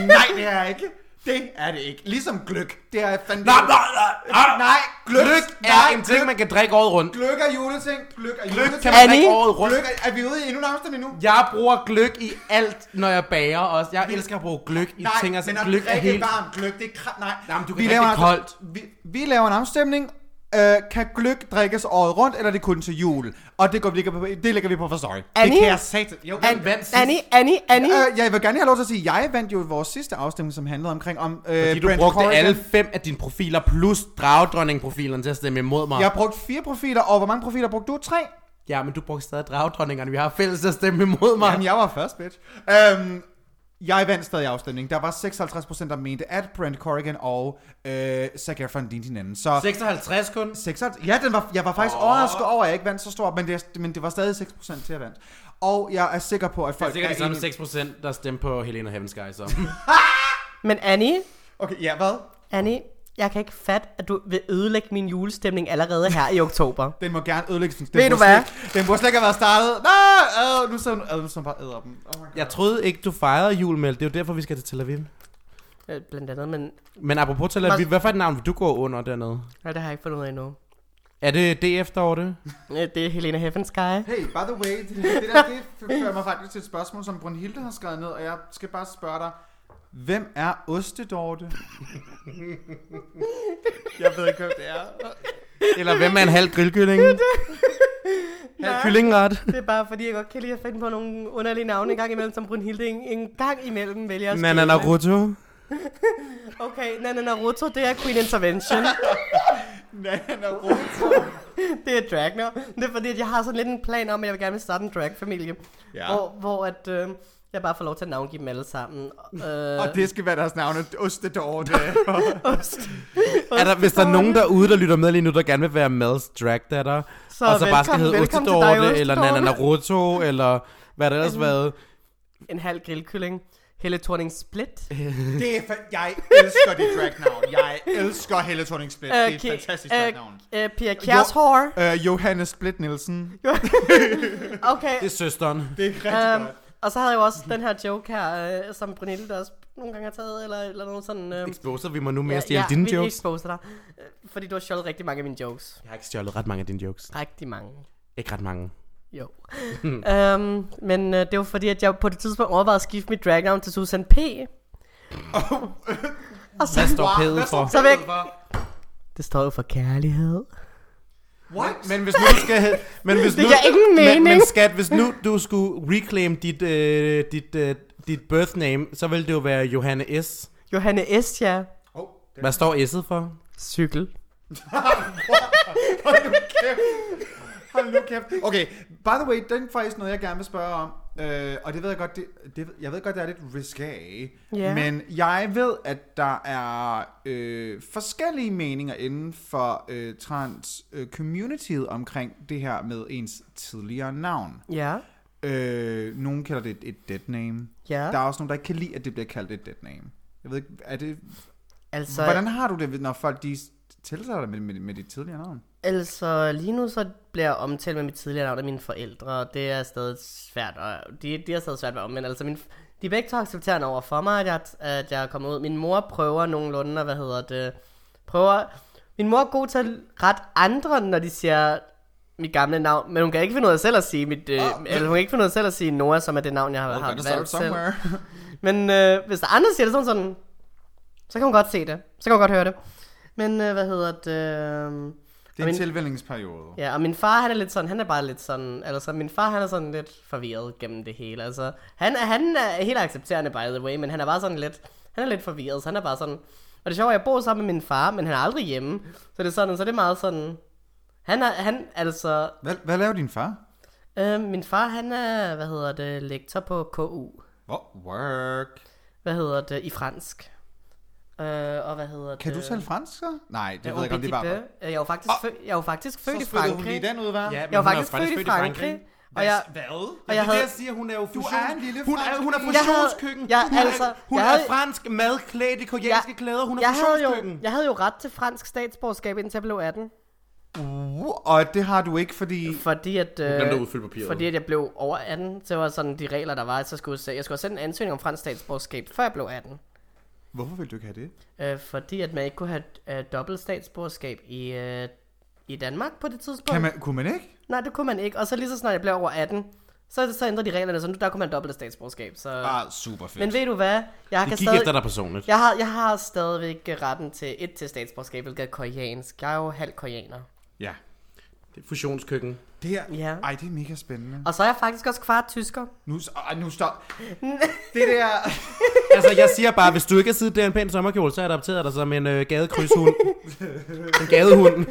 Speaker 2: nej, det er jeg ikke. Det er det ikke. Ligesom gløk. Det er jeg fandme...
Speaker 1: Nej, nej, nej, nej.
Speaker 2: Nej, gløk,
Speaker 1: Gløk er en ting, man kan drikke året rundt.
Speaker 2: Gløk er juleting. Gløk er
Speaker 1: Gløk
Speaker 2: juleting.
Speaker 1: kan man drikke
Speaker 3: Annie?
Speaker 1: året rundt.
Speaker 2: Gløk er, er vi ude i endnu en afstemning nu?
Speaker 1: Jeg bruger gløk i alt, når jeg bager også. Jeg elsker at bruge gløk i ting, altså
Speaker 2: at
Speaker 1: gløk er
Speaker 2: drikke
Speaker 1: helt...
Speaker 2: varmt gløk, det er kra- nej.
Speaker 1: Nej, men du kan
Speaker 2: Vi
Speaker 1: drikke
Speaker 2: laver
Speaker 1: det
Speaker 2: en-
Speaker 1: koldt.
Speaker 2: Vi, vi laver en afstemning. Øh, kan gløk drikkes året rundt, eller er det kun til jul? Og det, går, vi på, det lægger vi på for sorry.
Speaker 3: Annie?
Speaker 2: Det kan jeg satan. Jo,
Speaker 1: An- vandt sidst.
Speaker 3: Annie, Annie, Annie.
Speaker 2: øh, jeg vil gerne have lov til at sige, at jeg vandt jo vores sidste afstemning, som handlede omkring om øh,
Speaker 1: Fordi du
Speaker 2: Brent
Speaker 1: brugte
Speaker 2: Corrigan.
Speaker 1: alle fem af dine profiler, plus dragdronning-profilerne til at stemme imod mig.
Speaker 2: Jeg har brugt fire profiler, og hvor mange profiler brugte du? Tre?
Speaker 1: Ah. Ja, men du brugte stadig dragdronningerne. Vi har fælles til at stemme imod mig.
Speaker 2: Jamen, jeg var først, bitch. Øhm, Jeg vandt stadig afstemningen. Der var 56 der mente, at Brent Corrigan og øh, Zac Efron lignede hinanden. Så
Speaker 1: 56 kun.
Speaker 2: 56? Ja, den var, jeg var faktisk oh. overrasket over, at jeg ikke vandt så stort, men det, men det var stadig 6% til at vandt. Og jeg er sikker på,
Speaker 1: Det
Speaker 2: at
Speaker 1: er
Speaker 2: folk
Speaker 1: sikkert de samme
Speaker 2: enige-
Speaker 1: 6%, der stemte på Helena Heaven's Guy, så.
Speaker 3: Men Annie,
Speaker 2: Okay, ja, hvad?
Speaker 3: Annie, jeg kan ikke fatte, at du vil ødelægge min julestemning allerede her i oktober.
Speaker 2: Den må gerne ødelægge sin
Speaker 3: Ved
Speaker 2: den
Speaker 3: du
Speaker 2: burde
Speaker 3: hvad?
Speaker 2: slet ikke- Den burde slet ikke have været startet. Nej, øh, nu sidder hun, øh, nu sidder hun bare æder dem. Oh my God.
Speaker 1: Jeg troede ikke, du fejrede jul, Mel. Det er jo derfor, vi skal til Tel Aviv.
Speaker 3: Øh, Blandt andet, men
Speaker 1: Men apropos Tel Aviv,
Speaker 3: Mas-
Speaker 1: hvad for et navn vil du gå under dernede?
Speaker 3: nej, det har jeg ikke fundet ud af endnu.
Speaker 1: Er det DF, der er over det?
Speaker 3: Øh, Det er Helena Heffensky.
Speaker 2: Hey, by the way, det, det der, det fører mig faktisk til et spørgsmål, som Brunhilde har skrevet ned, og jeg skal bare spørge dig, hvem er Ostedorte? jeg ved ikke, hvem det er.
Speaker 1: Eller hvem er en halv grillkylling? halv kyllingret?
Speaker 3: Det er bare fordi, jeg godt kan lide at finde på nogle underlige navne en gang imellem, som Brunhilde en, en gang imellem vælger at
Speaker 1: Nana
Speaker 3: skrive.
Speaker 1: Naruto?
Speaker 3: Okay, Nana Naruto, det er Queen Intervention.
Speaker 2: Nana Roth.
Speaker 3: det er drag nu. Det er fordi, at jeg har sådan lidt en plan om, at jeg vil gerne vil starte en drag-familie.
Speaker 2: Ja.
Speaker 3: Hvor, hvor at, øh, jeg bare får lov til at navngive dem alle sammen. Øh,
Speaker 2: Og det skal være deres navne, Ostedorte.
Speaker 1: Er der, hvis der er nogen derude, der lytter med lige nu, der gerne vil være Mels dragdatter,
Speaker 3: Så
Speaker 1: og så bare skal
Speaker 3: velkommen-
Speaker 1: hedde
Speaker 3: velkommen til dig,
Speaker 1: Ostedorte, eller Nana
Speaker 3: Ostedorte.
Speaker 1: Naruto, eller hvad der ellers har været.
Speaker 3: en halv grillkylling. Helle Thorning Split.
Speaker 2: det er fa- jeg elsker dit dragnavn. Jeg elsker Helle thorning Split. Det er et
Speaker 3: Ki-
Speaker 2: fantastisk
Speaker 3: øh,
Speaker 2: dragnavn.
Speaker 3: øh, Pia Kjærshår.
Speaker 2: Uh, Johannes Split Nielsen.
Speaker 3: Okay.
Speaker 1: Det er søsteren.
Speaker 2: Det er rigtig
Speaker 3: øhm, og så havde jeg jo også den her joke her, øh, som Brunilde der også nogle gange har taget, eller, eller noget sådan... Øh,
Speaker 1: Exposer vi mig nu med at stjæle dine
Speaker 3: vi
Speaker 1: jokes.
Speaker 3: exposer dig. Øh, Fordi du har stjålet rigtig mange af mine jokes.
Speaker 1: Jeg har ikke stjålet ret mange af dine jokes.
Speaker 3: Rigtig mange.
Speaker 1: Ikke ret mange.
Speaker 3: Jo.
Speaker 1: Hmm.
Speaker 3: øhm, men øh, det var fordi, at jeg på det tidspunkt overvejede at skifte mit dragnavn til Susan P. og så,
Speaker 1: Hvad står pædet for?
Speaker 3: så væk. Det står jo for kærlighed.
Speaker 2: What?
Speaker 1: Men hvis nu du skal have, men hvis
Speaker 3: Det
Speaker 1: nu,
Speaker 3: giver ingen
Speaker 1: Men, men
Speaker 3: mening.
Speaker 1: skat, hvis nu du skulle reclaim dit, øh, dit, øh, dit birth name, så ville det jo være Johanne S.
Speaker 3: Johanne S. Ja.
Speaker 2: Oh, det
Speaker 1: Hvad står S'et for?
Speaker 3: Cykel.
Speaker 2: Hold nu kæft. Hold nu kæft. Okay, by the way, den er faktisk noget, jeg gerne vil spørge om. Øh, og det ved jeg godt, det, det, ved- jeg ved godt, det er lidt risky.
Speaker 3: Ja.
Speaker 2: Men jeg ved, at der er øh, forskellige meninger inden for øh, trans-communityet omkring det her med ens tidligere navn.
Speaker 3: Ja.
Speaker 2: Øh, nogen kalder det et, et dead name.
Speaker 3: Ja.
Speaker 2: Der er også nogen, der ikke kan lide, at det bliver kaldt et dead name. Jeg ved ikke, er det,
Speaker 3: Altså,
Speaker 2: hvordan har du det, når folk de tiltaler dig med, med, med dit tidligere navn?
Speaker 3: altså, lige nu så bliver jeg omtalt med mit tidligere navn af mine forældre, og det er stadig svært, og de, de er stadig svært ved omvendt. Altså, min, de er begge to accepterende over for mig, at jeg, at jeg er kommet ud. Min mor prøver nogenlunde, og hvad hedder det, prøver... Min mor er god til at rette andre, når de siger mit gamle navn, men hun kan ikke finde ud af selv at sige mit, øh, eller hun kan ikke finde ud af selv at sige Nora, som er det navn, jeg har, har valgt selv. Men øh, hvis der er andre der siger det sådan sådan, så kan hun godt se det. Så kan hun godt høre det. Men øh, hvad hedder det? Øh,
Speaker 2: Det er en
Speaker 3: Men-
Speaker 2: tilvændingsperiode.
Speaker 3: Ja, og min far, han er lidt sådan, han er bare lidt sådan, altså min far, han er sådan lidt forvirret gennem det hele, altså. Han, er- han er helt accepterende, by the way, men han er bare sådan lidt, han er lidt forvirret, så han er bare sådan, og det sjove er, jeg bor sammen med min far, men han er aldrig hjemme, så det er sådan, så det er meget sådan, han er, han, altså,
Speaker 2: Hvad, hvad laver din far?
Speaker 3: øh, min far, han er, hvad hedder det, lektor på KU,
Speaker 2: Hvor? Work.
Speaker 3: hvad hedder det, i fransk. Øh, og hvad hedder
Speaker 2: Kan
Speaker 3: det?
Speaker 2: du tale fransk så? Nej, det
Speaker 3: Jeg
Speaker 2: ved jeg ikke, om det er bare...
Speaker 3: Jeg er jo faktisk, fø- jeg er jo faktisk født i
Speaker 2: Så spyttede hun
Speaker 3: Frankrig.
Speaker 2: lige den ud, hva'?
Speaker 1: Ja, men
Speaker 3: Jeg var
Speaker 1: hun er
Speaker 3: faktisk
Speaker 1: jo
Speaker 3: født i Frankrig. Og jeg,
Speaker 2: Hvad?
Speaker 1: Og
Speaker 3: jeg
Speaker 1: jeg havde...
Speaker 3: havde-
Speaker 1: Det, jeg siger, hun er jo fusion.
Speaker 2: er en lille
Speaker 1: hun, er, hun er
Speaker 2: fransk-
Speaker 3: Jeg havde-
Speaker 1: fusionskøkken.
Speaker 3: jeg-
Speaker 1: hun er,
Speaker 3: altså,
Speaker 1: hun
Speaker 3: jeg
Speaker 1: er
Speaker 3: havde-
Speaker 1: fransk mad klædt i koreanske
Speaker 3: Jeg-
Speaker 1: klæder. Hun er
Speaker 3: jeg, havde
Speaker 1: fusionskøkken.
Speaker 3: jo, jeg havde jo ret til fransk statsborgerskab, indtil jeg blev 18.
Speaker 2: Uh, og det har du ikke, fordi...
Speaker 3: Fordi at,
Speaker 1: glemte at
Speaker 3: øh,
Speaker 1: udfylde papiret.
Speaker 3: fordi at jeg blev over 18, så var sådan de regler, der var, så skulle jeg, se- jeg skulle have sendt en ansøgning om fransk statsborgerskab, før jeg blev 18.
Speaker 2: Hvorfor vil du ikke have det?
Speaker 3: Øh, fordi at man ikke kunne have øh, dobbelt statsborgerskab i, øh, i Danmark på det tidspunkt.
Speaker 2: Kan man, kunne man ikke?
Speaker 3: Nej, det kunne man ikke. Og så lige så snart jeg blev over 18, så, så ændrede de reglerne, så nu der kunne man have dobbelt statsborgerskab. Så...
Speaker 2: Ah, super fedt.
Speaker 3: Men ved du hvad? Jeg
Speaker 1: Det
Speaker 3: kan
Speaker 1: gik
Speaker 3: stadig...
Speaker 1: efter dig personligt.
Speaker 3: Jeg har, jeg har stadigvæk retten til et til statsborgerskab, hvilket er koreansk. Jeg er jo halv koreaner.
Speaker 2: Ja.
Speaker 1: Det er fusionskøkken.
Speaker 2: Det her...
Speaker 3: Ja.
Speaker 2: Ej, det er mega spændende.
Speaker 3: Og så er jeg faktisk også kvart tysker.
Speaker 2: Nu, øh, nu stop. det der...
Speaker 1: altså, jeg siger bare, hvis du ikke har siddet der i en pæn sommerkjole, så adopterer jeg dig som en øh, gadekrydshund. en gadehund.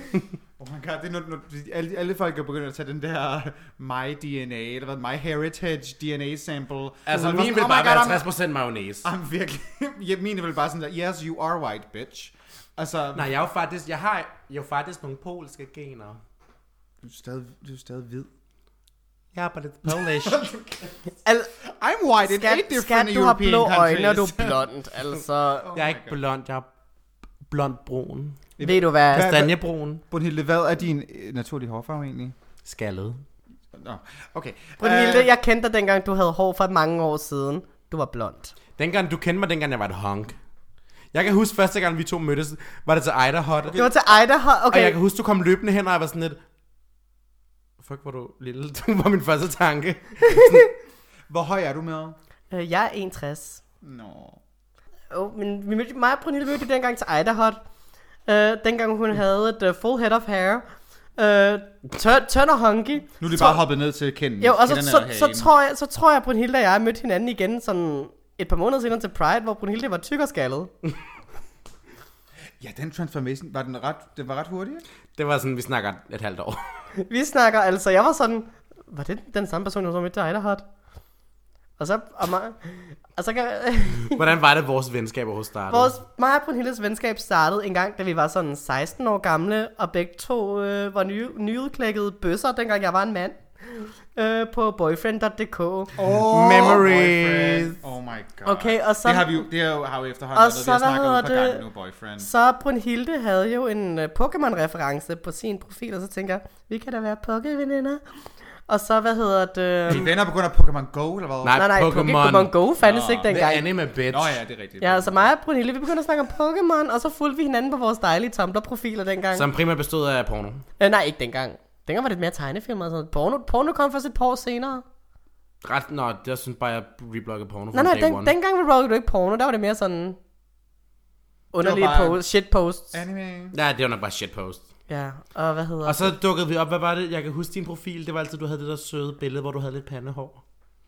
Speaker 2: Oh my Shankar. Det er, når, når alle, alle folk er begyndt at tage den der My DNA, eller hvad, My Heritage DNA sample.
Speaker 1: Altså,
Speaker 2: Og
Speaker 1: min
Speaker 2: man
Speaker 1: vil
Speaker 2: sådan,
Speaker 1: bare
Speaker 2: Oh my God,
Speaker 1: være Ah,
Speaker 2: I'm-
Speaker 1: 60% mayonnaise.
Speaker 2: I'm virkelig... ja, min er vel bare sådan der, yes, you are white, bitch. Altså,
Speaker 1: Nej, jeg er jo faktisk, jeg har jo faktisk nogle polske gener.
Speaker 2: du, er stadig, du er stadig hvid.
Speaker 1: Jeg er bare lidt Polish.
Speaker 3: Al-
Speaker 2: I'm white in eight
Speaker 3: skat,
Speaker 2: different
Speaker 3: skat, du har
Speaker 2: European
Speaker 3: blå
Speaker 2: countries.
Speaker 3: øjne, og du er blond. Altså,
Speaker 1: jeg er ikke blond, jeg er blond-brun.
Speaker 3: ved du hvad?
Speaker 2: Hvad-
Speaker 1: Kastanjebrun.
Speaker 2: Brunhilde, hvad er din øh, naturlige hårfarve egentlig?
Speaker 1: Skaldet.
Speaker 2: Nå, okay.
Speaker 3: Brunhilde,
Speaker 2: Øh,
Speaker 3: jeg kendte dig dengang, du havde hår for mange år siden. Du var blond.
Speaker 1: Dengang du kendte mig, dengang jeg var et honk. Jeg kan huske første gang, vi to mødtes, var det til Idaho. Okay.
Speaker 3: Det var til Idaho.
Speaker 1: Og jeg
Speaker 3: Okay,
Speaker 1: kan huske, du kom løbende hen, og jeg var sådan lidt... Fuck, hvor du lille. Det var min første tanke.
Speaker 2: Hvor høj er du med?
Speaker 3: øh, jeg er 61.
Speaker 2: Nå.
Speaker 3: Oh, men vi mødte, mig og Brunhilde mødte dengang til Idaho. Øh, dengang hun havde et uh, full head of hair. Øh, tør, tør og honky.
Speaker 2: Nu er det bare hoppet ned til kenden.
Speaker 3: Jo, og så, så, så, tror jeg, så tror jeg, Brunhilde og jeg mødte hinanden igen sådan et par måneder senere til Pride, hvor Brunhilde var tyk og skaldet.
Speaker 2: Ja, den transformation, var den ret, den var ret hurtig? ikke?
Speaker 1: Det var sådan, vi snakker et halvt år.
Speaker 3: Vi snakker altså, jeg var sådan, var det den samme person, jeg var med til Idaho? Og så, og mig, og så kan,
Speaker 1: Hvordan var det, vores venskaber hos startede?
Speaker 3: vores, mig og Brunhildes venskab startede en gang, da vi var sådan 16 år gamle, og begge to øh, var nye, nyudklækkede bøsser, dengang jeg var en mand, øh, på boyfriend.dk.
Speaker 2: Oh,
Speaker 1: Memories.
Speaker 2: boyfriend. Oh my god.
Speaker 3: Okay, og så-
Speaker 2: Det har vi jo, det har jo, har jo efterhånden
Speaker 3: Og
Speaker 2: været noget,
Speaker 3: så,
Speaker 2: vi har
Speaker 3: hvad
Speaker 2: snakket om et par
Speaker 3: hedder
Speaker 2: gange nu,
Speaker 3: det?
Speaker 2: boyfriend.
Speaker 3: Så Brunhilde havde jo en øh, Pokémon-reference på sin profil, og så tænker jeg, vi kan da være Pokéveninder. Og så, hvad hedder det?
Speaker 2: Dine venner begynder på Pokémon Go, eller hvad?
Speaker 1: Nej,
Speaker 3: Nej, nej,
Speaker 1: Pokémon.
Speaker 3: Pokémon Go fandtes
Speaker 2: Nå,
Speaker 3: ikke
Speaker 1: Det er
Speaker 3: dengang.
Speaker 1: anime, bitch.
Speaker 2: Nå ja, det er rigtigt.
Speaker 3: Ja, altså mig og Brunhilde, vi begyndte at snakke om Pokémon, og så fulgte vi hinanden på vores dejlige Tumblr-profiler dengang. Som...
Speaker 1: Som primært bestod af porno.
Speaker 3: Øh, nej, ikke dengang. Dengang var det mere tegnefilm og sådan noget. Porno, porno kom først et par år senere.
Speaker 1: Ret, nå, jeg synes bare, jeg rebloggede porno
Speaker 3: Nej,
Speaker 1: fra
Speaker 3: nej,
Speaker 1: day
Speaker 3: den,
Speaker 1: one.
Speaker 3: dengang rockede du ikke porno, der var det mere sådan... Underlige
Speaker 2: bare-
Speaker 3: post, shit posts.
Speaker 2: Anime.
Speaker 1: Nej, det var nok bare shitpost.
Speaker 3: Ja, og hvad hedder...
Speaker 1: Og så dukkede vi op, hvad var det? Jeg kan huske din profil, det var altid, du havde det der søde billede, hvor du havde lidt pandehår.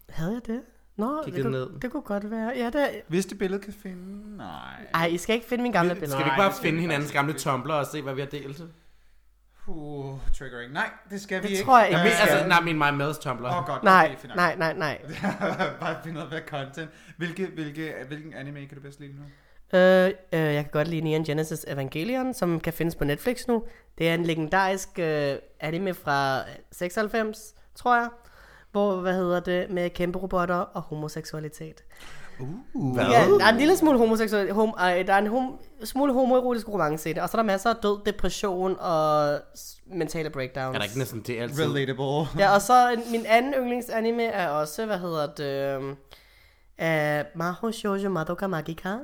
Speaker 3: Havde jeg det? Nå, det
Speaker 1: Kiggede
Speaker 3: kunne,
Speaker 1: ned.
Speaker 3: det kunne godt være. Ja, det...
Speaker 2: Hvis det billede kan finde... Nej.
Speaker 3: Ej, I skal ikke finde mine gamle billeder.
Speaker 1: Skal vi ikke
Speaker 2: Nej,
Speaker 1: bare
Speaker 2: det skal
Speaker 1: finde
Speaker 2: vi
Speaker 1: hinandens
Speaker 2: faktisk
Speaker 1: gamle
Speaker 2: ikke.
Speaker 1: tumbler og se, hvad vi har delt?
Speaker 2: Uh, triggering. Nej, det skal vi
Speaker 3: Det
Speaker 2: ikke.
Speaker 3: tror jeg ikke,
Speaker 1: Ja,
Speaker 3: vi
Speaker 1: min,
Speaker 3: skal.
Speaker 1: altså, nej, min My Mads tumbler.
Speaker 2: Åh, oh, godt.
Speaker 3: Nej,
Speaker 2: okay, fint nok.
Speaker 3: nej, nej, nej.
Speaker 2: Bare finde ud af, hvad content. Hvilke, hvilke, hvilken anime kan du bedst lide nu?
Speaker 3: Øh, øh, jeg kan godt lide Neon Genesis Evangelion, som kan findes på Netflix nu. Det er en legendarisk øh, anime fra 96, tror jeg. Hvor, hvad hedder det, med kæmpe robotter og homoseksualitet. Uh, ja, der er en lille smule homoseksualitet. Hom, øh, der er en hom, smule homoerotisk romance i det. Og så er der masser af død, depression og s- mentale breakdowns.
Speaker 1: Er der ikke næsten det er altid?
Speaker 2: Relatable.
Speaker 3: Ja, og så en- min anden yndlingsanime er også, hvad hedder det, øhm, af Maho Shoujo Madoka Magica,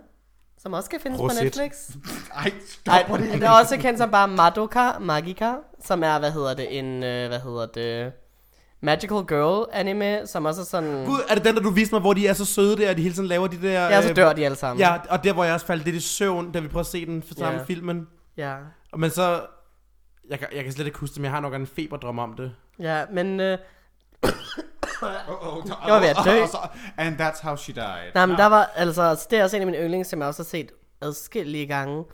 Speaker 3: som også kan findes
Speaker 1: Prosit.
Speaker 3: på Netflix.
Speaker 2: Ej, stop
Speaker 3: Ej,
Speaker 2: Ej, det.
Speaker 3: der er også kendt som bare Madoka Magica, som er, hvad hedder det, en, øh, hvad hedder det, Magical Girl anime, som også er sådan,
Speaker 1: Gud, er det den, der du viste mig, hvor de er så søde der, og de hele tiden laver de der...
Speaker 3: ja, så
Speaker 1: øh,
Speaker 3: dør de alle sammen.
Speaker 1: Ja, og der, hvor jeg også faldt lidt i søvn, da vi prøvede at se den for samme
Speaker 3: Ja.
Speaker 1: filmen.
Speaker 3: ja.
Speaker 1: Men så... Jeg kan, jeg kan slet ikke huske det, men jeg har nok en feberdrøm om det.
Speaker 3: ja men, øh,
Speaker 2: Oh, oh, der,
Speaker 3: Jeg var ved at dø.
Speaker 2: And that's how she died.
Speaker 3: nej, men der var, altså, det er også en af mine yndlings, som jeg også har set adskillige gange.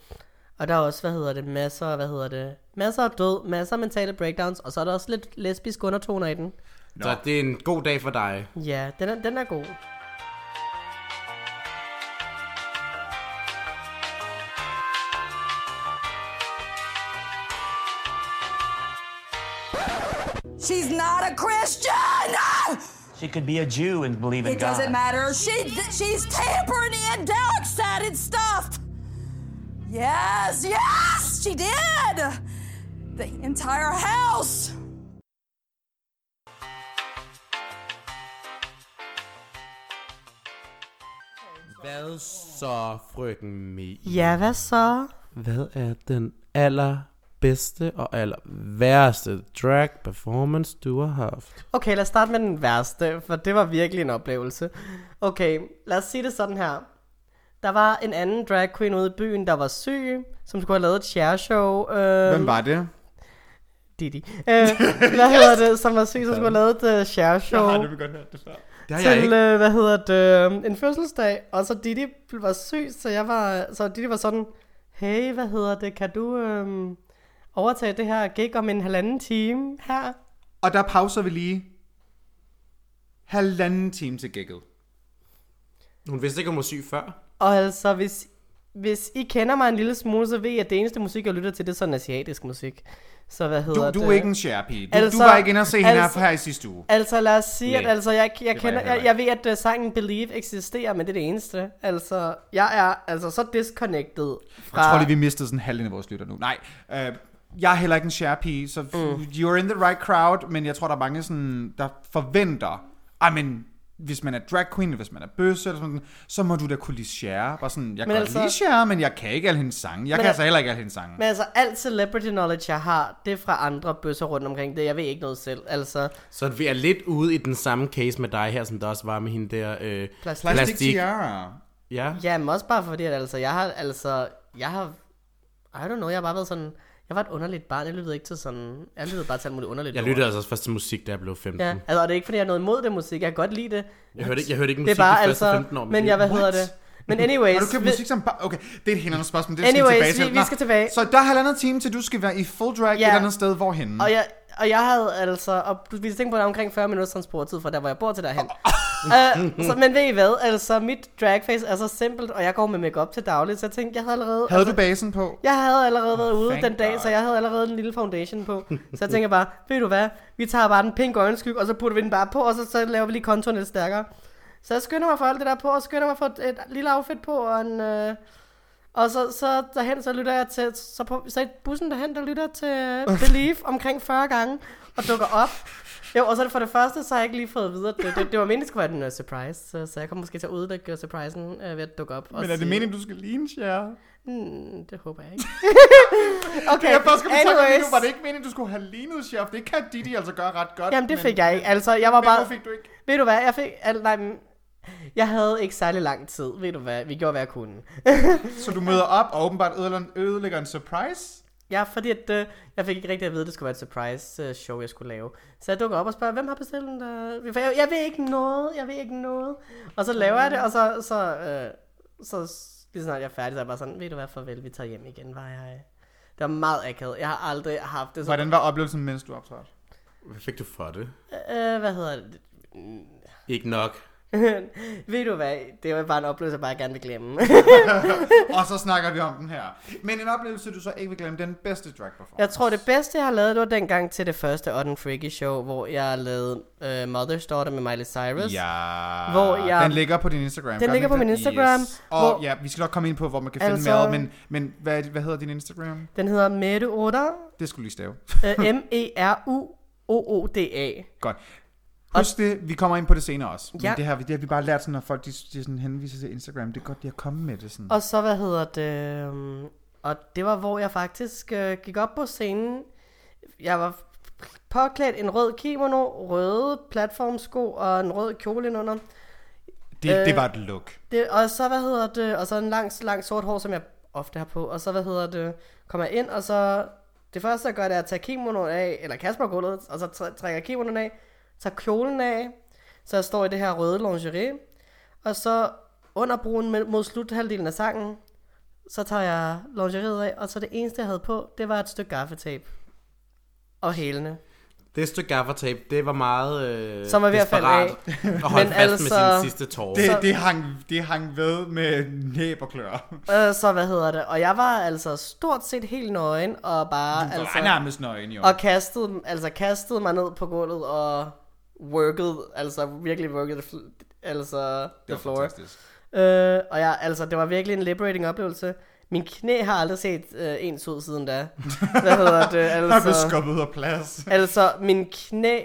Speaker 3: Og der er også, hvad hedder det, masser, hvad hedder det, masser af død, masser af mentale breakdowns, og så er der også lidt lesbisk undertoner i den.
Speaker 1: Nå. Så det er en god dag for dig.
Speaker 3: Ja, den er, den er god.
Speaker 6: She's not a Christian!
Speaker 7: She could be a Jew and believe in
Speaker 6: It
Speaker 7: God.
Speaker 6: doesn't matter. She she's tampering in dark-sided stuff. Yes, yes, she did. The entire house.
Speaker 1: Hvad så, frøken Mi?
Speaker 3: Ja, hvad så?
Speaker 1: Hvad er den allerbedste og aller værste drag performance, du har haft?
Speaker 3: Okay, lad os starte med den værste, for det var virkelig en oplevelse. Okay, lad os sige det sådan her. Der var en anden drag queen ude i byen, der var syg, som skulle have lavet et share show. Øh,
Speaker 2: Hvem var det?
Speaker 3: Didi. Øh, hvad hedder det, som var syg, som skulle have lavet et uh, share show.
Speaker 2: godt hørt det før.
Speaker 1: Det har jeg
Speaker 3: til,
Speaker 1: ikke.
Speaker 3: øh, hvad hedder det, øh, en fødselsdag, og så Didi var syg, så jeg var, så Didi var sådan, hey, hvad hedder det, kan du, øh, overtage det her gig om en halvanden time her.
Speaker 2: Og der pauser vi lige halvanden time til gigget.
Speaker 1: Hun vidste ikke, hun var syg før.
Speaker 3: Og altså, hvis, hvis I kender mig en lille smule, så ved I, at det eneste musik, jeg lytter til, det er sådan asiatisk musik. Så hvad hedder
Speaker 2: Du, du
Speaker 3: det?
Speaker 2: er ikke en share-pige. Du, altså, du
Speaker 3: Altså-
Speaker 2: var ikke inde og se hende
Speaker 3: altså-
Speaker 2: her, her i sidste uge.
Speaker 3: Altså lad os sige,
Speaker 1: Næ,
Speaker 3: at altså, jeg, jeg,
Speaker 2: var
Speaker 3: kender,
Speaker 2: jeg heller
Speaker 3: jeg, jeg ved, at uh, sangen Believe eksisterer, men det er det eneste. Altså, jeg er altså så disconnected fra...
Speaker 2: Jeg tror lige, vi mistede sådan halvdelen af vores lytter nu. Nej, øh, jeg er heller ikke en share-pige,
Speaker 3: Mm.
Speaker 2: så you're in the right crowd, men jeg tror, der er mange, sådan, der forventer, I mean, hvis man er drag queen, hvis man er bøsse, eller sådan, så må du da kunne lide share. Bare sådan, jeg kan
Speaker 3: Men
Speaker 2: altså,
Speaker 3: altså-
Speaker 2: lide share, men jeg kan ikke alle hendes sange. Jeg kan
Speaker 3: al-
Speaker 2: altså heller ikke alle hendes sange.
Speaker 3: Men altså, alt celebrity knowledge, jeg har, det er fra andre bøsser rundt omkring det. Jeg ved ikke noget selv. Altså,
Speaker 1: Så vi er lidt ude i den samme case med dig her, som der også var med hende der. Øh,
Speaker 3: plastik.
Speaker 1: Plas-
Speaker 2: Plastic,
Speaker 1: Plastik.
Speaker 2: Tiara.
Speaker 1: ja.
Speaker 3: Ja, men også bare fordi, at altså, jeg har, altså, jeg har, I don't know, jeg har bare været sådan, jeg var et underligt barn, jeg lyttede ikke til sådan, jeg lyttede bare til alt muligt underligt.
Speaker 1: Jeg
Speaker 3: lort.
Speaker 1: lyttede altså også først til musik, da jeg blev 15.
Speaker 3: Ja,
Speaker 1: Ja.
Speaker 3: altså, og det er ikke, fordi jeg har noget imod det musik, jeg kan godt lide det.
Speaker 1: Jeg, hørte ikke, jeg hørte ikke
Speaker 3: Det er
Speaker 1: musik
Speaker 3: bare
Speaker 1: de første
Speaker 3: altså,
Speaker 1: 15 år. af mit
Speaker 3: men
Speaker 1: liv.
Speaker 3: jeg, hvad
Speaker 1: What?
Speaker 3: hedder det? Men anyways,
Speaker 2: Har du købt
Speaker 3: vi-
Speaker 2: musik sammen? Bare- Okay, det er et helt andet spørgsmål. Det skal
Speaker 3: Anyways,
Speaker 2: vi tilbage til.
Speaker 3: vi- vi
Speaker 2: Nå,
Speaker 3: skal tilbage.
Speaker 2: Så der er halvandet time til, du skal være i full drag
Speaker 3: Ja.
Speaker 2: et andet sted. Hvorhenne?
Speaker 3: og jeg, og jeg havde altså, og du vi tænke på, at der er omkring 40 minutters transporttid fra der, hvor jeg bor til derhen. uh, så, men ved I hvad, altså mit dragface er så simpelt, og jeg går med makeup til dagligt, så jeg tænkte, jeg havde allerede...
Speaker 2: Havde du basen på?
Speaker 3: Jeg havde allerede været ude
Speaker 2: thank
Speaker 3: den dag,
Speaker 2: God.
Speaker 3: så jeg havde allerede en lille foundation på. Så jeg tænker bare, ved du hvad, vi tager bare den pink øjenskygge, og så putter vi den bare på, og så, så laver vi lige konturen lidt stærkere. Så jeg skynder mig for alt det der på, og skynder mig for et, et lille outfit på, og en... Øh, og så, så derhen, så lytter jeg til... Så, på, så i bussen derhen, der lytter jeg til Believe omkring 40 gange, og dukker op. Jo, og så er det for det første, så har jeg ikke lige fået videre. Det, det, det var meningen, det skulle være den uh, surprise, så, så jeg kommer måske til at udlægge surprisen uh, ved at dukke op. og
Speaker 2: Men er det
Speaker 3: sige-
Speaker 2: meningen, du skal ligne Cher?
Speaker 3: Mm, det håber jeg ikke. okay,
Speaker 2: Jeg bare skal betale dig nu,
Speaker 3: anyways.
Speaker 2: var det ikke meningen, du skulle have lignet Chef? Det kan Didi altså gøre ret godt.
Speaker 3: Jamen, det
Speaker 2: men-
Speaker 3: fik jeg ikke. Altså, jeg var
Speaker 2: Men
Speaker 3: bare...
Speaker 2: hvorfor fik du ikke?
Speaker 3: Ved du hvad, jeg fik... Al, nej, men- jeg havde ikke særlig lang tid. Ved du hvad, vi gjorde, hvad jeg kunne.
Speaker 2: Så du møder op og åbenbart ødelægger- ødelægger en surprise?
Speaker 3: ja, fordi at, øh, jeg fik ikke rigtig at vide, at det skulle være et surprise øh, show, jeg skulle lave. Så jeg dukker op og spørger, hvem har bestilt den der? For jeg, jeg ved ikke noget, jeg ved ikke noget. Og så laver jeg det, og så... så, øh, så s- lige snart jeg er færdig, så er jeg bare sådan, ved du hvad, farvel, vi tager hjem igen, var jeg... Det var meget akavet. Jeg har aldrig haft det så
Speaker 2: Hvordan var oplevelsen, mens du optrådte?
Speaker 1: Hvad fik du for det?
Speaker 3: Øh, hvad hedder det?
Speaker 1: Ikke nok.
Speaker 3: Ved du hvad? Det var bare en oplevelse, jeg bare gerne vil glemme.
Speaker 2: Og så snakker vi om den her. Men en oplevelse, du så ikke vil glemme, den bedste drag performance.
Speaker 3: jeg tror, det bedste, jeg har lavet, det var dengang til det første Odd and Freaky Show, hvor jeg lavede øh, Mother's Daughter med Miley Cyrus.
Speaker 2: Ja,
Speaker 3: Hvor jeg-
Speaker 2: den ligger på din Instagram. gør Den
Speaker 3: ligger på
Speaker 2: ikke
Speaker 3: min
Speaker 2: det?
Speaker 3: Instagram,
Speaker 2: Yes. Og
Speaker 3: hvor-
Speaker 2: ja, vi skal nok komme ind på, hvor man kan finde altså...
Speaker 3: Altså-
Speaker 2: mad, men, men hvad, hvad hedder din Instagram?
Speaker 3: Den hedder Mette Oder,
Speaker 2: Det skulle lige stave.
Speaker 3: øh, M-E-R-U-O-O-D-A.
Speaker 2: Godt. Husk det, vi kommer ind på det senere også. Men
Speaker 3: Ja.
Speaker 2: det, her, det har vi bare lært, sådan, når folk de, de sådan henviser til Instagram. Det er godt, de har kommet med det. Sådan.
Speaker 3: Og så, hvad hedder det? øhm, Og det var, hvor jeg faktisk øh, gik op på scenen. Jeg var påklædt en rød kimono, røde platformsko og en rød kjole indenunder.
Speaker 2: Det, øh, det var et look.
Speaker 3: Det, og så, hvad hedder det, og så en lang, lang sort hår, som jeg ofte har på, og så, hvad hedder det, kommer jeg ind, og så, det første, jeg gør, det er at tage kimonoen af, eller Kasper gulvet, og så træ- trækker jeg kimonoen af, tager kjolen af, så jeg står i det her røde lingerie, og så under broen med- mod sluthalvdelen af sangen, så tager jeg lingeriet af, og så det eneste, jeg havde på, det var et stykke gaffetape. Og hælene.
Speaker 1: Det stykke gaffertape, det var meget øh,
Speaker 3: Som var ved at falde af.
Speaker 1: desperat Og holdt
Speaker 3: Men
Speaker 1: fast altså... med
Speaker 3: altså-
Speaker 1: sin sidste tårer.
Speaker 2: Det,
Speaker 3: Så-
Speaker 2: det, hang, det hang ved med næb og klør.
Speaker 3: Øh, så hvad hedder det? Og jeg var altså stort set helt nøgen, og bare...
Speaker 2: Altså,
Speaker 3: altså,
Speaker 2: var nærmest nøgen, jo.
Speaker 3: Og kastede, altså kastede mig ned på gulvet og workede, altså virkelig workede the fl- altså the floor.
Speaker 2: fantastisk.
Speaker 3: Øh, og jeg, altså, det var virkelig en liberating oplevelse. Min knæ har aldrig set øh, ens ud siden da. Hvad hedder det?
Speaker 2: Der blev
Speaker 3: Altså,
Speaker 2: skubbet ud af plads.
Speaker 3: altså, min knæ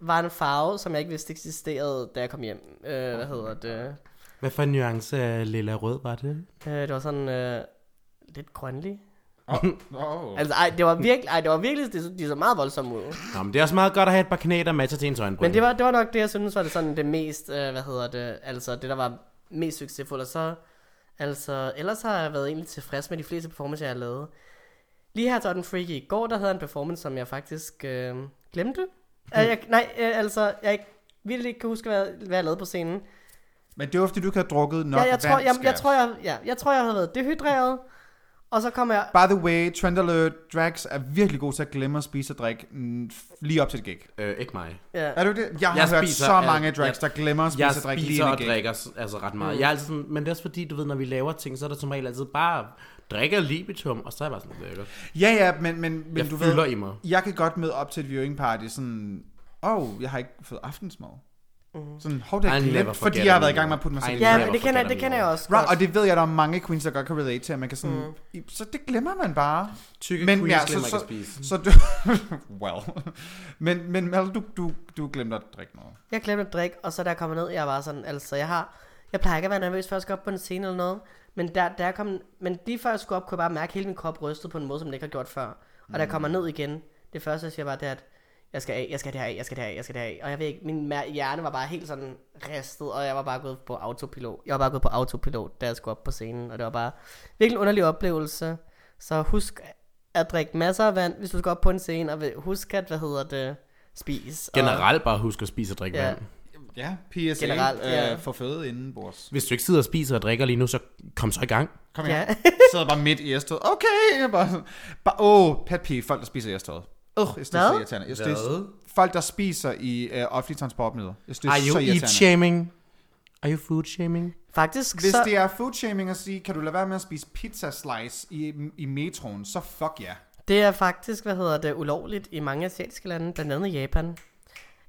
Speaker 3: var en farve, som jeg ikke vidste eksisterede, da jeg kom hjem. Øh, hvad hedder det?
Speaker 1: Hvad for en nuance af lilla rød var det?
Speaker 3: Øh, det var sådan øh, lidt grønlig.
Speaker 2: Oh.
Speaker 3: Altså, ej, det var virkelig, ej, det var virkelig, det, så- de så meget voldsomme ud.
Speaker 1: Nå, men det er også meget godt at have et par knæ, der matcher til ens øjenbryn.
Speaker 3: Men det var, det var nok det, jeg synes var det sådan det mest, øh, hvad hedder det, altså det, der var mest succesfuldt. Og så, altså, ellers har jeg været egentlig tilfreds med de fleste performances, jeg har lavet. Lige her til den Freaky i går, der havde jeg en performance, som jeg faktisk øh, glemte. Øh, jeg, nej, øh, altså, jeg ikke- virkelig ikke kan huske, hvad, hvad jeg lavede på scenen.
Speaker 2: Men det var, fordi du ikke havde drukket nok
Speaker 3: Jeg, jeg, tror,
Speaker 2: vand,
Speaker 3: jeg,
Speaker 2: skat.
Speaker 3: jeg, tror, jeg, ja, jeg tror, jeg havde været dehydreret. Og så kommer jeg...
Speaker 2: By the way, trend alert, drags er virkelig god til at glemme at spise og drikke mm, f- lige op til et gig.
Speaker 1: Øh, ikke mig.
Speaker 3: Ja.
Speaker 2: Er du det? Jeg har
Speaker 1: Jeg
Speaker 2: jeg hørt
Speaker 1: spiser
Speaker 2: så
Speaker 1: alt.
Speaker 2: mange drags, der
Speaker 1: Jeg-
Speaker 2: glemmer at spise
Speaker 1: Jeg
Speaker 2: og drikke lige
Speaker 1: spiser
Speaker 2: inden
Speaker 1: og
Speaker 2: et gig.
Speaker 1: drikker s- altså ret meget. Jeg er altid sådan, men det er også fordi, du ved, når vi laver ting, så er der som regel altid bare drikker libitum, og så er jeg bare sådan, det er godt.
Speaker 2: Ja, ja, men, men, men
Speaker 1: Jeg
Speaker 2: du
Speaker 1: fylder
Speaker 2: ved,
Speaker 1: i mig.
Speaker 2: jeg kan godt møde op til et viewing party sådan, åh, oh, jeg har ikke fået aftensmad. Mm. Sådan, hov, det er
Speaker 1: I never
Speaker 2: glemt, fordi
Speaker 1: forget
Speaker 2: jeg har været i
Speaker 1: it.
Speaker 2: gang med at putte mig selv
Speaker 1: I
Speaker 2: i
Speaker 1: never
Speaker 3: Ja,
Speaker 2: det.
Speaker 3: men det
Speaker 1: forget
Speaker 3: kender,
Speaker 1: it.
Speaker 3: det kender jeg også
Speaker 2: Right,
Speaker 3: godt.
Speaker 2: og det ved jeg, der er mange queens, der godt kan relate til, at man kan sådan, mm. så det glemmer man bare.
Speaker 1: Tykke
Speaker 2: men,
Speaker 1: queens glemmer ikke
Speaker 2: så,
Speaker 1: at
Speaker 2: så,
Speaker 1: spise.
Speaker 2: så du, well. men, men Mel, du, du, du glemte at drikke noget.
Speaker 3: Jeg glemte at drikke, og så da jeg kom ned, jeg var sådan, altså jeg har... Jeg plejer ikke at være nervøs, før jeg skal op på en scene eller noget. Men, der, der jeg kom, men lige før jeg skulle op, kunne jeg bare mærke, at hele min krop rystede på en måde, som den ikke har gjort før. Og mm. da jeg kommer ned igen, det første, jeg siger bare, det er, at jeg skal af, jeg skal det her af, jeg skal det her af, jeg skal det her af. Og jeg ved ikke, min mær- hjerne var bare helt sådan ristet, og jeg var bare gået på autopilot. Jeg var bare gået på autopilot, da jeg skulle op på scenen, og det var bare virkelig en underlig oplevelse. Så husk at drikke masser af vand, hvis du skal op på en scene, og husk at, hvad hedder det, spise.
Speaker 1: Generelt bare husk at spise og drikke
Speaker 3: Ja.
Speaker 1: vand.
Speaker 2: Ja, PSA,
Speaker 3: Generelt,
Speaker 2: Generelt, øh,
Speaker 3: ja.
Speaker 2: for føde inden bords.
Speaker 1: Hvis du ikke sidder og spiser og drikker lige nu, så kom så i gang.
Speaker 2: Kom
Speaker 3: Ja.
Speaker 2: her. Ja. Sidder bare midt i ærstød. Okay, jeg bare, bare åh, pet peeve, folk der spiser ærstød. Øh, jeg synes, det er
Speaker 3: Hvad?
Speaker 2: irriterende. Jeg synes,
Speaker 1: Hvad?
Speaker 2: folk der spiser i øh, offentlige transportmidler. Jeg synes,
Speaker 1: Are
Speaker 2: det er
Speaker 1: you
Speaker 2: så
Speaker 1: eat
Speaker 2: irriterende.
Speaker 1: shaming? Are you food shaming?
Speaker 3: Faktisk
Speaker 2: Hvis
Speaker 3: så...
Speaker 2: det er food shaming at sige, kan du lade være med at spise pizza slice i, i metroen, så fuck ja. Yeah.
Speaker 3: Det er faktisk, hvad hedder det, ulovligt i mange asiatiske lande, blandt andet i Japan.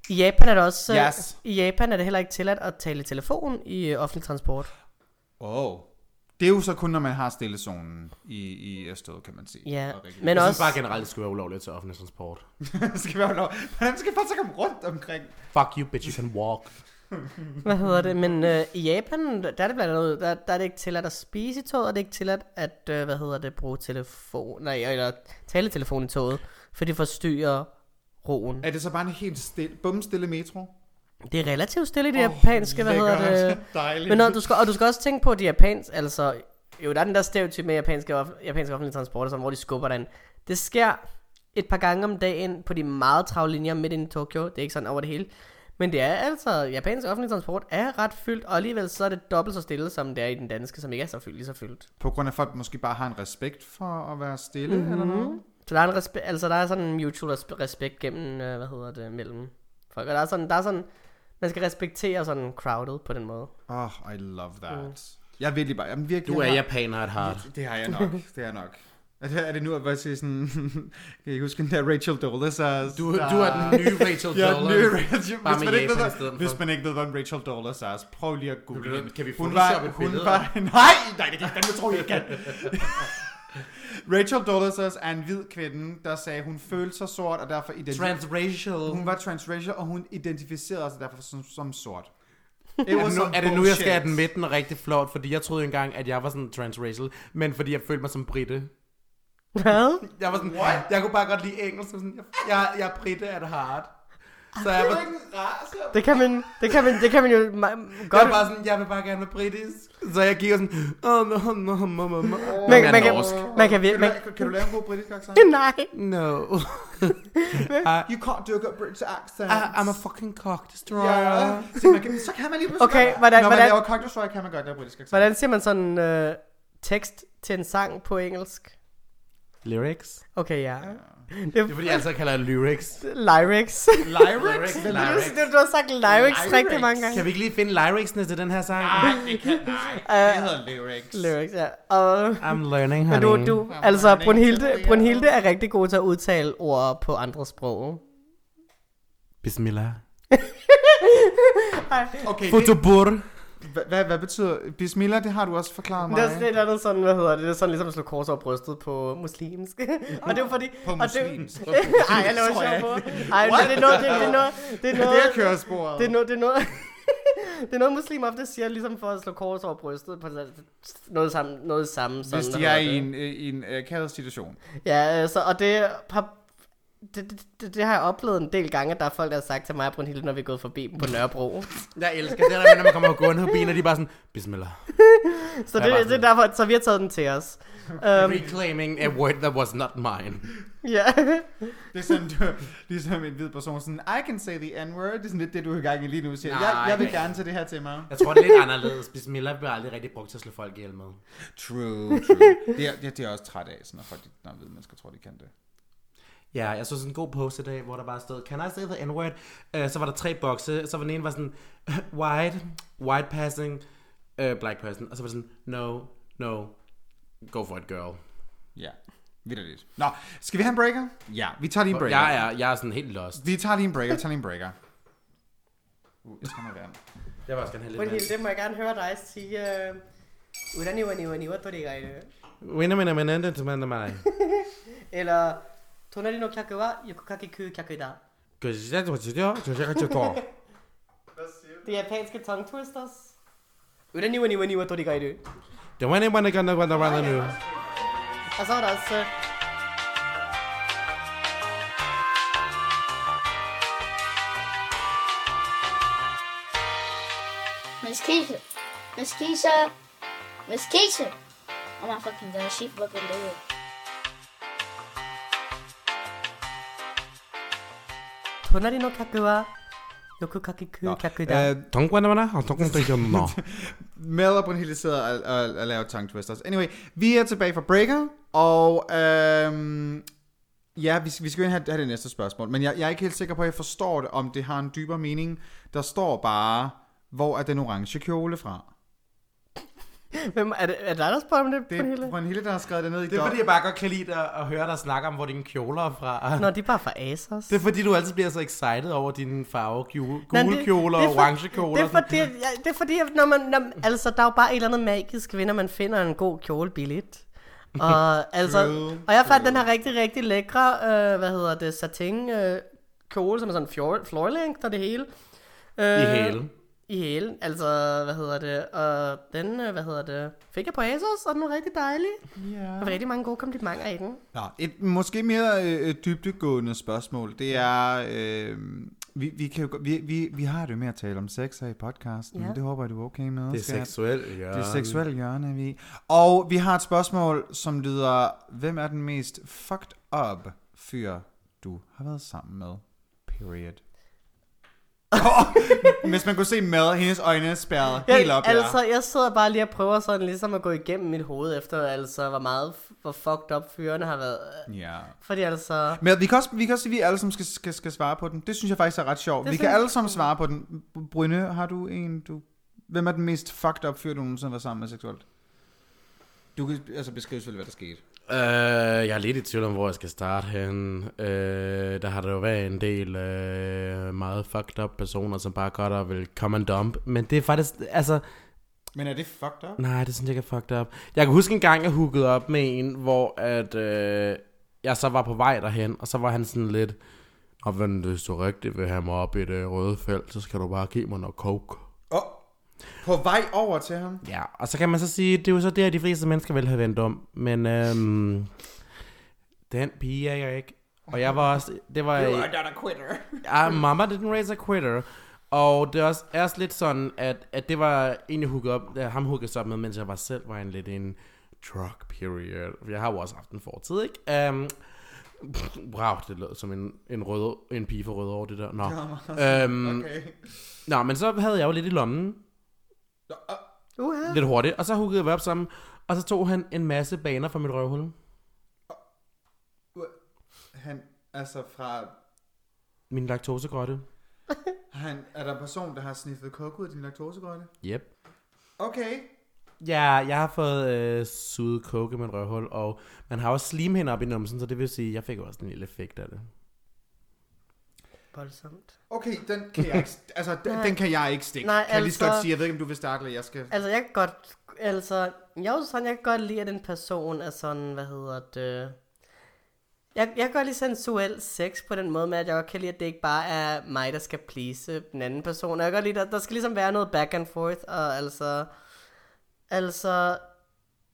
Speaker 3: I Japan er det også... øh,
Speaker 2: Yes.
Speaker 3: I Japan er det heller ikke tilladt at tale i telefon i øh, offentlig transport.
Speaker 2: Oh. Det er jo så kun, når man har stillezonen i, i Ørsted, kan man sige.
Speaker 3: Ja,
Speaker 2: Og regulere.
Speaker 3: men
Speaker 1: Jeg synes
Speaker 3: også...
Speaker 1: bare generelt, det skulle være ulovligt til offentlig transport.
Speaker 2: Det skal være lov. Hvordan skal folk så komme rundt omkring?
Speaker 1: Fuck you, bitch, you can walk.
Speaker 3: Hvad hedder det? Men øh, i Japan, der er det blandt andet... Der, der er det ikke tilladt at spise i toget, og det er ikke tilladt at, øh, hvad hedder det, bruge telefon... Nej, eller tale i telefon i toget, for det forstyrrer roen.
Speaker 2: Er det så bare en helt stille, bumstille metro?
Speaker 3: Det er relativt stille i det oh, japanske, hvad hedder det?
Speaker 2: Dejligt.
Speaker 3: Men når du skal, og du skal også tænke på, at de japanske, altså, jo, der er den der stereotyp med japanske, off, japanske offentlige transporter, som, hvor de skubber dig ind. Det sker et par gange om dagen på de meget travle linjer midt inde i Tokyo. Det er ikke sådan over det hele. Men det er altså, japansk offentlig transport er ret fyldt, og alligevel så er det dobbelt så stille, som det er i den danske, som ikke er så fyldt, lige så fyldt.
Speaker 2: På grund af, at folk måske bare har en respekt for at være stille,
Speaker 3: Mhm.
Speaker 2: mm-hmm. eller noget?
Speaker 3: Så der er, en respe- altså, der er sådan en mutual respe- respekt gennem, øh, hvad hedder det, mellem folk. Og der er sådan, der er sådan, man skal respektere sådan crowded på den måde.
Speaker 2: Oh, I love that. Mm. Jeg er virkelig bare... Jamen, virkelig,
Speaker 1: Du er
Speaker 2: jeg har-
Speaker 1: japaner at heart.
Speaker 2: Det har jeg nok. Det har jeg nok. Er det, er det nu, at jeg siger sådan... kan I huske den der Rachel Dolezal?
Speaker 1: Du, du er den nye Rachel
Speaker 2: Ja,
Speaker 1: Dollar.
Speaker 2: den nye Rachel.
Speaker 1: Bare
Speaker 2: Hvis
Speaker 1: med
Speaker 2: man, ikke
Speaker 1: Japan
Speaker 2: ved,
Speaker 1: i stedet
Speaker 2: hvad-
Speaker 1: for.
Speaker 2: hvis man ikke ved, hvad en Rachel Dollars er, så prøv lige at google
Speaker 1: bliver nødt-
Speaker 2: hende.
Speaker 1: kan vi
Speaker 2: Hun
Speaker 1: photoshoppe
Speaker 2: var,
Speaker 1: et
Speaker 2: hun
Speaker 1: billede
Speaker 2: var,
Speaker 1: op?
Speaker 2: nej, nej, det kan jeg fandme tro, jeg kan. Rachel Dollars er en hvid kvinde, der sagde, hun følte sig sort, og derfor identificerede...
Speaker 1: Transracial.
Speaker 2: Hun var transracial, og hun identificerede sig derfor som, som sort. It
Speaker 1: Er
Speaker 2: was
Speaker 1: det, nu,
Speaker 2: some
Speaker 1: er det nu, jeg skal have den
Speaker 2: bullshit.
Speaker 1: midten og rigtig flot? Fordi jeg troede jo engang, at jeg var sådan transracial, men fordi jeg følte mig som britte.
Speaker 3: Hvad?
Speaker 1: Jeg var sådan, What? jeg kunne bare godt lide engelsk. så Sådan, jeg, jeg, jeg er britte at heart. Så jeg
Speaker 2: Ah, Det
Speaker 1: var,
Speaker 2: var ikke en race.
Speaker 3: Det kan man, det kan man, det kan man jo ma- godt...
Speaker 1: jeg var bare sådan, jeg vil bare gerne være britisk. Så jeg gik og sådan, åh, oh, no, no, no, no, no.
Speaker 3: man,
Speaker 1: er
Speaker 3: man, kan,
Speaker 1: norsk.
Speaker 3: man kan
Speaker 2: Kan
Speaker 3: virkelig...
Speaker 2: du,
Speaker 3: Man,
Speaker 2: la- kan du lave en god britisk accent?
Speaker 3: nej.
Speaker 1: No.
Speaker 2: You can't do a good British accent.
Speaker 3: Ah,
Speaker 1: I, Ah, I'm a fucking cock destroyer.
Speaker 2: Ja, så, man kan, så kan man lige pludselig
Speaker 3: Okay,
Speaker 2: godt-
Speaker 3: hvordan-
Speaker 2: Når man
Speaker 3: hvordan-
Speaker 2: laver Counter-Strike, kan man godt lave britisk accent.
Speaker 3: Hvordan siger man sådan øh, tekst til en sang på engelsk?
Speaker 1: Lyrics?
Speaker 3: Okay, ja. Det
Speaker 1: Det er
Speaker 3: er
Speaker 1: fordi, jeg altid kalder det lyrics.
Speaker 3: lyrics.
Speaker 2: Lyrics?
Speaker 1: Lyrics. Lyrics.
Speaker 3: Du, du har sagt lyrics,
Speaker 2: Lyrics.
Speaker 3: rigtig mange gange.
Speaker 1: Kan vi ikke lige finde lyricsene til den her sang?
Speaker 2: det kan nej. Det hedder lyrics.
Speaker 3: Lyrics, ja. Og,
Speaker 1: I'm learning,
Speaker 3: men
Speaker 1: honey.
Speaker 3: du, du, altså, Brunhilde, Brunhilde er rigtig god til at udtale ord på andre sprog.
Speaker 1: Bismillah.
Speaker 2: Okay, det,
Speaker 1: Futubur.
Speaker 2: hvad, hvad, hvad betyder... Bismillah, det har du også forklaret mig.
Speaker 3: Det er sådan et eller andet sådan, hvad hedder det, det er sådan ligesom at slå kors over brystet på muslimsk. og det er jo fordi...
Speaker 2: På
Speaker 3: og det-
Speaker 2: muslimsk.
Speaker 3: Ej, jeg laver
Speaker 2: Tror jeg
Speaker 3: sjov på. Ej, men det er noget, det er det er noget, det er
Speaker 2: Det er
Speaker 3: noget,
Speaker 2: køresporet.
Speaker 3: Det er noget, det er noget, det er noget muslimer ofte siger, ligesom for at slå kors over brystet, på sådan- noget samme, noget samme sådan.
Speaker 2: Hvis
Speaker 3: hvad
Speaker 2: de er
Speaker 3: hedder
Speaker 2: i
Speaker 3: det.
Speaker 2: en, øh, i en øh, kaoset situation.
Speaker 3: Ja, øh, så, og det har det, det, det, det har jeg oplevet en del gange, at der er folk, der har sagt til mig og Brunhilde, når vi er gået forbi dem på Nørrebro.
Speaker 1: Jeg elsker det der, med, når man kommer gående forbi, og de er bare sådan, bismillah.
Speaker 3: Så,
Speaker 1: Ja, bare
Speaker 3: det, det er
Speaker 1: sådan.
Speaker 3: derfor, så vi har taget den til os.
Speaker 1: Reclaiming a word that was not mine.
Speaker 3: Ja.
Speaker 2: Det er sådan, du, ligesom en hvid person, sådan, I can say the n-word. Det er sådan lidt det, du er i gang i lige nu. Siger,
Speaker 1: Nej,
Speaker 2: jeg, jeg vil
Speaker 1: men-
Speaker 2: gerne tage det her til mig.
Speaker 1: Jeg tror, det er lidt anderledes. Bismillah bliver aldrig rigtig brugt til at slå folk ihjel med.
Speaker 2: True, true. det, er, det, det er jeg også træt af, sådan, når, folk, når hvide mennesker tror, de kan det.
Speaker 1: Ja, jeg så sådan en god post i dag, hvor der bare stod, can I say the n-word? Øh, så var der tre bokse, så var den ene var sådan, white, white passing, øh, black person. Og så var det sådan, no, no, go for it, girl.
Speaker 2: Ja, vidderligt. Nå, skal vi have en breaker? Ja, vi tager lige en breaker.
Speaker 1: Jeg er, jeg er sådan helt lost.
Speaker 2: Vi tager lige en breaker, tager lige en breaker. Uh, jeg skal have vand.
Speaker 1: Jeg vil også gerne have
Speaker 3: Brunhilde,
Speaker 1: lidt
Speaker 3: det må jeg gerne høre dig sige. Øh, Uden i uden i uden i uden i
Speaker 1: Winner, winner, winner, winner, winner, winner.
Speaker 3: Eller, Tonali no kyaku wa yokokake ku kyaku da.
Speaker 1: Because that's what you do. Because that's what you do.
Speaker 3: Det er japanske tongue twisters. Uden i uden i uden i uden i
Speaker 1: The winner, winner, winner, winner, winner.
Speaker 3: Og så er der også... øh,
Speaker 8: Mosquito. Mosquito. Mosquito. Oh my fucking god, she fucking dead.
Speaker 3: Tonali no kyaku wa yokokake ku kyaku da.
Speaker 2: Øh,
Speaker 1: Don't winner, winner. Don't winner, winner.
Speaker 2: Mel og Brunhilde sidder og, og, og laver tongue twisters. Anyway, vi er tilbage fra breaker, og øhm, ja, vi, skal- vi skal jo have, have det næste spørgsmål, men jeg, jeg er ikke helt sikker på, at jeg forstår det, om det har en dybere mening. Der står bare, hvor er den orange kjole fra?
Speaker 3: Hvem, er det, er det dig, der spørger om det,
Speaker 2: Det er
Speaker 3: Brunhilde?
Speaker 2: Brunhilde, der har skrevet det ned i
Speaker 1: Det er
Speaker 2: dom-
Speaker 1: fordi, jeg bare godt kan lide at, at høre dig snakke om, hvor dine kjoler er fra.
Speaker 3: Nå, de er bare fra Asos.
Speaker 1: Det er fordi, du altid bliver så excited over dine farve, gule,
Speaker 3: Nej,
Speaker 1: gule
Speaker 3: det-
Speaker 1: kjoler
Speaker 3: det
Speaker 1: og
Speaker 3: er for-
Speaker 1: orange kjoler.
Speaker 3: Det er fordi, ja, det er fordi at når man, når, altså, der er jo bare et eller andet magisk ved, når man finder en god kjole billigt. Og, altså,
Speaker 2: True,
Speaker 3: og jeg fandt den her rigtig, rigtig lækre, øh, hvad hedder det, satin øh, kjole, som er sådan fjor, floor length og det hele. Øh,
Speaker 1: I hæle.
Speaker 3: I hælen, altså, hvad hedder det, og den, øh, hvad hedder det, fik jeg på Asos, og den var rigtig dejlig. Yeah. Der var rigtig mange gode komplimenter i den.
Speaker 2: Nå, et måske mere øh, øh, dybdegående spørgsmål, det er, øh, vi, vi, kan jo, gå- vi, vi, vi har det jo med at tale om sex her i podcasten,
Speaker 3: Ja.
Speaker 2: det håber jeg, du er okay med. skat.
Speaker 1: seksuelt, ja.
Speaker 2: Det seksuelle hjørne er vi. i. Og vi har et spørgsmål, som lyder, hvem er den mest fucked up fyr, du har været sammen med? Period. Hvis man kunne se Mel, hendes øjne er spærret helt op,
Speaker 3: altså, jeg sidder bare lige og prøver sådan ligesom at gå igennem mit hoved efter, altså, hvor meget, hvor fucked up fyrene har været.
Speaker 2: ja.
Speaker 3: Fordi altså...
Speaker 2: Men vi kan også, vi kan også sige, at vi alle sammen skal, skal, skal svare på den. Det synes jeg faktisk er ret sjovt.
Speaker 3: Det
Speaker 2: vi kan
Speaker 3: synes-
Speaker 2: alle sammen svare på den. Brynne, har du en, du... Hvem er den mest fucked up fyr, du nogensinde har været sammen med seksuelt? Du kan altså beskrive selvfølgelig, hvad der skete.
Speaker 1: Øh, jeg er lidt i tvivl om, hvor jeg skal starte hen. Øh, der har der jo været en del øh, meget fucked up personer, som bare godt og vil come and dump. Men det er faktisk, altså,
Speaker 2: Men er det fucked up?
Speaker 1: nej, det synes jeg ikke er fucked up. Jeg kan huske en gang, jeg hookede op med en, hvor at, øh, jeg så var på vej derhen, og så var han sådan lidt, og hvis du rigtig vil have mig op i det røde felt, så skal du bare give mig noget coke.
Speaker 2: Oh, på vej over til ham?
Speaker 1: Ja, og så kan man så sige, det er jo så der, de fleste mennesker vil have vendt om, men øhm, den pige er jeg ikke. Og jeg var også, det var... You are not a quitter. ja, mama didn't raise a quitter. Og det er også, er også lidt sådan, at, at det var egentlig hooket op, ja, ham hookede sig op med, mens jeg var selv var en lidt en drug period. For Jeg har jo også haft en fortid, ikke? Um, wow, det lød som en, en, rød, en pige for rød over det der. Nå. Øhm,
Speaker 2: Okay.
Speaker 1: nå, men så havde jeg jo lidt i lommen,
Speaker 3: Uha.
Speaker 1: lidt hurtigt, og så hookede vi op sammen, og så tog han en masse baner fra mit røvhul.
Speaker 2: Han, altså fra...
Speaker 1: Min laktosegrotte.
Speaker 2: Han, er der en person, der har sniffet kok ud af din laktosegrønne?
Speaker 1: Yep.
Speaker 2: Okay.
Speaker 1: Ja, jeg har fået øh, suget coke i mit røvhul, og man har også slimhinder op i numsen, så det vil sige, at jeg fik også en lille effekt af det.
Speaker 3: Voldsomt.
Speaker 2: Okay, den kan jeg ikke, altså, den, den kan jeg ikke stikke.
Speaker 3: Nej,
Speaker 2: kan jeg lige så
Speaker 3: altså-
Speaker 2: godt sige, jeg ved ikke, om du vil starte, eller jeg skal...
Speaker 3: Altså, jeg kan godt... Altså, jeg er jo sådan, jeg kan godt lide, at en person er sådan, hvad hedder det... Jeg, jeg kan godt lide sensuel sex på den måde med, at jeg godt kan lide, at det ikke bare er mig, der skal please den anden person. Jeg kan godt lide, at der skal ligesom være noget back and forth, og altså... Altså,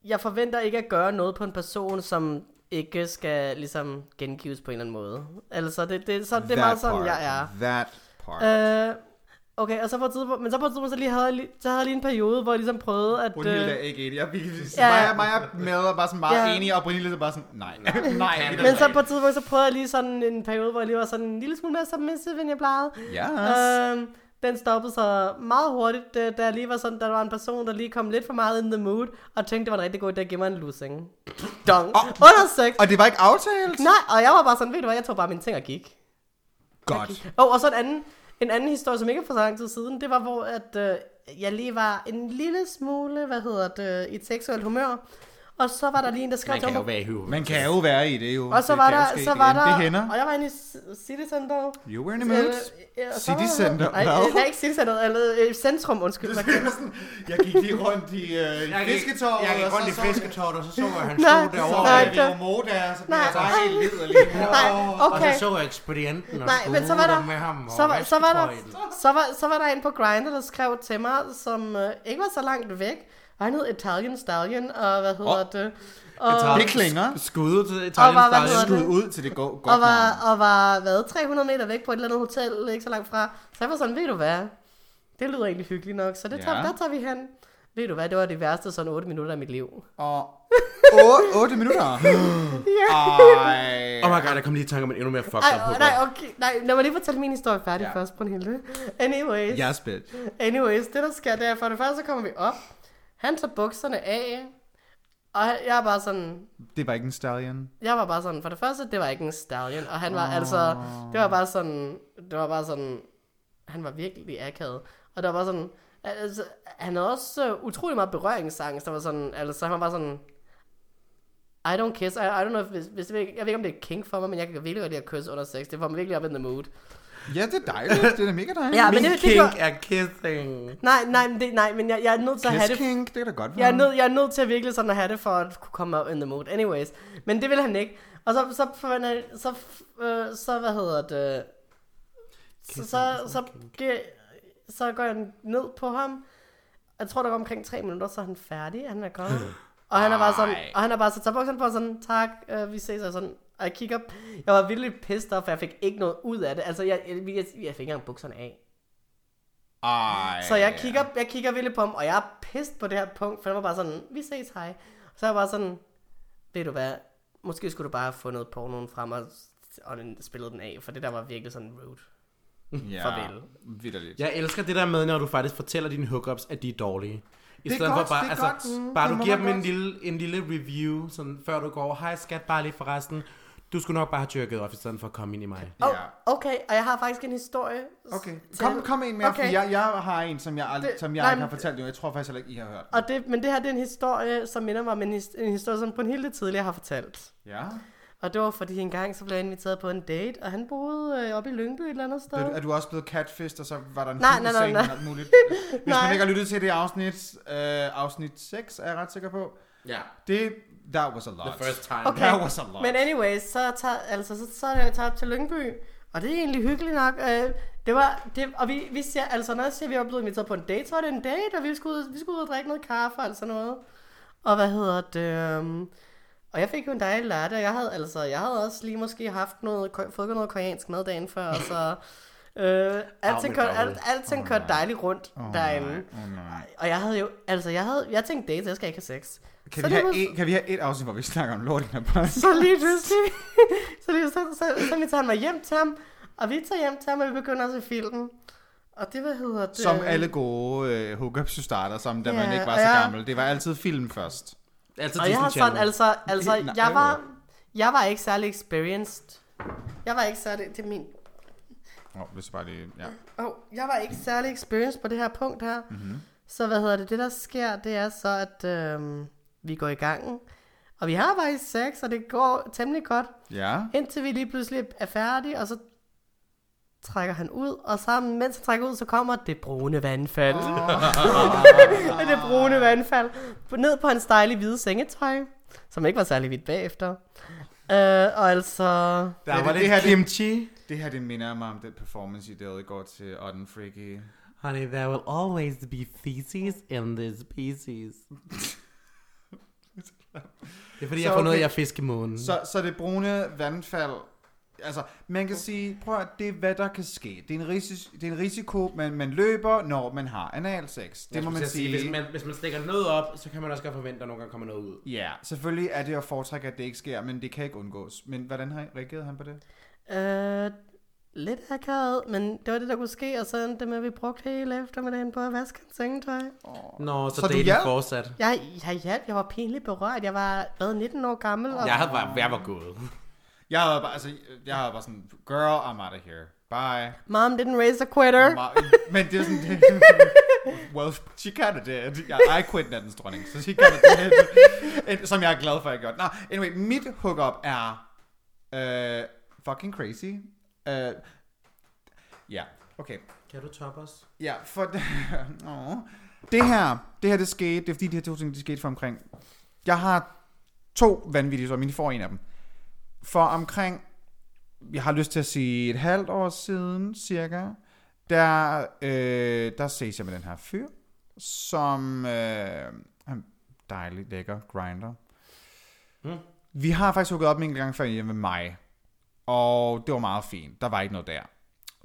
Speaker 3: jeg forventer ikke at gøre noget på en person, som ikke skal ligesom gengives på en eller anden måde. Altså, det, det, så, det er meget sådan, jeg er.
Speaker 2: That part.
Speaker 3: Øh, okay, og så på et tidspunkt, men så på et tidspunkt, så, lige havde, jeg lige- så havde jeg lige en periode, hvor jeg ligesom prøvede at...
Speaker 2: Brunhilde
Speaker 3: øh,
Speaker 2: er ikke enig. Jeg, vi,
Speaker 3: Ja.
Speaker 2: ja. Maja, Maja Mel er bare sådan meget
Speaker 3: Ja.
Speaker 2: enig, og Brunhilde er bare sådan, nej, nej, nej. det er
Speaker 3: men så
Speaker 2: ikke.
Speaker 3: på et tidspunkt, så prøvede jeg lige sådan en periode, hvor jeg lige var sådan en lille smule mere submissive, end jeg plejede.
Speaker 2: Yes.
Speaker 3: Øhm, den stoppede så meget hurtigt, da, da jeg lige var sådan, der var en person, der lige kom lidt for meget in the mood, og tænkte, det var en rigtig god idé at give mig en lussing. Dong. Oh. Under sex.
Speaker 2: Og det var ikke aftalt?
Speaker 3: Nej, og jeg var bare sådan, ved du hvad, jeg tog bare mine ting og gik.
Speaker 2: Godt.
Speaker 3: Og, og så en anden, en anden historie, som ikke er for så lang tid siden, det var, hvor at, øh, jeg lige var en lille smule, hvad hedder det, øh, i et seksuelt humør, og så var der lige en, der skrev
Speaker 1: Man
Speaker 3: til
Speaker 1: kan
Speaker 3: mig,
Speaker 1: jo være i høvet.
Speaker 2: Man kan jo være i det jo.
Speaker 3: og så
Speaker 2: Det
Speaker 3: var
Speaker 2: kan jo
Speaker 3: der,
Speaker 2: ske
Speaker 3: så
Speaker 2: igen.
Speaker 3: var der,
Speaker 2: Det hænder.
Speaker 3: og jeg var inde i C- City Center. Øh,
Speaker 2: You were in a mood.
Speaker 3: ja, og så
Speaker 2: City
Speaker 3: var-
Speaker 2: Center.
Speaker 3: Nej,
Speaker 2: Hvad?
Speaker 3: øh, nej, ikke City Center, eller øh, Centrum, undskyld. Hvad kalder-
Speaker 2: Jeg gik lige rundt i øh, fisketorvet.
Speaker 1: Jeg gik
Speaker 2: og
Speaker 1: rundt
Speaker 2: så
Speaker 1: i
Speaker 2: så-
Speaker 1: fisketorvet, og så så jeg, at han
Speaker 3: Nej,
Speaker 1: stod
Speaker 2: Så
Speaker 1: derovre.
Speaker 2: var
Speaker 3: Nej,
Speaker 2: jeg
Speaker 3: det-
Speaker 2: ved Moda, og så blev
Speaker 3: Nej.
Speaker 2: jeg bare helt lidt og lige.
Speaker 3: Nej,
Speaker 1: Og
Speaker 3: okay.
Speaker 1: så så jeg ekspedienten og
Speaker 3: Nej, men så var der,
Speaker 1: med ham. og
Speaker 3: så var, så var der,
Speaker 1: vasketøjet.
Speaker 3: så var, så var der en på Grindr, der skrev til mig, som øh, ikke var så langt væk. Og han hed Italian Stallion, og hvad hedder oh. det? Og,
Speaker 2: Det klinger.
Speaker 1: Skud til
Speaker 3: Og var- hvad
Speaker 1: Italien
Speaker 3: hedder
Speaker 2: Skud ud til det går godt
Speaker 3: og,
Speaker 2: navn.
Speaker 3: var, og var, hvad, 300 meter væk på et eller andet hotel, ikke så langt fra. Så jeg var sådan, ved du hvad, det lyder egentlig hyggeligt nok, så det tager,
Speaker 2: Ja.
Speaker 3: der tager vi hen. Ved du hvad, det var det værste sådan 8 minutter af mit liv.
Speaker 2: Og 8 minutter. Ej.
Speaker 1: Oh my god, der kom lige i tanke om en endnu mere fucked up
Speaker 3: Ej,
Speaker 1: hookup.
Speaker 3: nej, okay, nej, lad mig lige fortælle min historie færdig ja.
Speaker 2: Ja.
Speaker 3: først, Brunhilde. Anyways.
Speaker 2: Jeg er spændt.
Speaker 3: Anyways, det der sker, det er, for det første så kommer vi op. Han tager bukserne af. Og han- jeg er bare sådan,
Speaker 2: Det var ikke en stallion.
Speaker 3: jeg var bare sådan, for det første, det var ikke en stallion, og han var oh. altså, det var bare sådan, det var bare sådan, han var virkelig akavet. Og der var sådan, altså, han havde også uh, utrolig meget berøringsangst, der var sådan, altså, han var bare sådan, I don't kiss, I, I don't know, if, hvis, hvis, jeg ved ikke, om det er kink for mig, men jeg kan virkelig godt lide at kysse under sex, det får mig virkelig op in the mood.
Speaker 2: Ja, det er dejligt. Det er da mega dejligt.
Speaker 3: Ja,
Speaker 1: Min
Speaker 3: men det, det,
Speaker 1: kink
Speaker 3: det,
Speaker 1: er kissing.
Speaker 3: nej, nej, men det, nej, men jeg, jeg er nødt til at have
Speaker 2: Kiss
Speaker 3: det,
Speaker 2: King, det kan da godt være.
Speaker 3: Jeg er, nød, jeg er nødt til at virkelig sådan at have det for at kunne komme op in the mood. Anyways. Men det vil han ikke. Og så, så, så, så, øh, så hvad hedder det? Så, så, så, så, så går jeg ned på ham. Jeg tror, der går omkring tre minutter, så er han færdig. Han er kommet. Og han er bare sådan, og han er bare så tager bukserne på og sådan, tak, øh, vi ses, og sådan, og jeg kigger, jeg var virkelig pissed off, for jeg fik ikke noget ud af det, altså jeg, jeg, jeg, jeg fik ikke engang bukserne af.
Speaker 2: Ej.
Speaker 3: Så jeg kigger, jeg kigger vildt på ham, og jeg er pissed på det her punkt, for han var bare sådan, vi ses, hej. Så jeg var sådan, ved du hvad, måske skulle du bare have fundet pornoen frem og, og den, spillet den af, for det der var virkelig sådan rude.
Speaker 2: ja.
Speaker 3: farvel.
Speaker 2: Vitterligt.
Speaker 1: Jeg elsker det der med, når du faktisk fortæller dine hookups, at de er dårlige. I
Speaker 2: Det er
Speaker 1: stedet
Speaker 2: godt,
Speaker 1: for bare,
Speaker 2: det er
Speaker 1: altså,
Speaker 2: godt. Mm,
Speaker 1: bare
Speaker 2: det
Speaker 1: du
Speaker 2: må
Speaker 1: giver
Speaker 2: man
Speaker 1: dem en
Speaker 2: godt.
Speaker 1: lille, en lille review, sådan, før du går, hej skat, bare lige forresten, du skulle nok bare have jerket off, i stedet for at komme ind i mig.
Speaker 3: Oh,
Speaker 2: Ja.
Speaker 3: okay, og jeg har faktisk en historie.
Speaker 2: Okay,
Speaker 3: til-
Speaker 2: kom, kom en mere, okay. for jeg, jeg har en, som jeg, ald-
Speaker 3: Det-
Speaker 2: som jeg
Speaker 3: nej,
Speaker 2: ikke har
Speaker 3: men-
Speaker 2: fortalt nu. Jeg tror faktisk heller ikke, I har hørt.
Speaker 3: Og det, men det her det er en historie, som minder mig om en, his- en historie, som Brunhilde tidligere har fortalt.
Speaker 2: Ja.
Speaker 3: Og det var fordi en gang, så blev jeg inviteret på en date, og han boede øh, oppe i Lyngby et eller andet sted.
Speaker 2: Er, er du også blevet catfist, og så var der en
Speaker 3: Nej,
Speaker 2: hund i
Speaker 3: nej, nej,
Speaker 2: sengen
Speaker 3: nej.
Speaker 2: og alt muligt? Hvis
Speaker 3: Nej.
Speaker 2: man ikke har lyttet til det afsnit, øh, afsnit 6, er jeg ret sikker på.
Speaker 1: Ja,
Speaker 2: Det, that was a lot.
Speaker 1: the first time.
Speaker 3: Okay.
Speaker 2: That was a lot.
Speaker 3: Men anyways, så tager, altså, så, så er jeg tager op til Lyngby, og det er egentlig hyggeligt nok. Øh, det var, det, og vi, vi siger, altså når jeg siger, at vi var blevet inviteret på en date, så var det en date, og vi skulle, ud, vi skulle ud og drikke noget kaffe og sådan noget. Og hvad hedder det? øhm, Og jeg fik jo en dejlig latte, og jeg havde, altså, jeg havde også lige måske haft noget, ko- fået noget koreansk mad dagen før, og så... Øh, alting kørte alt, alting kørte dejligt rundt oh, derinde. Og jeg havde jo, altså jeg havde, jeg tænkte date, så jeg skal ikke have sex.
Speaker 2: Kan
Speaker 3: så
Speaker 2: vi,
Speaker 3: det
Speaker 2: have
Speaker 3: var-
Speaker 2: et, kan vi have et afsnit, hvor vi snakker om lort i den her podcast?
Speaker 3: så lige pludselig, så, lige, så, så, så, så tager han mig hjem til ham, og vi tager hjem til ham, og vi begynder at se filmen. Og det, hvad hedder det?
Speaker 2: Som alle gode øh, hookups jo starter, som da
Speaker 3: Ja,
Speaker 2: man ikke var
Speaker 3: og
Speaker 2: så
Speaker 3: jeg-
Speaker 2: gammel. Det var altid film først.
Speaker 1: Altid
Speaker 3: Og jeg har
Speaker 1: Disney
Speaker 3: sådan,
Speaker 1: Channel. Altså...
Speaker 3: altså, altså
Speaker 2: Nej,
Speaker 3: jeg, var,
Speaker 2: øh.
Speaker 3: jeg var ikke særlig experienced. Jeg var ikke særlig, det er min,
Speaker 2: Åh, oh, hvis jeg bare lige... Ja.
Speaker 3: oh, jeg var ikke særlig experienced på det her punkt her.
Speaker 2: Mhm.
Speaker 3: Mm-hmm. Så hvad hedder det, det der sker, det er så, at øhm, vi går i gang. Og vi har faktisk sex, og det går temmelig godt.
Speaker 2: Ja.
Speaker 3: Indtil vi lige pludselig er færdige, og så trækker han ud, og sammen, mens han trækker ud, så kommer det brune vandfald. Oh. det brune vandfald. Ned på hans dejlige hvide sengetøj, som ikke var særlig hvidt bagefter. Uh, og altså...
Speaker 1: Der
Speaker 2: Det-
Speaker 1: var
Speaker 2: det
Speaker 1: lidt
Speaker 2: her, det-
Speaker 1: kimchi.
Speaker 2: Det her, det minder mig om den performance, I lavede i går til Otten Freaky.
Speaker 1: Honey, there will always be feces in this species. Det er fordi,
Speaker 2: Så
Speaker 1: jeg får noget
Speaker 2: okay.
Speaker 1: af jer fiskemånen.
Speaker 2: Så, så det brune vandfald, altså man kan sige, prøv at det er hvad der kan ske. Det er en, risiko, det er en risiko man, man løber, når man har analsex. Det må man sige.
Speaker 1: Hvis man, hvis man stikker noget op, så kan man også godt forvente, at der nogle gange kommer noget ud.
Speaker 2: Ja, selvfølgelig er det at foretrække, at det ikke sker, men det kan ikke undgås. Men hvordan har reageret han på det?
Speaker 3: Øh, lidt akavet, men det var det, der kunne ske, og så endte det med, at vi brugte hele eftermiddagen på at vaske hans sengetøj.
Speaker 1: Nå, så,
Speaker 2: Så
Speaker 1: så
Speaker 2: du
Speaker 1: det er
Speaker 2: hjalp?
Speaker 1: fortsat.
Speaker 3: Jeg, jeg hjalp, jeg var pinligt berørt. Jeg var, hvad, 19 år gammel? Og...
Speaker 1: Jeg, havde, bare- jeg var gået.
Speaker 2: Jeg havde bare, altså, jeg havde bare sådan, girl, I'm out of here. Bye.
Speaker 3: Mom didn't raise a quitter.
Speaker 2: Ma- Men det er sådan, det, well, she kinda did. Jeg, I quit nattens dronning, så she kinda did. En- Som jeg er glad for, at jeg gjorde. Nå, anyway, mit hookup er øh, fucking crazy. Øh, Ja, okay.
Speaker 1: Kan du toppe os?
Speaker 2: Ja, for... Åh. det her, det her det skete, det er fordi de her to ting, de skete for omkring... Jeg har to vanvittige, som I får en af dem. For omkring, jeg har lyst til at sige et halvt år siden, cirka, der, øh, der ses jeg med den her fyr, som øh, han er dejlig, lækker, grinder. Mm. Vi har faktisk hugget op en gang før hjemme med mig, og det var meget fint. Der var ikke noget der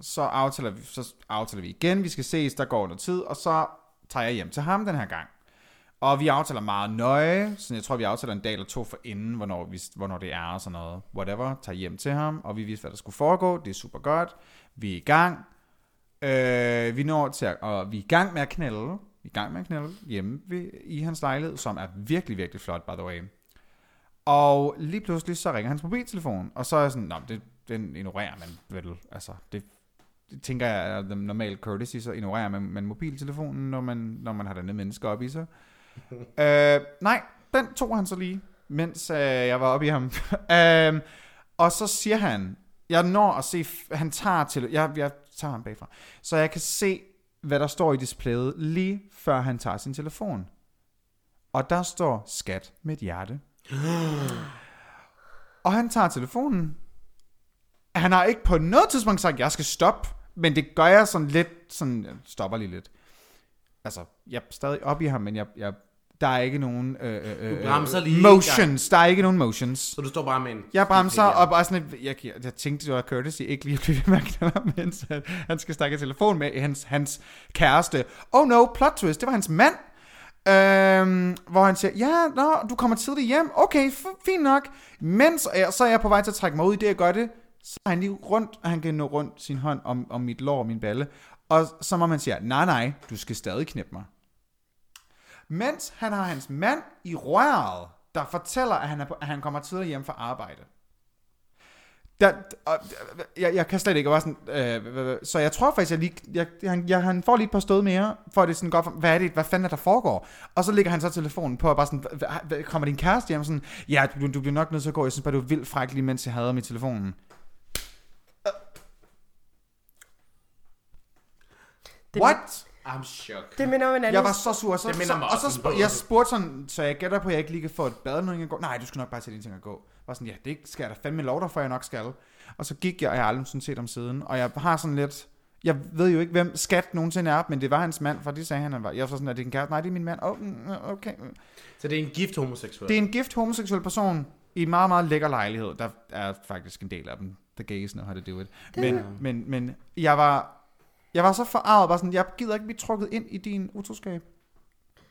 Speaker 2: så aftaler, vi, så aftaler vi igen, vi skal ses, der går noget tid, og så tager jeg hjem til ham den her gang. Og vi aftaler meget nøje, så jeg tror, vi aftaler en dag eller to for inden, hvornår, vi, hvornår det er og sådan noget. Whatever, tager hjem til ham, og vi vidste, hvad der skulle foregå, det er super godt. Vi er i gang. Øh, vi når til at, og vi er i gang med at knælde. Vi er i gang med at knælde hjemme ved, i hans lejlighed, som er virkelig, virkelig flot, by the way. Og lige pludselig, så ringer hans mobiltelefon, og så er jeg sådan, Nå, men det, den ignorerer man vel, altså, det, det tænker jeg er the normal courtesy, så ignorerer man, man mobiltelefonen, når man, når man har denne menneske op i sig. øh, nej, den tog han så lige, mens øh, jeg var oppe i ham. øh, og så siger han, jeg når at se, f- han tager til, jeg, jeg tager ham bagfra, så jeg kan se, hvad der står i displayet, lige før han tager sin telefon. Og der står skat med et hjerte. og han tager telefonen, han har ikke på noget tidspunkt sagt, at jeg skal stoppe, men det gør jeg sådan lidt, sådan, jeg stopper lige lidt. Altså, jeg er stadig oppe i ham, men jeg, jeg, der er ikke nogen øh, øh, øh,
Speaker 1: bremser lige en gang.
Speaker 2: motions. Der er ikke nogen motions.
Speaker 1: Så du står bare med en...
Speaker 2: Jeg bremser
Speaker 1: en-
Speaker 2: op, og er sådan, lidt- jeg, jeg, jeg tænkte, det var courtesy, ikke lige at blive ved med at knalde ham, mens han, han skal snakke i telefon med hans, hans kæreste. Oh no, plot twist, det var hans mand. Øhm, hvor han siger, ja, nå, du kommer tidligt hjem, okay, f- fint nok. Mens jeg, så er jeg på vej til at trække mig ud i det, jeg gør det, så er han lige rundt, og han kan nå rundt sin hånd om, om mit lår og min balle. Og så må man sige, nej, nej, du skal stadig knæppe mig. Mens han har hans mand i røret, der fortæller, at han, er på, at han kommer tidligere hjem fra arbejde. Der, og, jeg, jeg kan slet ikke være sådan... Øh, hvad- hvad- så jeg tror faktisk, jeg lige... Jeg, han, jeg, han får lige et par stød mere, for at det sådan godt... for- Hvad er det? Hvad fanden er der foregår? Og så lægger han så telefonen på, og bare sådan... "Hva- hva- hva- Kommer din kæreste hjem? Sådan, ja, du, du bliver nok nødt til at gå. Jeg synes bare, du er vildt fræk, lige mens jeg havde ham i telefonen.
Speaker 3: Det-
Speaker 2: What?
Speaker 1: I'm shook.
Speaker 3: Det minder om en anden...
Speaker 2: Jeg var så sur, og så,
Speaker 1: Det minder
Speaker 2: så,
Speaker 1: mig
Speaker 2: og
Speaker 1: også
Speaker 2: så
Speaker 1: om altså.
Speaker 2: sp- jeg spurgte sådan, så jeg gætter på, at jeg ikke lige kan få et bad, når jeg går. Nej, du skal nok bare tage dine ting og gå. Var sådan, ja, det skal jeg da fandme lov dig for, jeg nok skal. Og så gik jeg, og jeg har aldrig sådan set om siden. Og jeg har sådan lidt, jeg ved jo ikke, hvem skat nogensinde er, men det var hans mand, for det sagde han, han var. Jeg var sådan, er det en kæreste? Nej, det er min mand. Oh, okay.
Speaker 1: Så det er en gift homoseksuel.
Speaker 2: Det er en gift homoseksuel person i en meget, meget lækker lejlighed. Der er faktisk en del af dem. The gays know how to do it. Men, men, men jeg var... Jeg var så forarvet, bare sådan, jeg gider ikke blive trukket ind i din utroskab.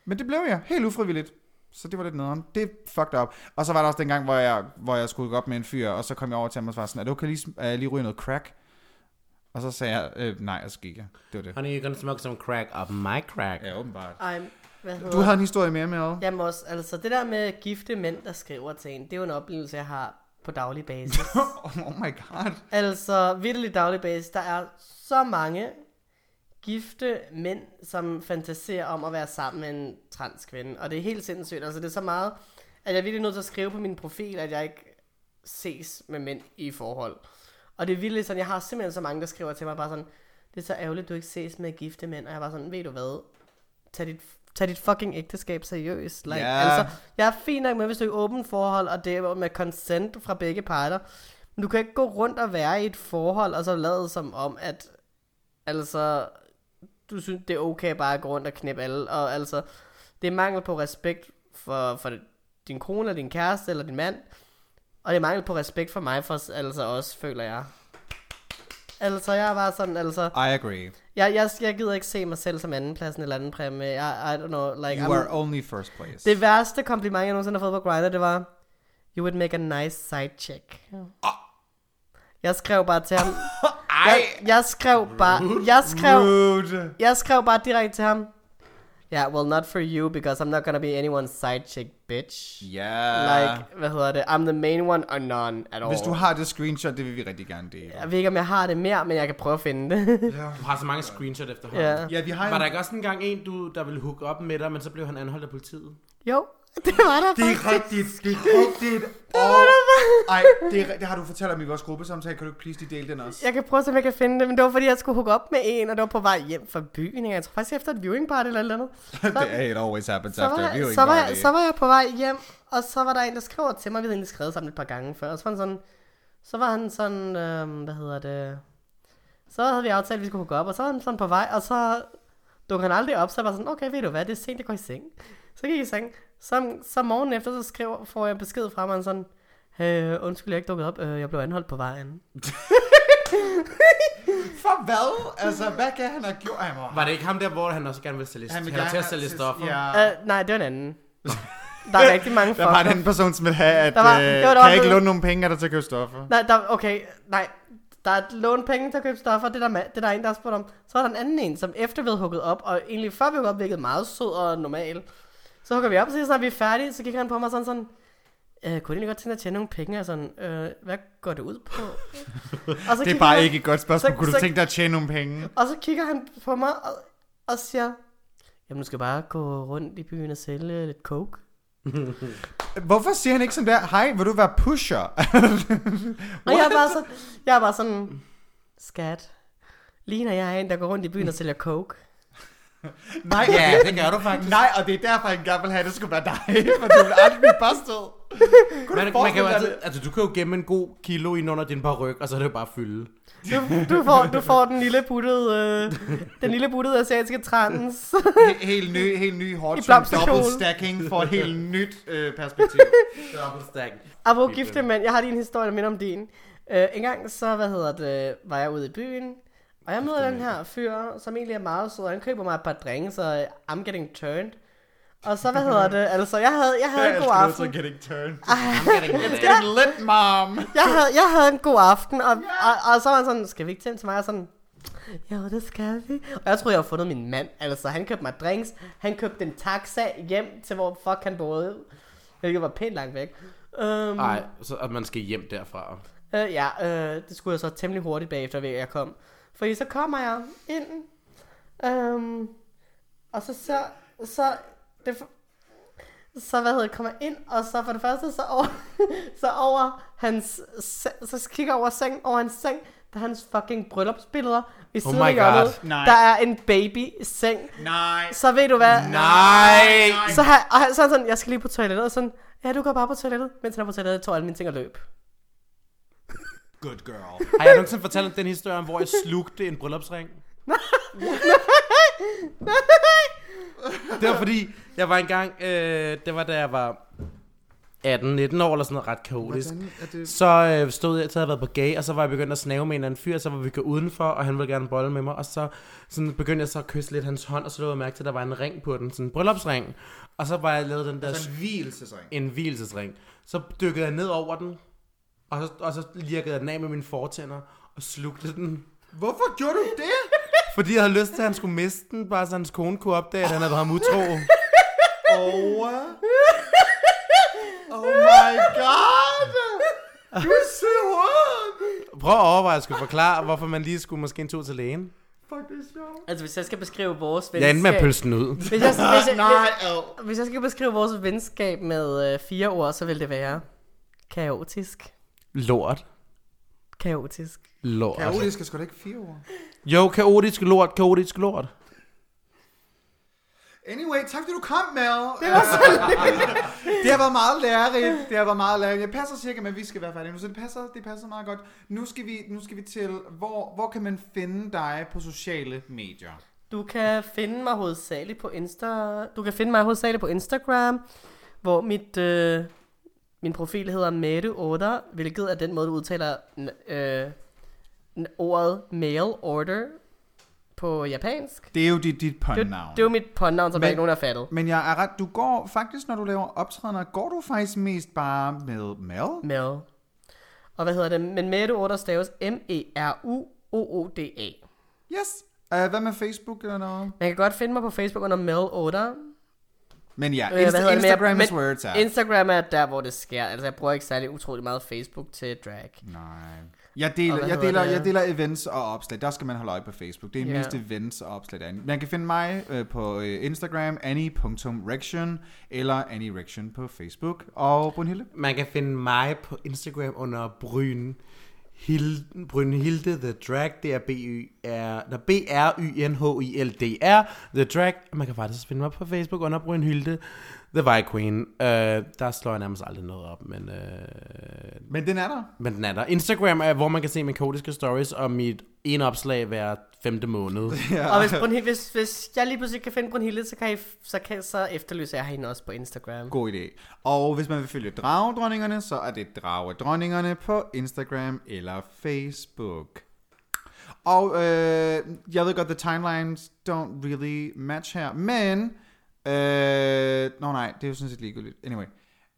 Speaker 2: Men det blev jeg, helt ufrivilligt. Så det var lidt nederen. Det fucked up. Og så var der også den gang, hvor jeg, hvor jeg skulle gå op med en fyr, og så kom jeg over til ham og var sådan, er det okay, lige, er jeg lige ryge noget crack? Og så sagde jeg, øh, nej, og så gik jeg. Det var det.
Speaker 1: Honey, you're gonna smoke some crack up my crack.
Speaker 2: Ja, åbenbart.
Speaker 3: Ej, hvad hedder
Speaker 2: Du havde en historie mere med, eller?
Speaker 3: Jamen også, altså det der med gifte mænd, der skriver til en, det er jo en oplevelse, jeg har på daglig basis.
Speaker 2: oh my god.
Speaker 3: altså, virkelig daglig basis, der er så mange gifte mænd, som fantaserer om at være sammen med en transkvinde. Og det er helt sindssygt. Altså, det er så meget, at jeg er virkelig nødt til at skrive på min profil, at jeg ikke ses med mænd i forhold. Og det er virkelig sådan, jeg har simpelthen så mange, der skriver til mig bare sådan, det er så ærgerligt, du ikke ses med gifte mænd. Og jeg var sådan, ved du hvad, tag dit, tag dit fucking ægteskab seriøst. Like,
Speaker 2: Ja.
Speaker 3: altså, jeg er fint nok med, hvis du er i åbent forhold, og det er med consent fra begge parter. Men du kan ikke gå rundt og være i et forhold, og så lade som om, at altså, du synes, det er okay bare at gå rundt og knæppe alle. Og altså, det er mangel på respekt for, for din kone, eller din kæreste, eller din mand. Og det er mangel på respekt for mig, for, altså også, føler jeg. Altså, jeg er bare sådan, altså...
Speaker 2: I agree.
Speaker 3: Jeg, jeg, jeg gider ikke se mig selv som andenpladsen eller anden præmie. I, I don't know, like...
Speaker 2: You
Speaker 3: I'm-
Speaker 2: are only first place.
Speaker 3: Det værste kompliment, jeg nogensinde har fået på Grindr, det var, you would make a nice side chick.
Speaker 2: Ah.
Speaker 3: Jeg skrev bare til ham. Jeg, jeg skrev bare, jeg skrev,
Speaker 2: Dude.
Speaker 3: jeg skrev bare direkte til ham. Yeah, well not for you, because I'm not gonna be anyone's side chick, bitch.
Speaker 2: Yeah.
Speaker 3: Like, hvad hedder det? I'm the main one or none at all.
Speaker 2: Hvis du har det screenshot, det vil vi rigtig gerne dele.
Speaker 3: Jeg ved ikke, om jeg har det mere, men jeg kan prøve at finde det.
Speaker 1: Du har så mange screenshot efterhånden.
Speaker 3: ja.
Speaker 2: Ja, vi
Speaker 1: Var
Speaker 2: har
Speaker 1: der
Speaker 2: en...
Speaker 1: ikke også engang en, du, der ville hooke op med dig, men så blev han anholdt af politiet?
Speaker 3: Jo, det var der faktisk.
Speaker 2: rigtigt, det er rigtigt. Og... Ej, det, er, det har du fortalt om i vores gruppesamtale. Kan du ikke please lige dele den også?
Speaker 3: Jeg kan prøve at se, om jeg kan finde det, men det var fordi, jeg skulle hooke op med en, og det var på vej hjem fra byen. ikke? Jeg tror faktisk efter et viewing party eller et eller andet.
Speaker 2: det er, it always happens
Speaker 3: Så var,
Speaker 2: after a
Speaker 3: jeg,
Speaker 2: viewing
Speaker 3: så, var jeg,
Speaker 2: party.
Speaker 3: så var jeg på vej hjem, og så var der en, der skrev til mig. Vi havde egentlig skrevet sammen et par gange før, og så var han sådan... Så var han sådan... Øhm, hvad hedder det? Så havde vi aftalt, at vi skulle hooke op, og så var han sådan på vej, og så dukkede han aldrig op, så jeg var sådan, okay, ved du hvad, det er sent, jeg går i seng. Så gik jeg i seng. Så, så morgenen efter, så skriver, får jeg besked fra mig han sådan, hey, undskyld, jeg er ikke dukket op, øh, jeg blev anholdt på vejen.
Speaker 2: For hvad? Altså, hvad kan han have gjort? Ej, hvor...
Speaker 1: Var det ikke ham der, hvor han også gerne ville sælge, han han var til at sælge stoffer?
Speaker 2: Ja.
Speaker 3: Øh, nej, det var en anden. Der er rigtig mange
Speaker 2: Der var en
Speaker 3: fuck.
Speaker 2: anden person, som ville have, at
Speaker 3: Der var-
Speaker 2: øh,
Speaker 3: det var der
Speaker 2: kan
Speaker 3: også-
Speaker 2: jeg ikke låne nogle penge, er der til at købe stoffer?
Speaker 3: Nej, der, okay, nej. Der er lånt penge til at købe stoffer, det er der, ma- det er der en, der har spurgt om. Så er der en anden en, som efter vi havde hugget op, og egentlig før vi huggede op, virkede meget sød og normal. Så hugger vi op, og så snart vi er færdige, så gik han på mig sådan sådan, øh, kunne du egentlig godt tænke dig at tjene nogle penge? Og sådan, øh, hvad går det ud på? og så
Speaker 2: Det er
Speaker 3: kigger
Speaker 2: bare
Speaker 3: han-
Speaker 2: ikke et godt spørgsmål.
Speaker 3: så-
Speaker 2: Kunne du
Speaker 3: så-
Speaker 2: tænke dig at tjene nogle penge?
Speaker 3: Og så kigger han på mig og, og siger, jamen du skal bare gå rundt i byen og sælge lidt coke.
Speaker 2: Hvorfor siger han ikke sådan der, hej, vil du være pusher?
Speaker 3: Og jeg er bare sådan, jeg er bare sådan skat, ligner jeg en, der går rundt i byen og sælger coke?
Speaker 2: Nej, ja, det gør du faktisk. Nej, og det er derfor, han gerne vil have, at det skulle være dig, for du vil aldrig blive bustet. Kunne
Speaker 1: Man,
Speaker 2: du
Speaker 1: man kan jo
Speaker 2: forestille dig
Speaker 1: altid, altså, du kan jo gemme en god kilo ind under din paryk, og så er det jo bare at fylde.
Speaker 2: Mm.
Speaker 3: Du, du, får, du får den lille buttede, øh, den lille buttede asiatiske trans.
Speaker 2: det? He- helt ny, helt ny
Speaker 3: I
Speaker 2: hårdt
Speaker 3: blomsterkjole.
Speaker 2: double stacking for et helt nyt øh, perspektiv.
Speaker 3: Abo gifte mænd, jeg har lige en historie, der minder om din. Øh, en gang så, hvad hedder det, var jeg ude i byen, og jeg møder den her fyr, som egentlig er meget sød, og han køber mig et par drinks, og øh, I'm getting turned. Og så, hvad hedder det, altså jeg havde, jeg havde en god aften.
Speaker 2: I'm getting turned.
Speaker 1: It's
Speaker 2: Getting lit, mom.
Speaker 3: jeg, havde, jeg havde en god aften, og, og, og så var han sådan, skal vi ikke til til mig? Og sådan, jo, det skal vi. Og jeg troede, jeg havde fundet min mand. Altså, han købte mig drinks. Han købte en taxa hjem til, hvor fuck han boede. Hvilket var pænt langt væk. Um,
Speaker 1: Nej, så at man skal hjem derfra.
Speaker 3: Øh, ja, øh, det skulle jeg så temmelig hurtigt bagefter, ved at jeg kom. Fordi så kommer jeg ind, øhm, og så så, så, det, for- så hvad hedder det, kommer jeg ind, og så for det første, så over, så over hans, se- så kigger jeg over sengen, over hans seng, der er hans fucking bryllupsbilleder. I siden
Speaker 1: Oh my
Speaker 3: af hjørnet,
Speaker 1: God.
Speaker 2: Nej.
Speaker 3: der er en baby i seng.
Speaker 2: Nej.
Speaker 3: Så ved du hvad?
Speaker 1: Nej!
Speaker 3: Så, han, og han, så er han sådan, jeg skal lige på toilettet, og sådan, ja, du går bare på toilettet, mens han er på toilettet, tog alle mine ting og løb.
Speaker 2: Good girl.
Speaker 1: Har jeg nogensinde fortalt den historie om, hvor jeg slugte en bryllupsring? Det var fordi, jeg var engang, øh, det var da jeg var 18-19 år eller sådan noget ret kaotisk. Så øh, stod jeg, så havde jeg været på gay, og så var jeg begyndt at snave med en eller anden fyr, og så var vi gået udenfor, og han ville gerne bolle med mig, og så sådan begyndte jeg så at kysse lidt hans hånd, og så lå jeg mærke til, at der var en ring på den, sådan en bryllupsring. Og så var jeg lavet den der...
Speaker 2: Altså En hvilesesring.
Speaker 1: en hvilesesring. Så dykkede jeg ned over den, og så, og så lirkede jeg den af med mine fortænder, og slugte den.
Speaker 2: Hvorfor gjorde du det?
Speaker 1: Fordi jeg havde lyst til, at han skulle miste den, bare så hans kone kunne opdage, at han havde været ham utro.
Speaker 2: Oh. Oh my god. Du er syg i hovedet.
Speaker 1: Prøv at overveje, at jeg skulle forklare, hvorfor man lige skulle måske en tur til lægen.
Speaker 2: Fuck, det er sjovt.
Speaker 3: Altså, hvis jeg skal beskrive vores venskab...
Speaker 1: Jeg endte med at pølse den ud.
Speaker 3: Hvis jeg, hvis, jeg,
Speaker 2: Nej,
Speaker 3: hvis,
Speaker 2: oh.
Speaker 3: hvis jeg skal beskrive vores venskab med øh, fire ord, så vil det være kaotisk.
Speaker 1: Lort.
Speaker 3: Kaotisk.
Speaker 1: Lort.
Speaker 2: Kaotisk er sgu da ikke fire ord.
Speaker 1: Jo, kaotisk lort, kaotisk lort.
Speaker 2: Anyway, tak fordi du kom, Mel. Det var så Det har været meget lærerigt. Det har været meget lærerigt. Jeg passer cirka, men vi skal være færdige nu, så det passer, det passer meget godt. Nu skal vi, nu skal vi til, hvor, hvor kan man finde dig på sociale medier?
Speaker 3: Du kan finde mig hovedsageligt på Insta... Du kan finde mig hovedsageligt på Instagram, hvor mit, øh, min profil hedder Mette Order, hvilket er den måde, du udtaler n- øh, n- ordet mail order på japansk.
Speaker 2: Det er jo dit, dit
Speaker 3: Det,
Speaker 2: pun-navn.
Speaker 3: det er jo mit pånavn, som
Speaker 2: Men-
Speaker 3: der ikke nogen har fattet.
Speaker 2: Men jeg er ret, du går faktisk, når du laver optrædener, går du faktisk mest bare med Mel?
Speaker 3: Mel. Og hvad hedder det? Men Mette Order staves E M-E-R-U-O-O-D-A.
Speaker 2: Yes. Uh, hvad med Facebook eller noget?
Speaker 3: Man kan godt finde mig på Facebook under Mel Order.
Speaker 2: Men ja,
Speaker 3: Øh,
Speaker 2: Insta,
Speaker 3: hvad hedder det? Men jeg-
Speaker 2: Instagram
Speaker 3: men
Speaker 2: is where it's at.
Speaker 3: Instagram er der, hvor det sker. Altså, jeg bruger ikke særlig utrolig meget Facebook til drag.
Speaker 2: Nej. Jeg
Speaker 3: Og
Speaker 2: deler,
Speaker 3: hvad
Speaker 2: jeg,
Speaker 3: hedder
Speaker 2: deler,
Speaker 3: det?
Speaker 2: jeg deler events og opslag. Der skal man holde øje på Facebook. Det er
Speaker 3: Ja.
Speaker 2: mest events og opslag derinde. Man kan finde mig øh, på øh, Instagram, annie.rection, eller annie.rection på Facebook. Og Brunhilde?
Speaker 1: Man kan finde mig på Instagram under Bryn Hilde, Brynhilde The Drag, det er b -Y -R, b -R -Y -N -H -I -L -D -R, The Drag. Og Man kan faktisk også finde mig på Facebook under Brynhilde The Vi Queen. Uh, der slår jeg nærmest aldrig noget op, men, uh,
Speaker 2: Men den er der.
Speaker 1: men den er der. Instagram er, hvor man kan se mine kodiske stories og mit ene opslag hver femte måned.
Speaker 3: Ja. Og hvis, Brunhilde, hvis, hvis jeg lige pludselig kan finde Brunhilde, så, kan I, så, kan, så efterlyser jeg hende også på Instagram.
Speaker 2: God idé. Og hvis man vil følge dragedronningerne, så er det dragedronningerne på Instagram eller Facebook. Og øh, jeg ved godt, the timelines don't really match her, men... Øh, nå nej, det er jo sådan set ligegyldigt. Anyway.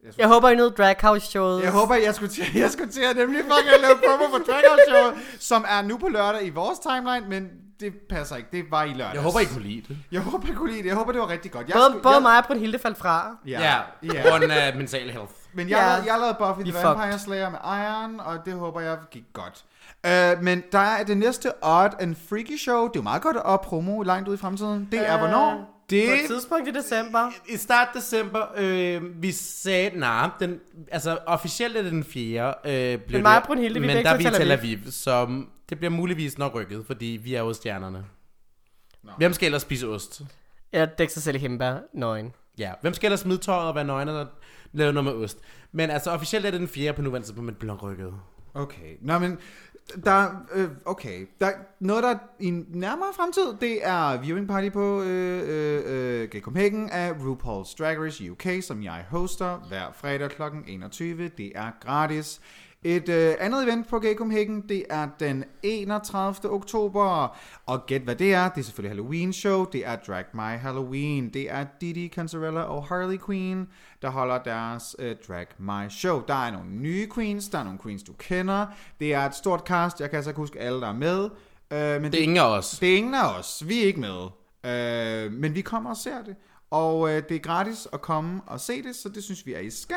Speaker 2: Jeg,
Speaker 3: Jeg håber, I nød Drag House showet.
Speaker 2: jeg håber, jeg skulle til, jeg skulle til at nemlig fucking lave promo for Drag Race Show, som er nu på lørdag i vores timeline, men det passer ikke. Det var i lørdags.
Speaker 1: Jeg håber, I kunne lide det.
Speaker 2: Jeg håber, jeg kunne lide det. Jeg håber, det var rigtig godt. Jeg
Speaker 3: Både,
Speaker 2: skulle-
Speaker 3: både
Speaker 2: jeg-
Speaker 3: mig og Brunhilde faldt fra.
Speaker 2: Ja, ja.
Speaker 1: Under mental health.
Speaker 2: Men jeg,
Speaker 3: Ja.
Speaker 2: yeah. jeg lavede Buffy
Speaker 3: Vi
Speaker 2: the
Speaker 3: er
Speaker 2: Vampire
Speaker 3: fucked.
Speaker 2: Slayer med Iron, og det håber jeg gik godt. Uh, men der er det næste Odd and Freaky Show. Det er jo meget godt at promo langt ud i fremtiden. Det
Speaker 3: Øh,
Speaker 2: er hvornår?
Speaker 1: Det
Speaker 3: På et tidspunkt i december.
Speaker 1: i start december, øh, vi sagde, nej, den, altså officielt er det den 4. Øh, blev
Speaker 3: mig og
Speaker 1: det,
Speaker 3: Brunhilde, vi
Speaker 1: men
Speaker 3: begge
Speaker 1: der er
Speaker 3: to
Speaker 1: vi
Speaker 3: i
Speaker 1: i Tel
Speaker 3: Tel
Speaker 1: Aviv, så det bliver muligvis nok rykket, fordi vi er jo stjernerne. Nå. Hvem skal ellers spise ost?
Speaker 3: Jeg dækker sig selv i hembær. Nøgen.
Speaker 1: Ja, hvem skal ellers smide tøjet og være nøgen og lave noget med ost? Men altså officielt er det den 4. på nuværende tidspunkt, men det bliver rykket.
Speaker 2: Okay. Nå, men der, øh, okay. Der, noget, der er i en nærmere fremtid, det er viewing party på øh, øh, øh, Gay Copenhagen af RuPaul's Drag Race UK, som jeg hoster hver fredag kl. 21. Det er gratis. Et øh, andet event på Gay Copenhagen, det er den 31. oktober. Og gæt hvad det er. Det er selvfølgelig Halloween show. Det er Drag My Halloween. Det er Didi Cancerella og Harley Queen, der holder deres øh, Drag My Show. Der er nogle nye queens. Der er nogle queens, du kender. Det er et stort cast. Jeg kan altså ikke huske alle, der er med. Øh, men
Speaker 1: Det er ingen af os.
Speaker 2: det er ingen af os. Vi er ikke med. Øh, men vi kommer og ser det. Og øh, det er gratis at komme og se det, så det synes vi, at I skal.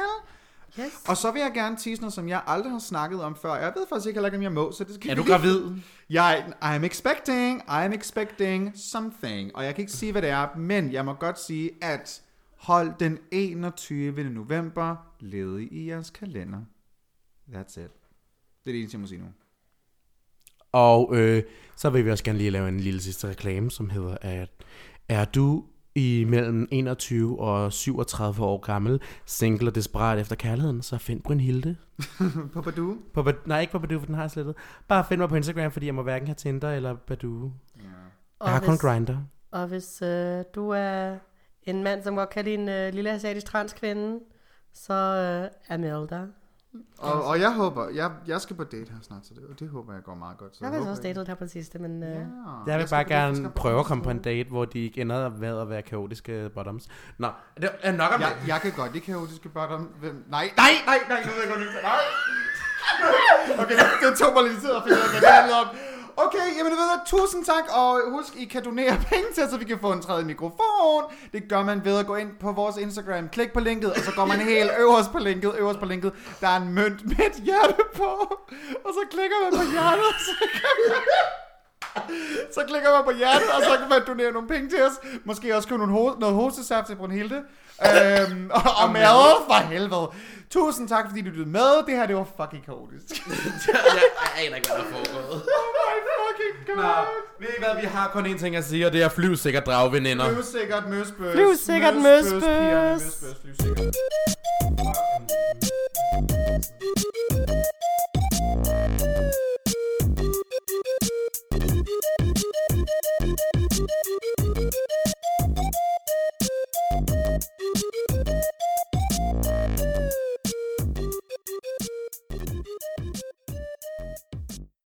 Speaker 2: Yes. Og så vil jeg gerne tease noget, som jeg aldrig har snakket om før. Jeg ved faktisk ikke heller ikke, om jeg må, så det skal
Speaker 1: Er
Speaker 2: vi
Speaker 1: du
Speaker 2: lige-
Speaker 1: gravid?
Speaker 2: Jeg, I'm expecting, I'm expecting something. Og jeg kan ikke sige, hvad det er, men jeg må godt sige, at hold den 21. november ledig i jeres kalender. That's it. Det er det eneste, jeg må sige nu.
Speaker 1: Og øh, så vil vi også gerne lige lave en lille sidste reklame, som hedder, at er du imellem 21 og 37 år gammel, single og desperat efter kærligheden, så find Brynhilde.
Speaker 2: På Badoo.
Speaker 1: På, Bad- nej, ikke på Badoo, for den har jeg slettet. Bare find mig på Instagram, fordi jeg må hverken have Tinder eller Badoo.
Speaker 3: Og
Speaker 1: Jeg har kun
Speaker 3: hvis,
Speaker 1: Grindr.
Speaker 3: og hvis øh, du er en mand, som godt kan lide en øh, lille asiatisk transkvinde, så øh, er Mel der.
Speaker 2: Og, og jeg håber, jeg, jeg skal på date her snart, så det, det håber jeg går meget godt. Så
Speaker 3: Jeg har faktisk
Speaker 2: håber
Speaker 3: også datet her på det sidste, men... Øh, yeah.
Speaker 1: Jeg vil
Speaker 2: skal
Speaker 1: bare
Speaker 2: på date, jeg
Speaker 1: gerne
Speaker 2: skal
Speaker 1: prøve at komme på en date, hvor de ikke ender med at være kaotiske bottoms. Nå, det er nok om
Speaker 2: Jeg,
Speaker 1: det.
Speaker 2: jeg kan godt, det kaotiske bare om, hvem... Nej, nej, nej, nej, nu ved jeg godt, nu- nej. Okay, det- det tog mig lidt tid at finde ud af, hvad det handler om. Okay, jamen du ved hvad, tusind tak, og husk, I kan donere penge til, så vi kan få en tredje mikrofon. Det gør man ved at gå ind på vores Instagram, klik på linket, og så går man helt øverst på linket, øverst på linket. Der er en mønt med et hjerte på, og så klikker man på hjertet, og så kan man... Så klikker man på hjertet, og så kan man donere nogle penge til os. Måske også købe nogle ho- noget hostesaft til Brunhilde. Øhm, og, og mad for helvede. Tusind tak, fordi du lyttede med. Det her, det var fucking kaotisk.
Speaker 1: Jeg aner ikke, hvad der er foregået.
Speaker 2: oh my fucking god.
Speaker 1: Nå, ved I hvad, vi har kun én ting at sige, og det er flyvsikkert dragveninder.
Speaker 2: Løvsikkert møsbøs.
Speaker 3: Flyvsikkert
Speaker 2: Møsbøs,
Speaker 3: møsbøs.
Speaker 2: pigerne, møsbøs, flyvsikkert.